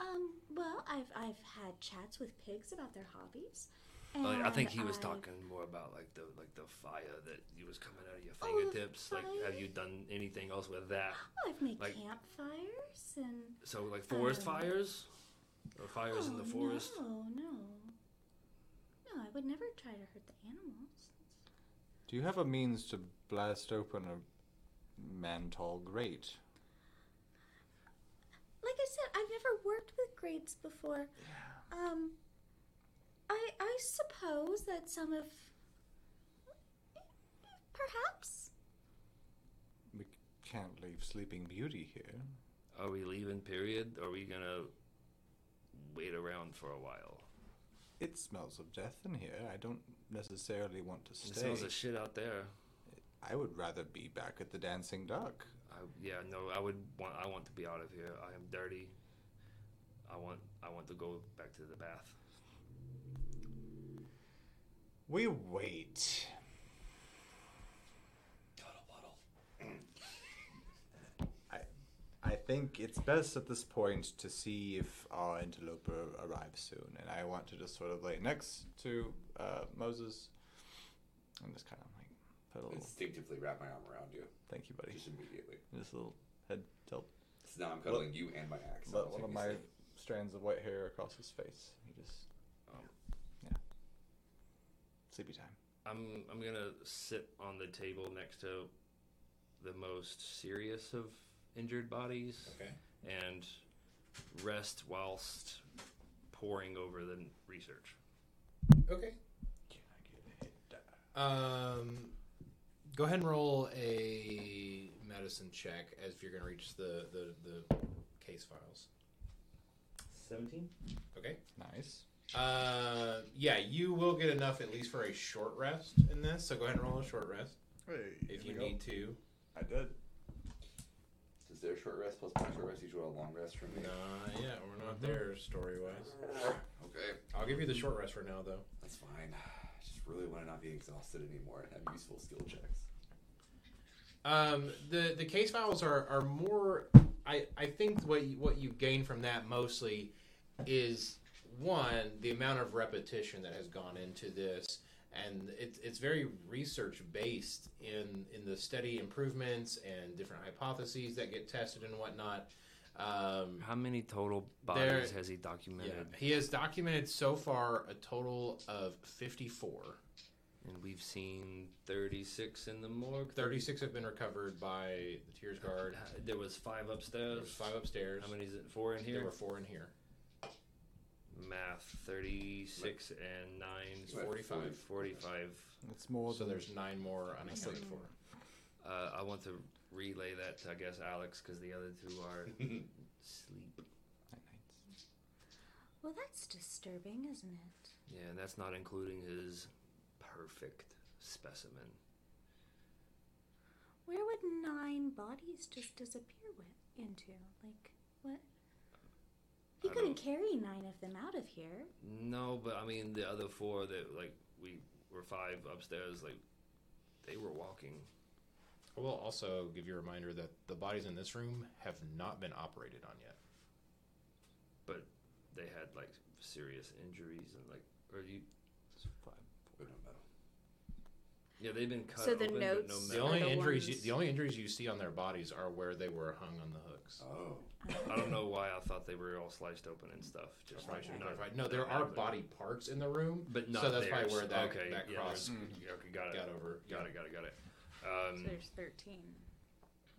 Um, well, I've I've had chats with pigs about their hobbies. And
Like, Oh, I think he was
I've-
talking more about like the like the fire that you was coming out of your
Oh, the
fingertips. like, have you done anything else with that?
Oh, I've made
like-
campfires and
So like forest
Um,
fires, or fires in the
Oh,
forest.
No, no, no. I would never try to hurt the animals.
Do you have a means to blast open a mantol grate?
Like I said, I've never worked with grapes before. Um, I I suppose that some of perhaps
We can't leave Sleeping Beauty here.
Are we leaving? Period. Or are we gonna wait around for a while?
It smells of death in here. I don't necessarily want to
It
stay.
smells of shit out there.
I would rather be back at the Dancing Duck.
I, yeah, no, I would want. I want to be out of here. I am dirty. I want. I want to go back to the bath.
We wait. I- I think it's best at this point to see if our interloper arrives soon, and I want to just sort of lay next to uh, Moses and just kind of like put a little
Instinctively wrap my arm around you,
thank you, buddy,
just immediately.
just a little head tilt.
So now I'm cuddling you and my axe.
Let one of my
simultaneously.
strands of white hair across his face. He just,
Um,
yeah, sleepy time.
I'm I'm gonna sit on the table next to the most serious of injured bodies
Okay.
and rest whilst poring over the research.
Okay. Um, go ahead and roll a medicine check as if you're going to reach the, the, the case files.
Seventeen.
Okay.
Nice.
Uh, yeah, you will get enough at least for a short rest in this. So go ahead and roll a short rest if you need to.
I did.
Is there a short rest plus my short rest? You draw a long rest for me.
Nah, yeah, we're not there story wise.
Okay,
I'll give you the short rest for now, though.
that's fine. I just really want to not be exhausted anymore and have useful skill checks.
Um, the the case files are, are more. I, I think what you, what you gain from that mostly is one the amount of repetition that has gone into this, and it's it's very research based in in the steady improvements and different hypotheses that get tested and whatnot. Um,
How many total
bodies
bodies has he
yeah,
documented?
he has documented so far a total of fifty four.
And we've seen thirty six in the morgue.
36 have been recovered by the Tears Guard.
There was five upstairs.
There's five upstairs.
Oh How many is it? Four in
There
here.
were four in here.
Math: thirty-six and nine.
Right.
45.
Forty-five.
It's more
So
than
there's nine more unaccounted for.
Uh, I want to relay that to I guess Alex because the other two (laughs) are sleep.
Night nights.
Well, that's disturbing, isn't it?
Yeah, and that's not including his perfect specimen.
Where would nine bodies just disappear with, into? Like, what? He
I
couldn't carry nine of them out of here.
No, but I mean the other four that like we were five upstairs, like they were walking.
I will also give you a reminder that the bodies in this room have not been operated on yet.
They had like serious injuries and like or you
We don't know.
yeah they've been cut.
So the
open, but
notes-
The
no
only
the
injuries, you,
ones-
the only injuries you see on their bodies are where they were hung on the hooks.
Oh,
ma- I don't know why I thought they were all sliced open and stuff.
That's
Just
why I
like
should
not-
clarify. No, there
not
are
happening.
body parts in the room,
But not
so that's probably
theirs.
where that,
okay,
that
yeah,
cross
there's- Okay, got it.
got over.
Got it. Got it. Got it. Um,
So there's 13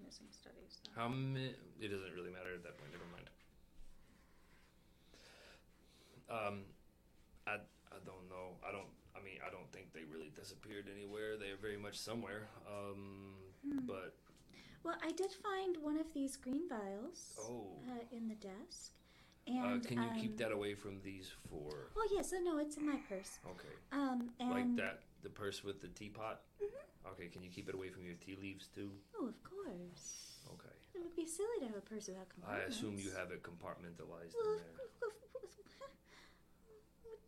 missing studies. Now.
how many? It doesn't really matter at that point. Never mind. Um, I I don't know. I don't. I mean, I don't think they really disappeared anywhere. They are very much somewhere. Um,
Hmm.
but
Well, I did find one of these green vials
oh,
uh, in the desk.
uh,
And,
can you keep
um,
that away from these four?
Oh, yes. uh, No, it's in my purse.
Okay,
Um, and Mm-hmm.
like that. The purse with the teapot. Okay, can you keep it away from your tea leaves too?
Oh, of course.
Okay.
It would be silly to have a purse without
I
compartments.
assume you have it compartmentalized
Well,
in
of
there.
cou- of- of-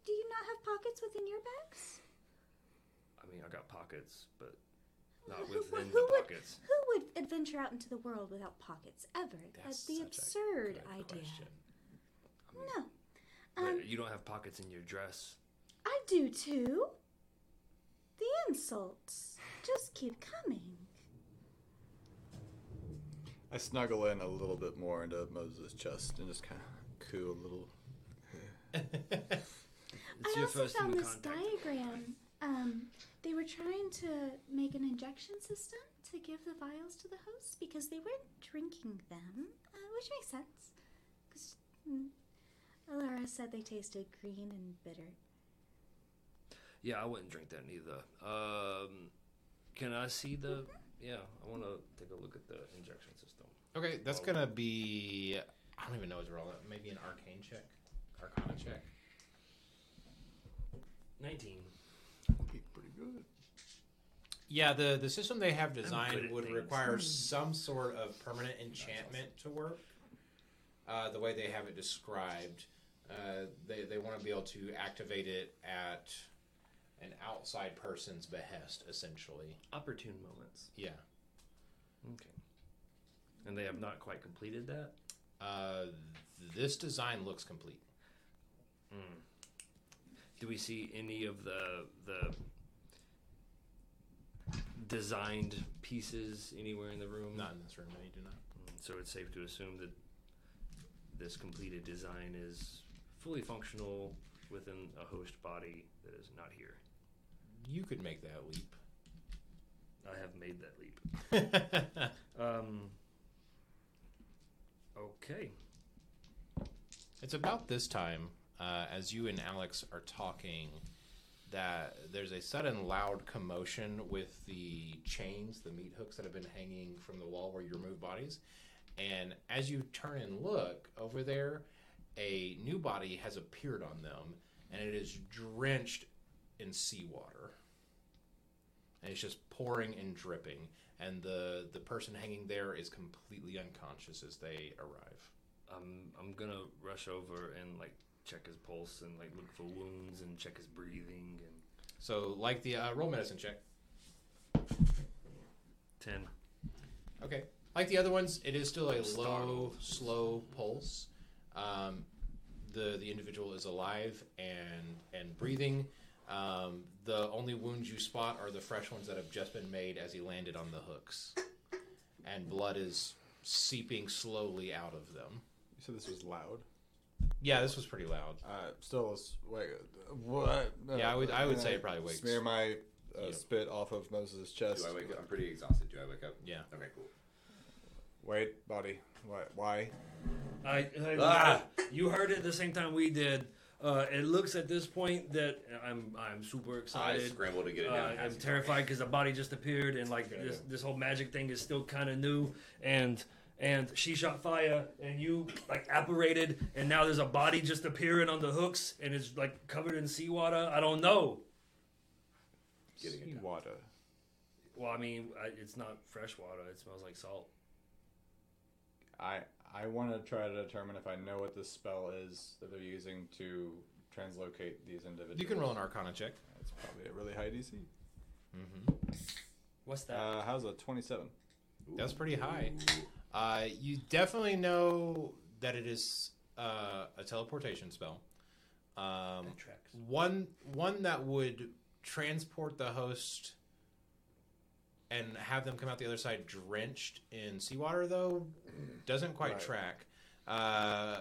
do you not have pockets within your bags?
I mean, I got pockets, but not within
who
the
would-
pockets.
Who would adventure out into the world without pockets ever? That's the absurd idea.
I mean,
No.
but
Um,
you don't have pockets in your dress.
I do too. The insults just keep coming.
I snuggle in a little bit more into Moses' chest and just kind of coo a little.
It's
I
your
also
first
found
human
this
contact.
diagram. Um, they were trying to make an injection system to give the vials to the host because they weren't drinking them, uh, which makes sense. Because Alara said they tasted green and bitter.
Yeah, I wouldn't drink that neither. Um, can I see the?
Mm-hmm.
Yeah, I want to take a look at the injection system.
Okay, that's gonna be. I don't even know what to roll. it. Maybe an arcane check, arcana check.
Nineteen.
pretty good.
Yeah, the the system they have
good
designed
at
would
things. Hmm.
require some sort of permanent enchantment to work. Uh, the way they have it described, uh, they they want to be able to activate it at an outside person's behest, essentially.
Opportune moments.
Yeah.
Okay. And they have not quite completed that.
Uh, this design looks complete.
Do we see any of the the designed pieces anywhere in the room?
Not in this room, no, you do not.
So it's safe to assume that this completed design is fully functional within a host body that is not here.
You could make that leap.
I have made that leap.
(laughs)
Um, okay.
It's about this time, uh, as you and Alex are talking, that there's a sudden loud commotion with the chains, the meat hooks that have been hanging from the wall where you remove bodies. And as you turn and look over there, a new body has appeared on them, and it is drenched in seawater. And it's just pouring and dripping. And the, the person hanging there is completely unconscious as they arrive.
I'm I'm gonna rush over and like check his pulse and like look for wounds and check his breathing and
So, like the uh, roll medicine check.
ten.
Okay. Like the other ones, it is still a low,
Startled.
slow pulse. Um, the the individual is alive and and breathing. Um, the only wounds you spot are the fresh ones that have just been made as he landed on the hooks, and blood is seeping slowly out of them.
You said this was loud.
Yeah, this was pretty loud.
Uh, still, is, wait, uh, what?
Yeah, I would- I would
Uh,
say it probably wakes-
Smear my uh,
Yeah.
spit off of Moses' chest.
Do I wake up? I'm pretty exhausted. Do I wake up?
Yeah.
Okay, cool.
Wait, body. Why? Why?
I, I
Ah!
you heard it the same time we did. Uh, it looks at this point that I'm I'm super
I
excited.
scramble to get it down.
Uh,
and
I'm
pass it.
terrified because the body just appeared and like this this whole magic thing is still kind of new and and she shot fire and you like apparated and now there's a body just appearing on the hooks and it's like covered in seawater. I don't know.
Getting it down.
Seawater.
Well, I mean, I, it's not fresh water. It smells like salt.
I I want to try to determine if I know what this spell is that they're using to translocate these individuals.
You can roll an Arcana check.
It's probably a really high DC.
What's that?
Uh, how's a twenty-seven?
That's pretty high. Uh, you definitely know that it is uh, a teleportation spell. Um,
tracks.
one one that would transport the host and have them come out the other side drenched in seawater, though, doesn't quite
Right.
track. Uh,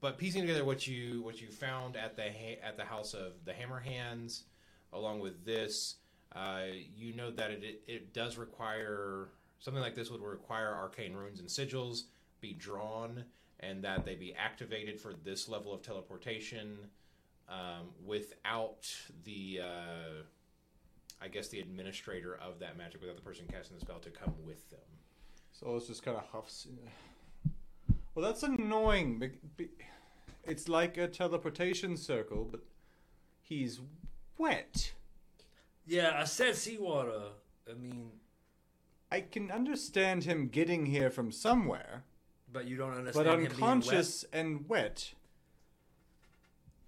but piecing together what you what you found at the ha- at the house of the Hammer Hands, along with this, uh, you know that it, it it does require something like this would require arcane runes and sigils be drawn, and that they be activated for this level of teleportation um, without the uh, I guess the administrator of that magic, without the person casting the spell to come with them.
So it's just kind of huffs. Well, that's annoying. bec- be- It's like a teleportation circle, but he's wet.
Yeah, I said seawater. I mean,
I can understand him getting here from somewhere,
but you don't understand.
but
him being
unconscious and wet.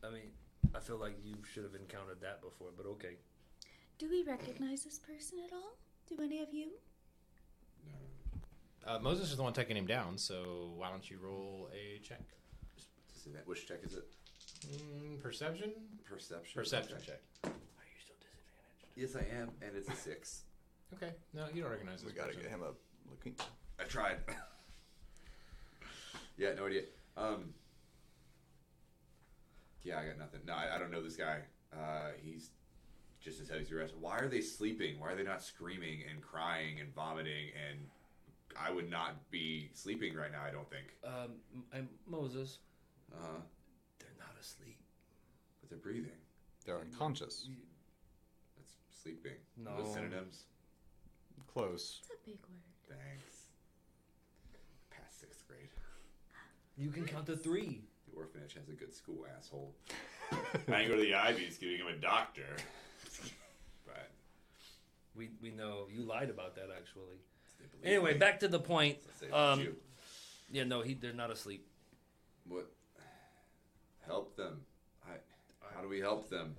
wet. I mean, I feel like you should have encountered that before, but okay.
Do we recognize this person at all? Do any of you?
Uh, Moses is the one taking him down, so why don't you roll a check?
Is it- Which check is it?
Mm, perception?
Perception.
Perception
Okay.
check.
Are you still disadvantaged?
Yes, I am, and it's a six.
Okay. No, you don't recognize this.
We gotta
person.
get him up. Looking.
I tried. yeah, no idea. Um, yeah, I got nothing. No, I, I don't know this guy. Uh, he's just as heavy as the rest. Why are they sleeping? Why are they not screaming and crying and vomiting? And I would not be sleeping right now. I don't think.
Um, M- and Moses,
Uh huh.
they're not asleep.
But they're breathing.
They're unconscious.
That's sleeping.
No.
Those synonyms.
Close.
It's a big word.
Thanks. Past sixth grade.
You can count to three.
The orphanage has a good school, asshole. (laughs) I didn't go to the Ivy's giving him a (laughs) doctor. but
We we know you lied about that actually.
they believe
Anyway,
me.
back to the point.
Let's say it's
Um,
you.
yeah, no, he they're not asleep.
What? Help them. I. How do we help them?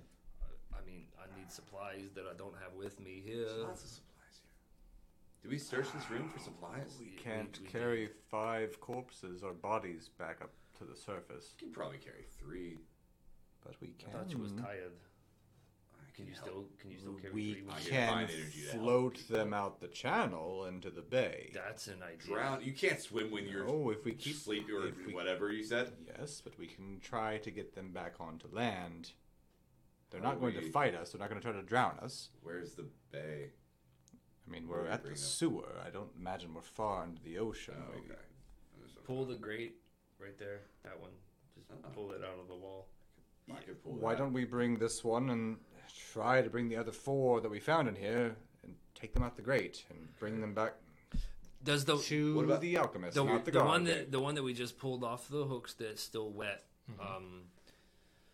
I mean, mean, I need supplies that I don't have with me here.
Lots of supplies here. Do we search this room for supplies?
Oh,
We-
We
we-
Can't
we did.
carry five corpses or bodies back up to the surface,
can probably carry three.
but we
I
can.
thought you was tired.
I
Can you
help.
still can you still carry
we
three? with you?
can
can
find energy to help
float
people.
them out the channel into the bay.
That's an idea.
drown? You can't swim when you're
Oh, if we keep
asleep or
if we-
whatever you said.
Yes, but we can try to get them back onto land. They're
How
not going
Oh, we-
to fight us. They're not going to try to drown us.
Where's the bay?
I mean,
Where
we're
do we
at
bring
the
them?
sewer. I don't imagine we're far into the ocean.
Oh,
We-
okay. I'm just-
Pull the grate right there. That one. Just
Uh-huh.
pull it out of the wall.
I could pull
Why
that.
don't we bring this one and try to bring the other four that we found in here and take them out the grate and bring them back
Does the
to
What about-
the alchemist,
the,
not the,
the
guard.
one that the one that we just pulled off the hooks that's still wet? Um,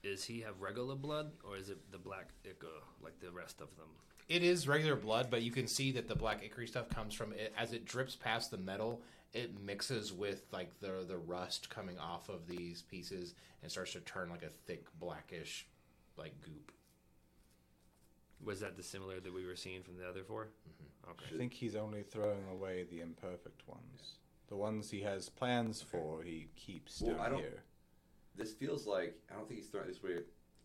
is he have regular blood or is it the black ichor like the rest of them?
It is regular blood, but you can see that the black ichor stuff comes from it as it drips past the metal. It mixes with like the the rust coming off of these pieces and starts to turn like a thick blackish, like goop.
Was that dissimilar that we were seeing from the other 4 Okay.
I think he's only throwing away the imperfect ones. The ones he has plans for, he keeps
Well,
down
I don't-
here.
This feels like I don't think he's throwing this way.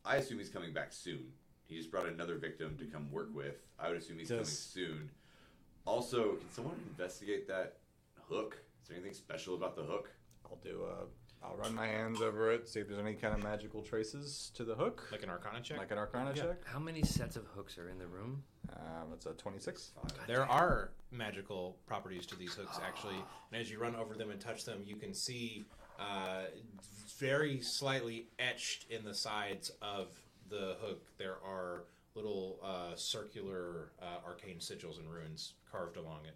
I assume he's coming back soon. He just brought another victim to come work with. I would assume he's
Does-
coming soon. Also, can someone investigate that hook? Is there anything special about the hook?
I'll do a. I'll run my hands over it, see if there's any kind of magical traces to the hook,
Like an arcana check?
like an Arcana
Yeah.
check.
How many sets of hooks are in the room?
Um, it's a twenty-six.
There are magical properties to these hooks, actually. And as you run over them and touch them, you can see uh, very slightly etched in the sides of the hook, there are little uh, circular uh, arcane sigils and runes carved along it.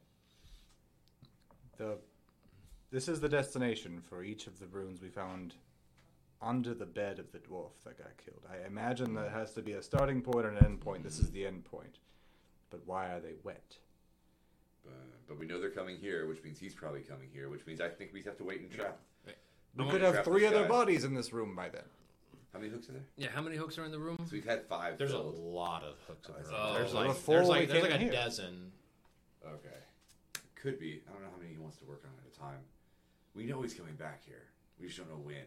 The. This is the destination for each of the runes we found under the bed of the dwarf that got killed. I imagine that has to be a starting point and an end point. This is the end point. But why are they wet?
Uh, but we know they're coming here, which means he's probably coming here, which means I think we have to wait and trap.
We
wanna
could
trap
have three
this
other
guy.
bodies in this room by then.
How many hooks are there?
Yeah, how many hooks are in the room?
So we've had five.
There's a
filled.
lot of hooks. in the room.
Oh.
there's
Well,
like
before
there's
we
like, there's
came
like a
here.
dozen.
Okay. Could be. I don't know how many he wants to work on at a time. We know he's coming back here. We just don't know when.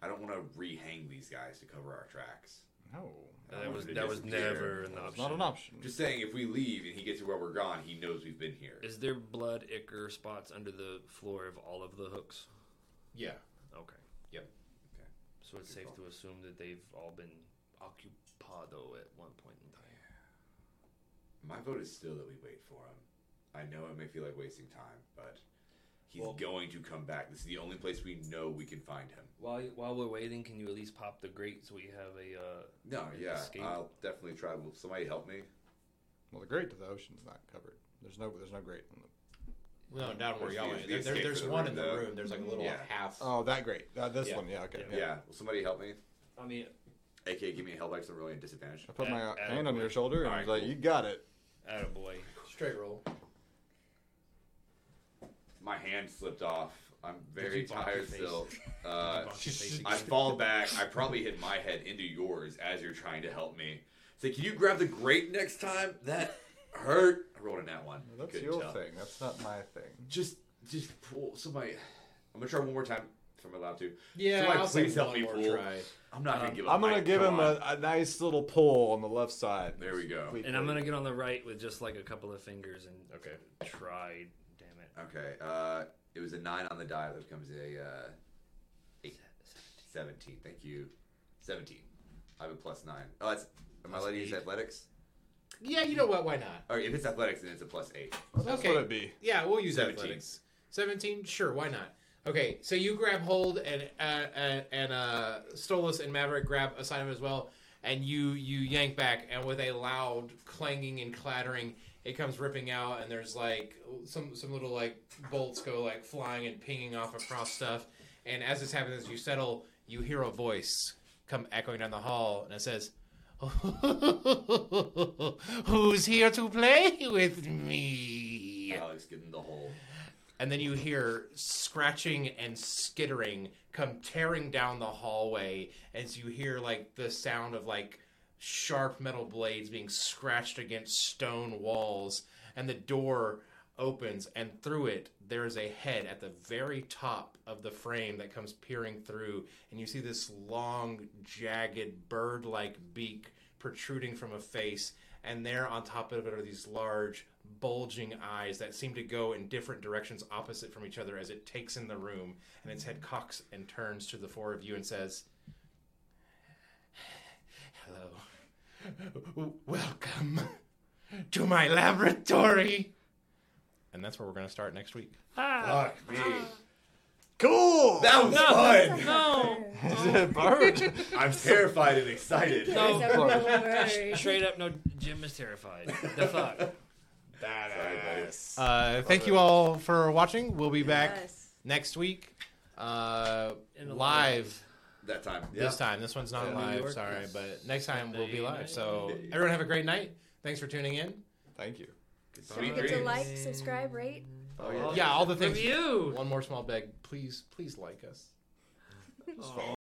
I don't want to rehang these guys to cover our tracks.
No.
I
That
want
was
him to
that was
disappear.
never an
It's
option.
not an option.
Just saying, if we leave and he gets to where we're gone, he knows we've been here.
Is there blood ichor spots under the floor of all of the hooks?
Yeah.
Okay.
Yep.
Okay.
So it's safe to assume that they've all been occupado at one point in time.
My vote is still that we wait for him. I know it may feel like wasting time, but he's
Well-
going to come back. This is the only place we know we can find him.
While while we're waiting, can you at least pop the grate so we have a? Uh,
No,
an
yeah,
escape?
I'll definitely try. Will somebody help me?
Well, the grate to the ocean's not covered. There's no. There's no grate. On the...
No, down where
There's
y'all
the-
went.
the
There, there-
escape
there's
for the
one
room,
in the
though.
room. There's like a little
Yeah.
half.
Oh, that grate. Uh, this one. Yeah. Okay.
Yeah.
yeah.
Will somebody help me?
I mean,
AK, give me a help. I'm really at disadvantage.
I put my
At- at
hand
a
on your
point.
shoulder and I was
Alright,
like,
cool.
"You got it."
attaboy.
Straight roll.
My hand slipped off. I'm very
you bonk your
tired
face?
(laughs)
still. Uh,
Bonk your face
I
again.
fall back. I probably hit my head into yours as you're trying to help me. Say, can you grab the grate next time? That hurt. I rolled in that one.
Well, that's
Couldn't
your
tell.
thing. That's not my thing.
Just, just pull somebody. I'm gonna try one more time if I'm allowed to.
Yeah,
Somebody
I'll
please
say
help
one
me
more
pull.
try.
I'm not gonna
Um,
give up.
I'm gonna
Mike,
give
come
him
on.
a, a nice little pull on the left side.
There we go.
We-
And I'm gonna get on the right with just like a couple of fingers and
Okay.
try. Damn it.
Okay. Uh, it was a nine on the die. That becomes a uh, eight. 17. Thank you. 17. I have a plus nine. Oh, that's. Am I
Plus
allowed to use
eight.
athletics?
Yeah, you know what? Why not?
All right, if it's athletics, then it's a plus eight.
That's
okay.
what it'd be.
Yeah, we'll use
17.
athletics. Seventeen, sure, why not? Okay, so you grab hold and uh, uh, and uh, Stolas and Maverick grab a side of him as well, and you you yank back, and with a loud clanging and clattering, it comes ripping out, and there's like some some little like bolts go like flying and pinging off across stuff, and as this happens, as you settle, you hear a voice come echoing down the hall, and it says. (laughs) Who's here to play with me?
Alex getting the hole.
And then you hear scratching and skittering come tearing down the hallway as you hear like the sound of like sharp metal blades being scratched against stone walls, and the door opens, and through it there is a head at the very top of the frame that comes peering through, and you see this long, jagged, bird-like beak protruding from a face, and there on top of it are these large, bulging eyes that seem to go in different directions opposite from each other as it takes in the room, and its head cocks and turns to the four of you and says, Hello. Welcome to my laboratory. And that's where we're going to start next week.
Fuck me.
Cool.
That was fun.
No,
Is it a bird?
I'm terrified and excited.
No.
It's
straight up, no. Jim is terrified. The fuck.
Badass.
Uh, thank you all for watching. We'll be back
Yes.
next week. Uh,
In a little
live
That time. Yeah.
this time. This one's not
Yeah. New
live,
York
sorry,
is
but next time we'll be
Sunday
live.
night.
So
Yeah.
everyone have a great night. Thanks for tuning in.
(laughs) Thank you.
Sweet
Get to
dreams.
like, subscribe, rate.
(laughs) Oh, yeah.
Yeah, all the things.
Review.
One more small beg. Please, please like us.
Oh.